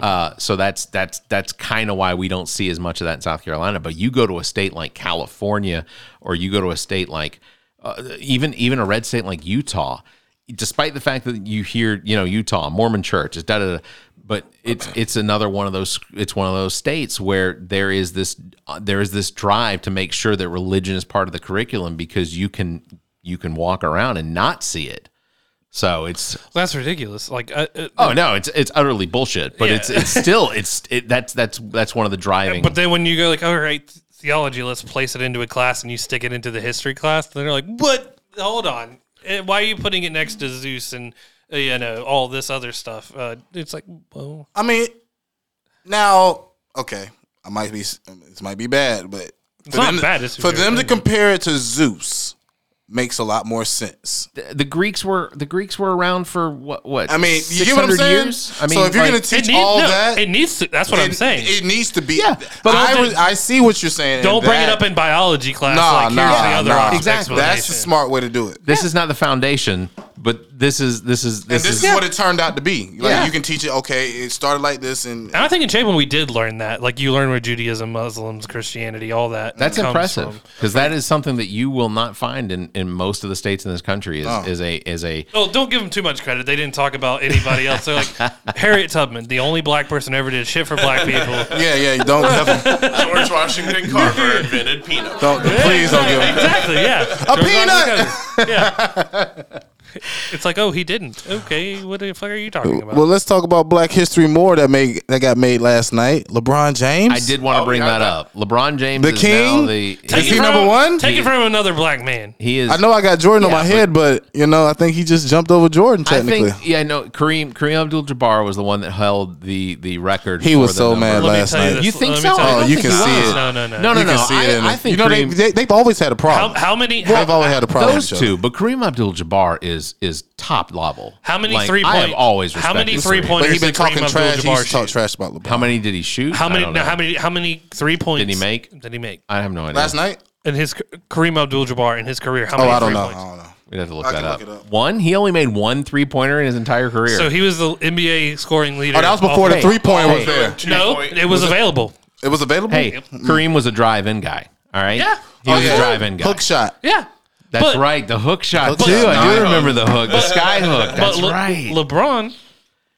[SPEAKER 1] Uh, so that's that's that's kind of why we don't see as much of that in South Carolina. But you go to a state like California, or you go to a state like uh, even even a red state like Utah. Despite the fact that you hear you know Utah Mormon Church is da da da, but it's it's another one of those it's one of those states where there is this uh, there is this drive to make sure that religion is part of the curriculum because you can you can walk around and not see it. So it's
[SPEAKER 4] That's ridiculous. Like uh, uh,
[SPEAKER 1] Oh no, it's it's utterly bullshit. But
[SPEAKER 4] Yeah.
[SPEAKER 1] it's it's still it's it, that's that's that's one of the driving.
[SPEAKER 4] but then when you go like all right theology, let's place it into a class and you stick it into the history class, then they're like, "What? Hold on. Eh, Why are you putting it next to Zeus and uh, you know all this other stuff?" Uh, it's like, well,
[SPEAKER 3] I mean, now okay, I might be this might be bad, but
[SPEAKER 4] It's not bad, it's
[SPEAKER 3] for them to
[SPEAKER 4] very-
[SPEAKER 3] compare it to Zeus, makes a lot more sense.
[SPEAKER 1] The, the Greeks were the Greeks were around for what what?
[SPEAKER 3] I mean, you get what I'm
[SPEAKER 1] 600
[SPEAKER 3] saying?
[SPEAKER 1] years? I mean,
[SPEAKER 3] so if you're
[SPEAKER 1] like-
[SPEAKER 3] going to teach
[SPEAKER 4] need-
[SPEAKER 3] all
[SPEAKER 4] no,
[SPEAKER 3] that,
[SPEAKER 4] It needs to. That's what I'm
[SPEAKER 3] it-
[SPEAKER 4] saying.
[SPEAKER 3] It needs to be.
[SPEAKER 1] Yeah,
[SPEAKER 3] but
[SPEAKER 1] but
[SPEAKER 3] I,
[SPEAKER 1] also-
[SPEAKER 3] was- I see what you're saying.
[SPEAKER 4] Don't
[SPEAKER 3] and
[SPEAKER 4] bring it
[SPEAKER 3] that-
[SPEAKER 4] up in biology class.
[SPEAKER 3] Nah,
[SPEAKER 4] like, here's
[SPEAKER 3] nah,
[SPEAKER 4] the other
[SPEAKER 3] nah.
[SPEAKER 4] option
[SPEAKER 1] Exactly.
[SPEAKER 3] That's the
[SPEAKER 4] explanation.
[SPEAKER 3] smart way to do it.
[SPEAKER 1] this is not the foundation, but this is this is
[SPEAKER 3] And
[SPEAKER 1] this,
[SPEAKER 3] this is what it turned out to be. Like
[SPEAKER 1] Yeah.
[SPEAKER 3] you can teach it. Okay, it started like this, and
[SPEAKER 4] And I think in Chapin we did learn that, like you learn with Judaism, Muslims, Christianity, all that.
[SPEAKER 1] that's
[SPEAKER 4] comes
[SPEAKER 1] impressive
[SPEAKER 4] from-
[SPEAKER 1] because that is something that you will not find in, in most of the states in this country is, is a is a
[SPEAKER 4] Oh, don't give them too much credit. They didn't talk about anybody else. They're like Harriet Tubman, the only black person ever did shit for black people.
[SPEAKER 3] yeah, yeah. You don't definitely
[SPEAKER 5] George Washington Carver invented peanut.
[SPEAKER 3] don't please don't give. it.
[SPEAKER 4] exactly. Yeah. A
[SPEAKER 3] peanut!
[SPEAKER 4] Yeah. It's like, oh, he didn't. Okay, what the fuck are you talking about?
[SPEAKER 3] Well, let's talk about Black History more that made that got made last night. LeBron James.
[SPEAKER 1] I did want to
[SPEAKER 5] Oh,
[SPEAKER 1] bring
[SPEAKER 5] yeah,
[SPEAKER 1] that
[SPEAKER 5] that-
[SPEAKER 1] up. LeBron James
[SPEAKER 3] The
[SPEAKER 1] is
[SPEAKER 3] king?
[SPEAKER 1] now the
[SPEAKER 3] Take
[SPEAKER 1] he,
[SPEAKER 3] Is he number one?
[SPEAKER 4] Take it from another black man.
[SPEAKER 1] he is
[SPEAKER 3] I know I got Jordan on my head, but you know I think he just jumped over Jordan
[SPEAKER 1] I
[SPEAKER 3] technically.
[SPEAKER 1] think yeah, no. Kareem Kareem Abdul-Jabbar was the one that held the the record.
[SPEAKER 3] He
[SPEAKER 1] for
[SPEAKER 3] was
[SPEAKER 1] the
[SPEAKER 3] so
[SPEAKER 1] number.
[SPEAKER 3] mad
[SPEAKER 4] Let me
[SPEAKER 3] last
[SPEAKER 4] tell you
[SPEAKER 3] night.
[SPEAKER 4] this.
[SPEAKER 1] You think
[SPEAKER 4] Let me
[SPEAKER 1] so?
[SPEAKER 4] tell
[SPEAKER 1] I don't
[SPEAKER 3] you
[SPEAKER 1] think
[SPEAKER 3] can
[SPEAKER 1] so.
[SPEAKER 3] see it.
[SPEAKER 4] No, no, no.
[SPEAKER 1] no, no,
[SPEAKER 3] you
[SPEAKER 1] no.
[SPEAKER 3] can see
[SPEAKER 1] I,
[SPEAKER 3] it. in
[SPEAKER 1] I
[SPEAKER 3] it.
[SPEAKER 1] think
[SPEAKER 3] you know
[SPEAKER 1] Kareem-
[SPEAKER 3] they, they have always had a
[SPEAKER 4] How,
[SPEAKER 3] problem.
[SPEAKER 4] how many?
[SPEAKER 3] They've
[SPEAKER 4] How,
[SPEAKER 3] always had a problem.
[SPEAKER 1] those
[SPEAKER 3] with each other.
[SPEAKER 1] two, but Kareem Abdul-Jabbar is is top level.
[SPEAKER 4] how many
[SPEAKER 1] Like,
[SPEAKER 4] three
[SPEAKER 1] I
[SPEAKER 4] point?
[SPEAKER 1] have always
[SPEAKER 4] How many
[SPEAKER 1] respected Kareem.
[SPEAKER 4] three
[SPEAKER 3] But
[SPEAKER 4] pointers?
[SPEAKER 3] he been
[SPEAKER 4] did Kareem
[SPEAKER 3] talking trash. He
[SPEAKER 4] Abdul-Jabbar
[SPEAKER 3] used to talk
[SPEAKER 4] shoot?
[SPEAKER 3] trash about LeBron.
[SPEAKER 1] How many did he shoot?
[SPEAKER 4] How
[SPEAKER 1] I
[SPEAKER 4] many?
[SPEAKER 1] don't
[SPEAKER 4] No,
[SPEAKER 1] know.
[SPEAKER 4] how many? How many three points
[SPEAKER 1] did he make?
[SPEAKER 4] Did he make
[SPEAKER 1] I have no idea.
[SPEAKER 3] Last night?
[SPEAKER 4] in his Kareem Abdul-Jabbar in his career? How
[SPEAKER 3] Oh,
[SPEAKER 4] many
[SPEAKER 3] I don't
[SPEAKER 4] three
[SPEAKER 3] know. I
[SPEAKER 4] points?
[SPEAKER 3] don't know.
[SPEAKER 1] We'd have to look
[SPEAKER 3] I
[SPEAKER 1] that
[SPEAKER 3] can
[SPEAKER 1] up.
[SPEAKER 3] look it up.
[SPEAKER 1] One, he only made one three pointer in his entire career.
[SPEAKER 4] So he was the NBA scoring leader.
[SPEAKER 3] Oh, that was before the
[SPEAKER 1] Hey.
[SPEAKER 3] three point was
[SPEAKER 1] Hey.
[SPEAKER 3] there.
[SPEAKER 5] Two
[SPEAKER 4] No,
[SPEAKER 5] point-
[SPEAKER 4] it was, available.
[SPEAKER 3] It was available.
[SPEAKER 1] hey, Kareem was a drive-in guy. All right.
[SPEAKER 4] Yeah.
[SPEAKER 1] He was a drive-in guy.
[SPEAKER 3] Hook shot.
[SPEAKER 4] Yeah,
[SPEAKER 1] That's
[SPEAKER 4] But-
[SPEAKER 1] right. The hook shot
[SPEAKER 3] Hook
[SPEAKER 1] too.
[SPEAKER 3] shot.
[SPEAKER 1] I
[SPEAKER 3] Nah.
[SPEAKER 1] do remember the hook, the sky hook. That's
[SPEAKER 4] Le-
[SPEAKER 1] right.
[SPEAKER 4] LeBron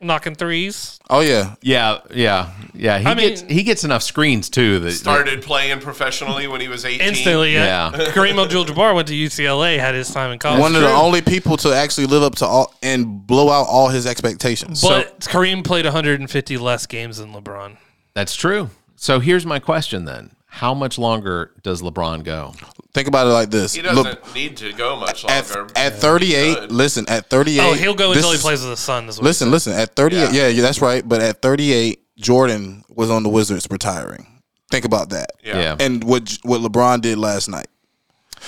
[SPEAKER 4] knocking threes.
[SPEAKER 3] Oh yeah.
[SPEAKER 1] yeah, yeah, yeah. He
[SPEAKER 4] I mean-
[SPEAKER 1] gets he gets enough screens too. That
[SPEAKER 5] started playing professionally when he was 18.
[SPEAKER 4] Instantly, yeah.
[SPEAKER 1] Yeah.
[SPEAKER 4] Kareem Abdul-Jabbar went to UCLA, had his time in college.
[SPEAKER 3] One of the
[SPEAKER 4] True.
[SPEAKER 3] only people to actually live up to all and blow out all his expectations.
[SPEAKER 4] but Kareem played 150 less games than LeBron.
[SPEAKER 1] That's true. So here's my question then: How much longer does LeBron go?
[SPEAKER 3] think about it like this.
[SPEAKER 5] He
[SPEAKER 3] Look,
[SPEAKER 5] doesn't need to go much
[SPEAKER 3] at,
[SPEAKER 5] longer.
[SPEAKER 3] at 38, listen, at 38.
[SPEAKER 4] Oh, he'll go until
[SPEAKER 3] this-
[SPEAKER 4] he plays with the Sun. Is what
[SPEAKER 3] Listen, listen, at 38, yeah. yeah, that's right. But at 38, Jordan was on the Wizards retiring. Think about that.
[SPEAKER 5] Yeah.
[SPEAKER 3] And what what LeBron did last night.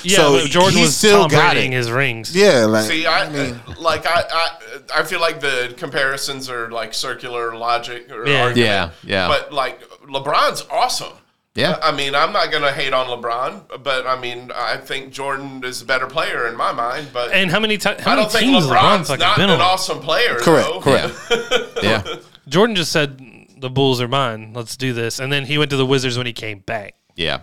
[SPEAKER 4] Yeah,
[SPEAKER 3] so
[SPEAKER 4] but Jordan
[SPEAKER 3] he
[SPEAKER 4] was
[SPEAKER 3] still
[SPEAKER 4] Tom
[SPEAKER 3] got
[SPEAKER 4] Bradying
[SPEAKER 3] it.
[SPEAKER 4] his rings.
[SPEAKER 3] Yeah, like
[SPEAKER 5] See, I, like I, I, I feel like the comparisons are like circular logic or
[SPEAKER 4] Yeah.
[SPEAKER 5] argument.
[SPEAKER 1] Yeah, yeah.
[SPEAKER 5] But like LeBron's awesome.
[SPEAKER 1] Yeah.
[SPEAKER 5] I mean, I'm not gonna hate on LeBron, but I mean, I think Jordan is a better player in my mind. But
[SPEAKER 4] And how many times? How
[SPEAKER 5] I
[SPEAKER 4] many
[SPEAKER 5] don't think
[SPEAKER 4] teams LeBron's
[SPEAKER 5] LeBron's
[SPEAKER 4] fucking
[SPEAKER 5] not
[SPEAKER 4] been
[SPEAKER 5] an
[SPEAKER 4] on?
[SPEAKER 5] awesome player.
[SPEAKER 3] correct,
[SPEAKER 5] though.
[SPEAKER 3] correct.
[SPEAKER 1] yeah,
[SPEAKER 4] Jordan just said the Bulls are mine. Let's do this. And then he went to the Wizards when he came back.
[SPEAKER 1] yeah.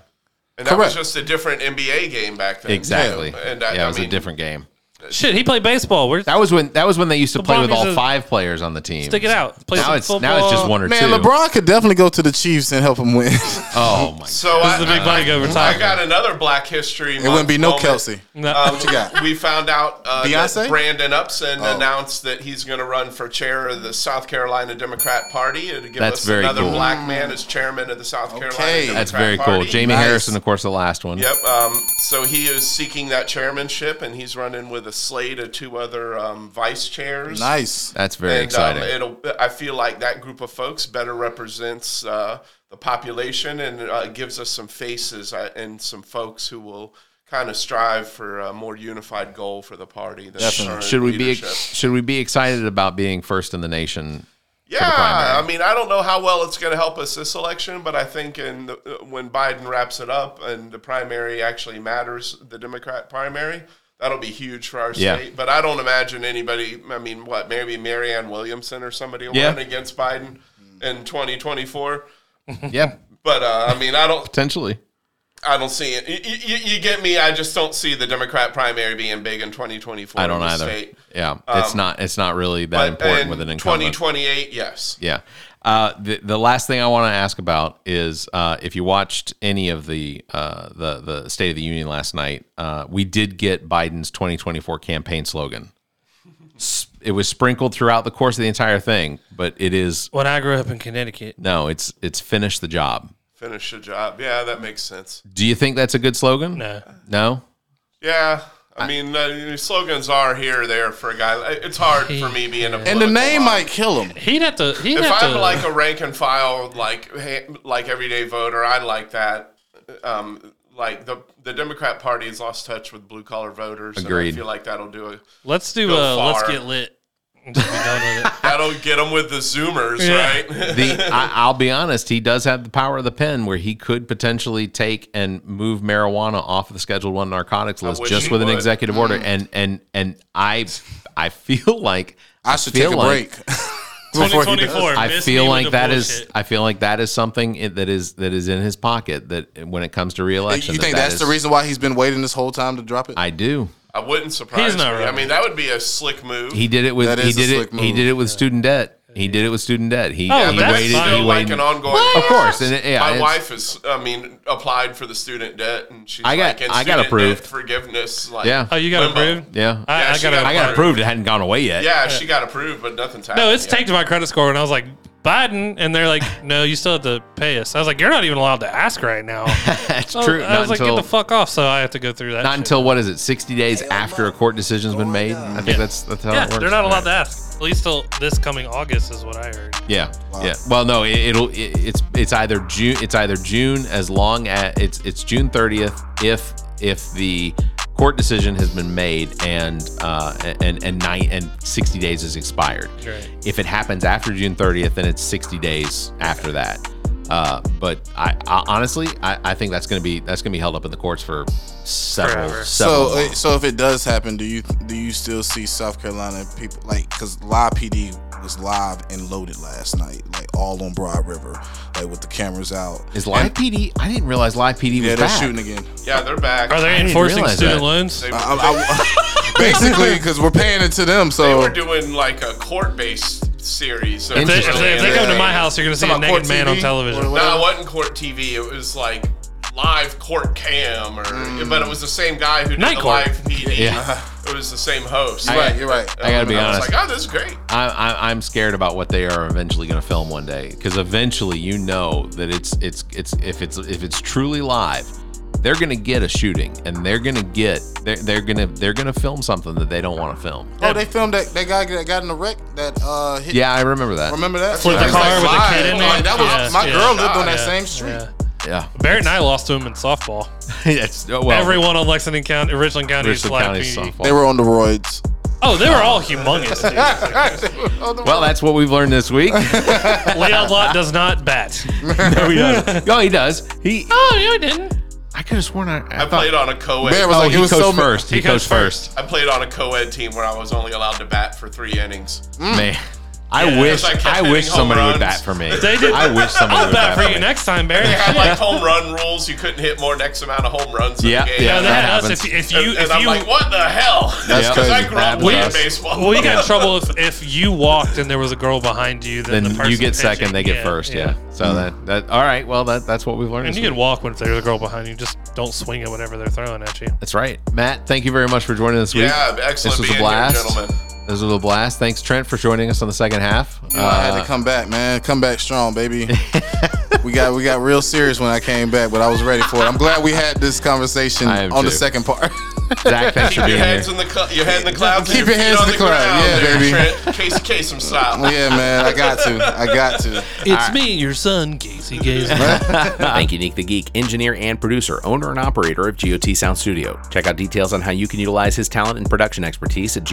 [SPEAKER 5] And that was
[SPEAKER 3] Correct.
[SPEAKER 5] just a different NBA game back then.
[SPEAKER 1] Exactly.
[SPEAKER 5] too. And I,
[SPEAKER 1] yeah,
[SPEAKER 5] I
[SPEAKER 1] it was
[SPEAKER 5] mean,
[SPEAKER 1] a different game.
[SPEAKER 4] Shit, he played baseball. Where's
[SPEAKER 1] That was when that was when they used to play
[SPEAKER 4] LeBron
[SPEAKER 1] with all
[SPEAKER 4] needs to
[SPEAKER 1] five players on the team.
[SPEAKER 4] stick it out? Play
[SPEAKER 1] Now
[SPEAKER 4] some
[SPEAKER 1] it's now it's just
[SPEAKER 4] football.
[SPEAKER 1] one or
[SPEAKER 3] Man,
[SPEAKER 1] two.
[SPEAKER 3] LeBron could definitely go to the Chiefs and help him win. it
[SPEAKER 1] Oh my.
[SPEAKER 5] So
[SPEAKER 4] This
[SPEAKER 5] I,
[SPEAKER 4] is the big
[SPEAKER 5] I,
[SPEAKER 4] money over
[SPEAKER 5] I
[SPEAKER 4] time.
[SPEAKER 5] got another Black History. Month
[SPEAKER 3] wouldn't be no
[SPEAKER 5] moment.
[SPEAKER 3] Kelsey.
[SPEAKER 4] No.
[SPEAKER 5] Um,
[SPEAKER 3] you got?
[SPEAKER 5] We found out uh,
[SPEAKER 3] Beyonce? Oh.
[SPEAKER 5] that Brandon Upson announced that he's going to run for chair of the South Carolina Democrat Party to give
[SPEAKER 1] That's
[SPEAKER 5] us
[SPEAKER 1] very
[SPEAKER 5] another
[SPEAKER 1] cool.
[SPEAKER 5] black man as chairman of the South Carolina
[SPEAKER 3] Okay.
[SPEAKER 5] Democrat
[SPEAKER 1] That's very cool.
[SPEAKER 5] Party.
[SPEAKER 1] Jamie
[SPEAKER 3] Nice.
[SPEAKER 1] Harrison, of course, the last one.
[SPEAKER 5] Yep. Um, so he is seeking that chairmanship, and he's running with a slate of two other um, vice chairs.
[SPEAKER 3] Nice.
[SPEAKER 1] That's very
[SPEAKER 5] and, um,
[SPEAKER 1] exciting.
[SPEAKER 5] it'll, I feel like that group of folks better represents uh, the population and uh, gives us some faces uh, and some folks who will kind of strive for a more unified goal for the party. than current
[SPEAKER 1] should we
[SPEAKER 5] leadership.
[SPEAKER 1] be should we be excited about being first in the nation?
[SPEAKER 5] Yeah,
[SPEAKER 1] primary?
[SPEAKER 5] I mean, I don't know how well it's going to help us this election, but I think in the, when Biden wraps it up and the primary actually matters, the Democrat primary, that'll be huge for our
[SPEAKER 1] Yeah.
[SPEAKER 5] state. But I don't imagine anybody. I mean, what maybe Marianne Williamson or somebody will
[SPEAKER 1] Yeah.
[SPEAKER 5] run against Biden in 2024.
[SPEAKER 1] Yeah,
[SPEAKER 5] But uh, I mean, I don't,
[SPEAKER 1] potentially.
[SPEAKER 5] I don't see it. You, you, you get me? I just don't see the Democrat primary being big in 2024.
[SPEAKER 1] I don't
[SPEAKER 5] in the
[SPEAKER 1] either.
[SPEAKER 5] State.
[SPEAKER 1] Yeah, it's not it's not really that
[SPEAKER 5] But
[SPEAKER 1] important
[SPEAKER 5] in
[SPEAKER 1] with an incumbent.
[SPEAKER 5] 2028, yes.
[SPEAKER 1] Yeah. Uh, the the last thing I want to ask about is uh, if you watched any of the uh, the the State of the Union last night, uh, we did get Biden's 2024 campaign slogan. S- It was sprinkled throughout the course of the entire thing, but it is
[SPEAKER 4] When I grew up in Connecticut,
[SPEAKER 1] no, it's it's finish the job.
[SPEAKER 5] Finish the job. Yeah, that makes sense.
[SPEAKER 1] Do you think that's a good slogan?
[SPEAKER 4] no.
[SPEAKER 1] No.
[SPEAKER 5] Yeah, I mean, uh, your slogans are here or there for a guy. I- It's hard for me being a
[SPEAKER 3] And the
[SPEAKER 5] political
[SPEAKER 3] name
[SPEAKER 5] guy.
[SPEAKER 3] might kill him.
[SPEAKER 4] He'd have to. He'd
[SPEAKER 5] If
[SPEAKER 4] have
[SPEAKER 5] I'm
[SPEAKER 4] to,
[SPEAKER 5] like a rank and file, like ha- like everyday voter, I like that. Um, like the the Democrat Party has lost touch with blue collar voters.
[SPEAKER 1] Agreed.
[SPEAKER 5] And I feel like that'll do it.
[SPEAKER 4] Let's do
[SPEAKER 5] Go
[SPEAKER 4] uh, let's
[SPEAKER 5] far.
[SPEAKER 4] get lit. And just be done with it.
[SPEAKER 5] That'll get them with the Zoomers,
[SPEAKER 4] Yeah.
[SPEAKER 5] right?
[SPEAKER 1] The, I, I'll be honest, he does have the power of the pen where he could potentially take and move marijuana off of the Schedule One narcotics list
[SPEAKER 5] wish
[SPEAKER 1] just
[SPEAKER 5] he
[SPEAKER 1] with an
[SPEAKER 5] would.
[SPEAKER 1] executive order. And and and I I feel like
[SPEAKER 3] I should
[SPEAKER 1] feel
[SPEAKER 3] take a
[SPEAKER 1] like-
[SPEAKER 3] break. Before he does.
[SPEAKER 4] 2024.
[SPEAKER 1] I
[SPEAKER 4] Miss
[SPEAKER 1] feel
[SPEAKER 4] me with
[SPEAKER 1] like
[SPEAKER 4] the
[SPEAKER 1] that is.
[SPEAKER 4] bullshit.
[SPEAKER 1] I feel like that is something it- that is that is in his pocket. That when it comes to reelection,
[SPEAKER 3] You
[SPEAKER 1] that
[SPEAKER 3] think
[SPEAKER 1] that
[SPEAKER 3] that's the
[SPEAKER 1] is-
[SPEAKER 3] reason why he's been waiting this whole time to drop it?
[SPEAKER 1] I do.
[SPEAKER 5] I wouldn't surprise
[SPEAKER 4] He's not
[SPEAKER 5] me. I
[SPEAKER 4] wrong.
[SPEAKER 5] mean, that would be a slick move.
[SPEAKER 1] He did it with.
[SPEAKER 3] That
[SPEAKER 1] he
[SPEAKER 3] is a
[SPEAKER 1] did it.
[SPEAKER 3] slick
[SPEAKER 1] He
[SPEAKER 3] move.
[SPEAKER 1] did it with student debt. He did it with student debt. He,
[SPEAKER 4] Oh,
[SPEAKER 1] he
[SPEAKER 4] that's
[SPEAKER 1] waited.
[SPEAKER 4] fine.
[SPEAKER 1] He
[SPEAKER 5] still like
[SPEAKER 1] waited.
[SPEAKER 5] an ongoing.
[SPEAKER 1] Of course,
[SPEAKER 5] process.
[SPEAKER 1] and it- yeah,
[SPEAKER 5] my
[SPEAKER 1] it's-
[SPEAKER 5] wife is. I mean, applied for the student debt, and she's
[SPEAKER 1] I got-
[SPEAKER 5] like, and
[SPEAKER 1] I got
[SPEAKER 5] student
[SPEAKER 1] approved.
[SPEAKER 5] debt forgiveness. Like,
[SPEAKER 1] Yeah.
[SPEAKER 4] Oh, you got
[SPEAKER 5] Limbo.
[SPEAKER 4] approved?
[SPEAKER 1] yeah. I,
[SPEAKER 4] I,
[SPEAKER 5] Yeah,
[SPEAKER 4] I
[SPEAKER 5] she
[SPEAKER 4] gotta.
[SPEAKER 5] got
[SPEAKER 1] got approved. It hadn't gone away yet.
[SPEAKER 5] yeah, she got approved, but nothing's happened.
[SPEAKER 4] No, it's
[SPEAKER 5] yet.
[SPEAKER 4] tanked my credit score, and I was like Biden, and they're like, no, you still have to pay us. I was like, you're not even allowed to ask right now.
[SPEAKER 1] that's
[SPEAKER 4] I was-
[SPEAKER 1] true.
[SPEAKER 4] Oh, I
[SPEAKER 1] Not
[SPEAKER 4] was like,
[SPEAKER 1] until
[SPEAKER 4] get the fuck off. So I have to go through that.
[SPEAKER 1] not
[SPEAKER 4] shit.
[SPEAKER 1] until what is it? Sixty days after a court decision's been made. I think that's that's how
[SPEAKER 4] yeah,
[SPEAKER 1] it works.
[SPEAKER 4] they're not allowed to ask. At least till this coming August is what I heard.
[SPEAKER 1] Yeah, yeah. Well, no, it, it'll it, it's it's either June it's either June as long as it's it's June thirtieth if if the court decision has been made and uh and and night and sixty days is expired.
[SPEAKER 4] Right.
[SPEAKER 1] If it happens after June thirtieth, then it's sixty days after that. Uh, but I, I honestly I, I think that's gonna be that's gonna be held up in the courts for several
[SPEAKER 4] Forever.
[SPEAKER 1] several.
[SPEAKER 3] So, uh,
[SPEAKER 1] months.
[SPEAKER 3] so if it does happen, do you do you still see South Carolina people like because Live PD was live and loaded last night, like all on Broad River, like with the cameras out.
[SPEAKER 1] is live
[SPEAKER 3] And-
[SPEAKER 1] PD? I didn't realize live PD was
[SPEAKER 3] Yeah, they're
[SPEAKER 1] back.
[SPEAKER 3] shooting again.
[SPEAKER 5] Yeah, they're back.
[SPEAKER 4] Are they
[SPEAKER 1] didn't
[SPEAKER 4] enforcing
[SPEAKER 1] realize
[SPEAKER 4] student
[SPEAKER 1] that.
[SPEAKER 4] loans?
[SPEAKER 5] They,
[SPEAKER 3] I, I- I- basically, because we're paying it to them,
[SPEAKER 5] they
[SPEAKER 3] so
[SPEAKER 5] were doing like a court-based series. So
[SPEAKER 4] If they, if they- if they come to
[SPEAKER 5] Yeah.
[SPEAKER 4] my house, you're gonna see a
[SPEAKER 3] Talking about
[SPEAKER 4] naked man
[SPEAKER 3] court
[SPEAKER 4] on
[SPEAKER 3] TV?
[SPEAKER 4] television.
[SPEAKER 5] No, it wasn't court TV. It was like live court cam, or but it was the same guy who did
[SPEAKER 4] Night
[SPEAKER 5] the
[SPEAKER 4] court.
[SPEAKER 5] live PD.
[SPEAKER 1] Yeah.
[SPEAKER 5] It was the same host.
[SPEAKER 3] you're right. You're right.
[SPEAKER 1] I gotta be
[SPEAKER 5] I
[SPEAKER 1] honest.
[SPEAKER 5] was like, oh, this is great.
[SPEAKER 1] I, I, I'm scared about what they are eventually going to film one day because eventually you know that it's it's it's if it's if it's truly live, they're going to get a shooting and they're going to get they're, they're going to they're going to film something that they don't want to film.
[SPEAKER 3] Oh, they filmed that that guy that got in the wreck that uh hit.
[SPEAKER 1] Yeah, I remember that.
[SPEAKER 3] remember that?
[SPEAKER 4] Flipped the
[SPEAKER 3] That was
[SPEAKER 4] car with the
[SPEAKER 3] live.
[SPEAKER 4] kid in
[SPEAKER 3] Like,
[SPEAKER 4] it.
[SPEAKER 3] That was
[SPEAKER 4] Yeah,
[SPEAKER 3] my
[SPEAKER 4] yeah.
[SPEAKER 3] girl lived on that
[SPEAKER 4] Yeah,
[SPEAKER 3] same street.
[SPEAKER 4] yeah.
[SPEAKER 1] Yeah,
[SPEAKER 4] Barrett and I lost to him in softball.
[SPEAKER 1] It's- oh, well,
[SPEAKER 4] Everyone on Lexington County, Richland County, is
[SPEAKER 1] Richland
[SPEAKER 4] like
[SPEAKER 1] County
[SPEAKER 4] PD.
[SPEAKER 1] softball.
[SPEAKER 3] They were on the roids.
[SPEAKER 4] Oh, they were all humongous. Dude.
[SPEAKER 1] well, that's what we've learned this week. Oh,
[SPEAKER 4] Leon Lott does not bat.
[SPEAKER 1] no, he does. Oh, he does. He.
[SPEAKER 4] Oh, no, he didn't.
[SPEAKER 1] I could have sworn I. I,
[SPEAKER 5] I
[SPEAKER 1] thought,
[SPEAKER 5] played on a co-ed.
[SPEAKER 3] Man, it
[SPEAKER 1] Oh,
[SPEAKER 3] was like,
[SPEAKER 1] he
[SPEAKER 3] it was
[SPEAKER 1] coached
[SPEAKER 3] so many-
[SPEAKER 1] first. He, coached first.
[SPEAKER 5] I played on a co-ed team where I was only allowed to bat for three innings.
[SPEAKER 1] Man, I
[SPEAKER 5] Yeah,
[SPEAKER 1] wish
[SPEAKER 5] it's like
[SPEAKER 1] I
[SPEAKER 5] hitting
[SPEAKER 1] wish
[SPEAKER 5] home
[SPEAKER 1] somebody would
[SPEAKER 5] runs.
[SPEAKER 1] bat for me.
[SPEAKER 4] They did-
[SPEAKER 1] I wish somebody
[SPEAKER 4] I'll
[SPEAKER 1] would
[SPEAKER 4] bat for
[SPEAKER 1] me.
[SPEAKER 4] you next time, Barrett.
[SPEAKER 5] They had
[SPEAKER 4] Yeah,
[SPEAKER 5] like home run rules. You couldn't hit more than X amount of home runs.
[SPEAKER 1] Yeah,
[SPEAKER 5] in the game.
[SPEAKER 1] yeah,
[SPEAKER 4] no, they
[SPEAKER 1] that
[SPEAKER 4] had us.
[SPEAKER 1] happens.
[SPEAKER 4] If, if
[SPEAKER 5] And,
[SPEAKER 4] you,
[SPEAKER 5] and
[SPEAKER 4] if
[SPEAKER 5] I'm
[SPEAKER 4] you,
[SPEAKER 5] like, what the hell?
[SPEAKER 3] That's
[SPEAKER 1] Yeah.
[SPEAKER 5] Because I
[SPEAKER 3] crazy.
[SPEAKER 5] grew up
[SPEAKER 1] That
[SPEAKER 5] playing
[SPEAKER 1] was-
[SPEAKER 5] baseball.
[SPEAKER 4] well, you got in trouble if, if you walked and there was a girl behind you. Then,
[SPEAKER 1] then
[SPEAKER 4] the person
[SPEAKER 1] you get second,
[SPEAKER 4] pitching-
[SPEAKER 1] they get
[SPEAKER 4] yeah,
[SPEAKER 1] first. Yeah. So that that all right. Well, that that's what we've learned.
[SPEAKER 4] And
[SPEAKER 1] this
[SPEAKER 4] you can
[SPEAKER 1] week.
[SPEAKER 4] walk when there's a girl behind you. Just don't swing at whatever they're throwing at you.
[SPEAKER 1] That's right, Matt. Thank you very much for joining us.
[SPEAKER 5] Yeah,
[SPEAKER 1] week.
[SPEAKER 5] excellent
[SPEAKER 1] This was
[SPEAKER 5] being
[SPEAKER 1] a
[SPEAKER 5] here,
[SPEAKER 1] blast,
[SPEAKER 5] gentlemen.
[SPEAKER 1] This was a blast. Thanks, Trent, for joining us on the second half. Uh,
[SPEAKER 3] Yeah, I had to come back, man. Come back strong, baby. we got we got real serious when I came back, but I was ready for it. I'm glad we had this conversation
[SPEAKER 1] I
[SPEAKER 3] on
[SPEAKER 1] am
[SPEAKER 3] the
[SPEAKER 1] too.
[SPEAKER 3] second part.
[SPEAKER 1] Zach, thanks
[SPEAKER 5] Keep
[SPEAKER 1] for
[SPEAKER 5] your
[SPEAKER 1] being here.
[SPEAKER 5] hands in the cl- your head in the clouds. and
[SPEAKER 3] Keep your
[SPEAKER 5] feet
[SPEAKER 3] hands
[SPEAKER 5] on
[SPEAKER 3] in the cloud.
[SPEAKER 5] ground
[SPEAKER 3] Yeah,
[SPEAKER 5] there,
[SPEAKER 3] baby.
[SPEAKER 5] Trent. Casey Kasem style.
[SPEAKER 3] yeah, man. I got to. I got to.
[SPEAKER 4] It's me, your son, Casey Gazer.
[SPEAKER 1] Thank you, Nick the Geek, engineer and producer, owner and operator of GOT Sound Studio. Check out details on how you can utilize his talent and production expertise at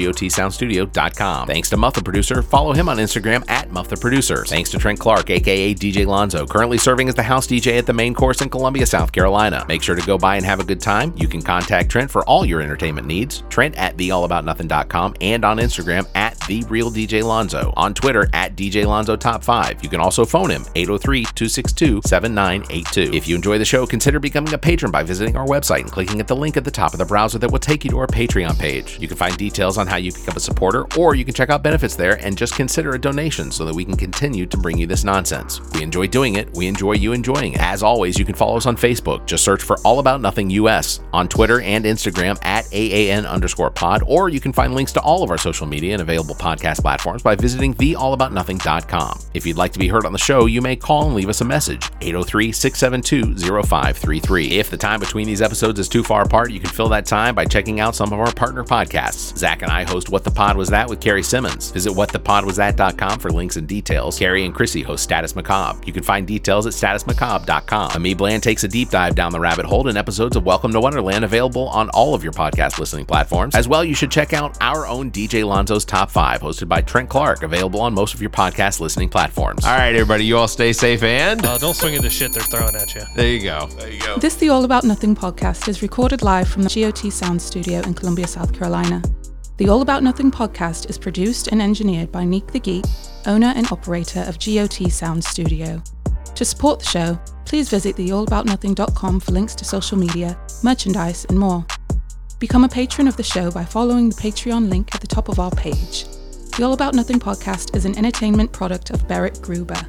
[SPEAKER 1] GOTSoundstudio.com. Thanks to Muff the Producer. Follow him on Instagram at Muff the Producer. Thanks to Trent Clark, aka DJ Lonzo, currently serving as the house DJ at the main course in Columbia, South Carolina. Make sure to go by and have a good time. You can contact Trent for all your entertainment needs. Trent at theallaboutnothing.com and on Instagram at the real DJ Lonzo. On Twitter at DJ Lonzo Top 5. You can also phone him 803 262 7982. If you enjoy the show, consider becoming a patron by visiting our website and clicking at the link at the top of the browser that will take you to our Patreon page. You can find details on how you become a supporter, or you can check out benefits there and just consider a donation so that we can continue to bring you this nonsense. We enjoy doing it, we enjoy you enjoying it. As always, you can follow us on Facebook. Just search for All About Nothing US on Twitter and Instagram at AAN underscore pod, or you can find links to all of our social media and available podcast platforms by visiting theallaboutnothing.com. If you'd like to be heard on the show, you may call and leave us a message 803 672 0533. If the time between these episodes is too far apart, you can fill that time by checking out some of our partner podcasts. Zach and I host What the Pod Was That with Carrie Simmons. Visit whatthepodwasthat.com for links and details. Carrie and Chrissy host Status Macabre. You can find details at statusmacabre.com. Ami Bland takes a deep dive down the rabbit hole in episodes of Welcome to Wonderland available on all of your podcast listening platforms. As well, you should check out our own DJ Lonzo's Top 5 hosted by Trent Clark, available on most of your podcast listening platforms. All right, everybody, you all stay safe and
[SPEAKER 4] Uh, don't swing at the shit they're throwing at you.
[SPEAKER 1] there you go.
[SPEAKER 5] There you go.
[SPEAKER 8] This The All About Nothing podcast is recorded live from the GOT Sound Studio in Columbia, South Carolina. The All About Nothing podcast is produced and engineered by Neek the Geek, owner and operator of GOT Sound Studio. To support the show, please visit theallaboutnothing.com for links to social media, merchandise, and more. Become a patron of the show by following the Patreon link at the top of our page. The All About Nothing podcast is an entertainment product of Barrett Gruber.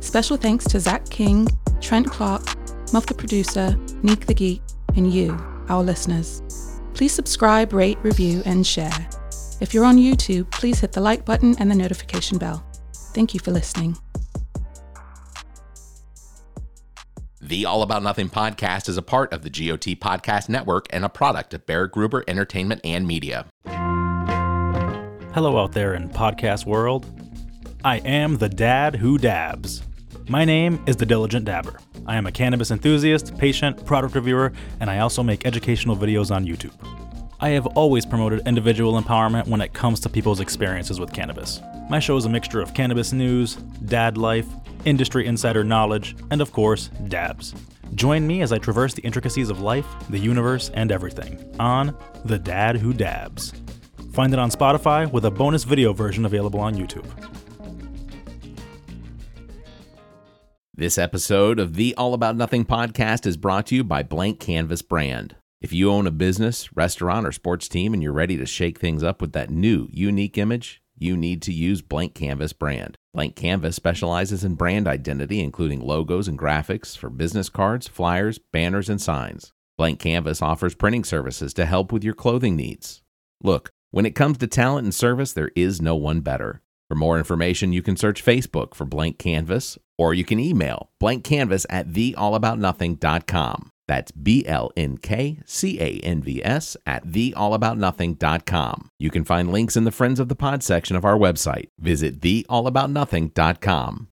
[SPEAKER 8] Special thanks to Zach King, Trent Clark, Muff the Producer, Neek the Geek, and you, our listeners. Please subscribe, rate, review, and share. If you're on YouTube, please hit the like button and the notification bell. Thank you for listening.
[SPEAKER 1] The All About Nothing podcast is a part of the GOT Podcast Network and a product of Barrett Gruber Entertainment and Media.
[SPEAKER 9] Hello, out there in podcast world. I am the dad who dabs. My name is The Diligent Dabber. I am a cannabis enthusiast, patient, product reviewer, and I also make educational videos on YouTube. I have always promoted individual empowerment when it comes to people's experiences with cannabis. My show is a mixture of cannabis news, dad life, industry insider knowledge, and of course, dabs. Join me as I traverse the intricacies of life, the universe, and everything on The Dad Who Dabs. Find it on Spotify with a bonus video version available on YouTube.
[SPEAKER 1] This episode of the All About Nothing podcast is brought to you by Blank Canvas Brand. If you own a business, restaurant, or sports team and you're ready to shake things up with that new, unique image, you need to use Blank Canvas Brand. Blank Canvas specializes in brand identity, including logos and graphics for business cards, flyers, banners, and signs. Blank Canvas offers printing services to help with your clothing needs. Look, when it comes to talent and service, there is no one better. For more information, you can search Facebook for Blank Canvas or you can email blankcanvas at theallaboutnothing.com. That's B L N K C A N V S at theallaboutnothing.com. You can find links in the Friends of the Pod section of our website. Visit theallaboutnothing.com.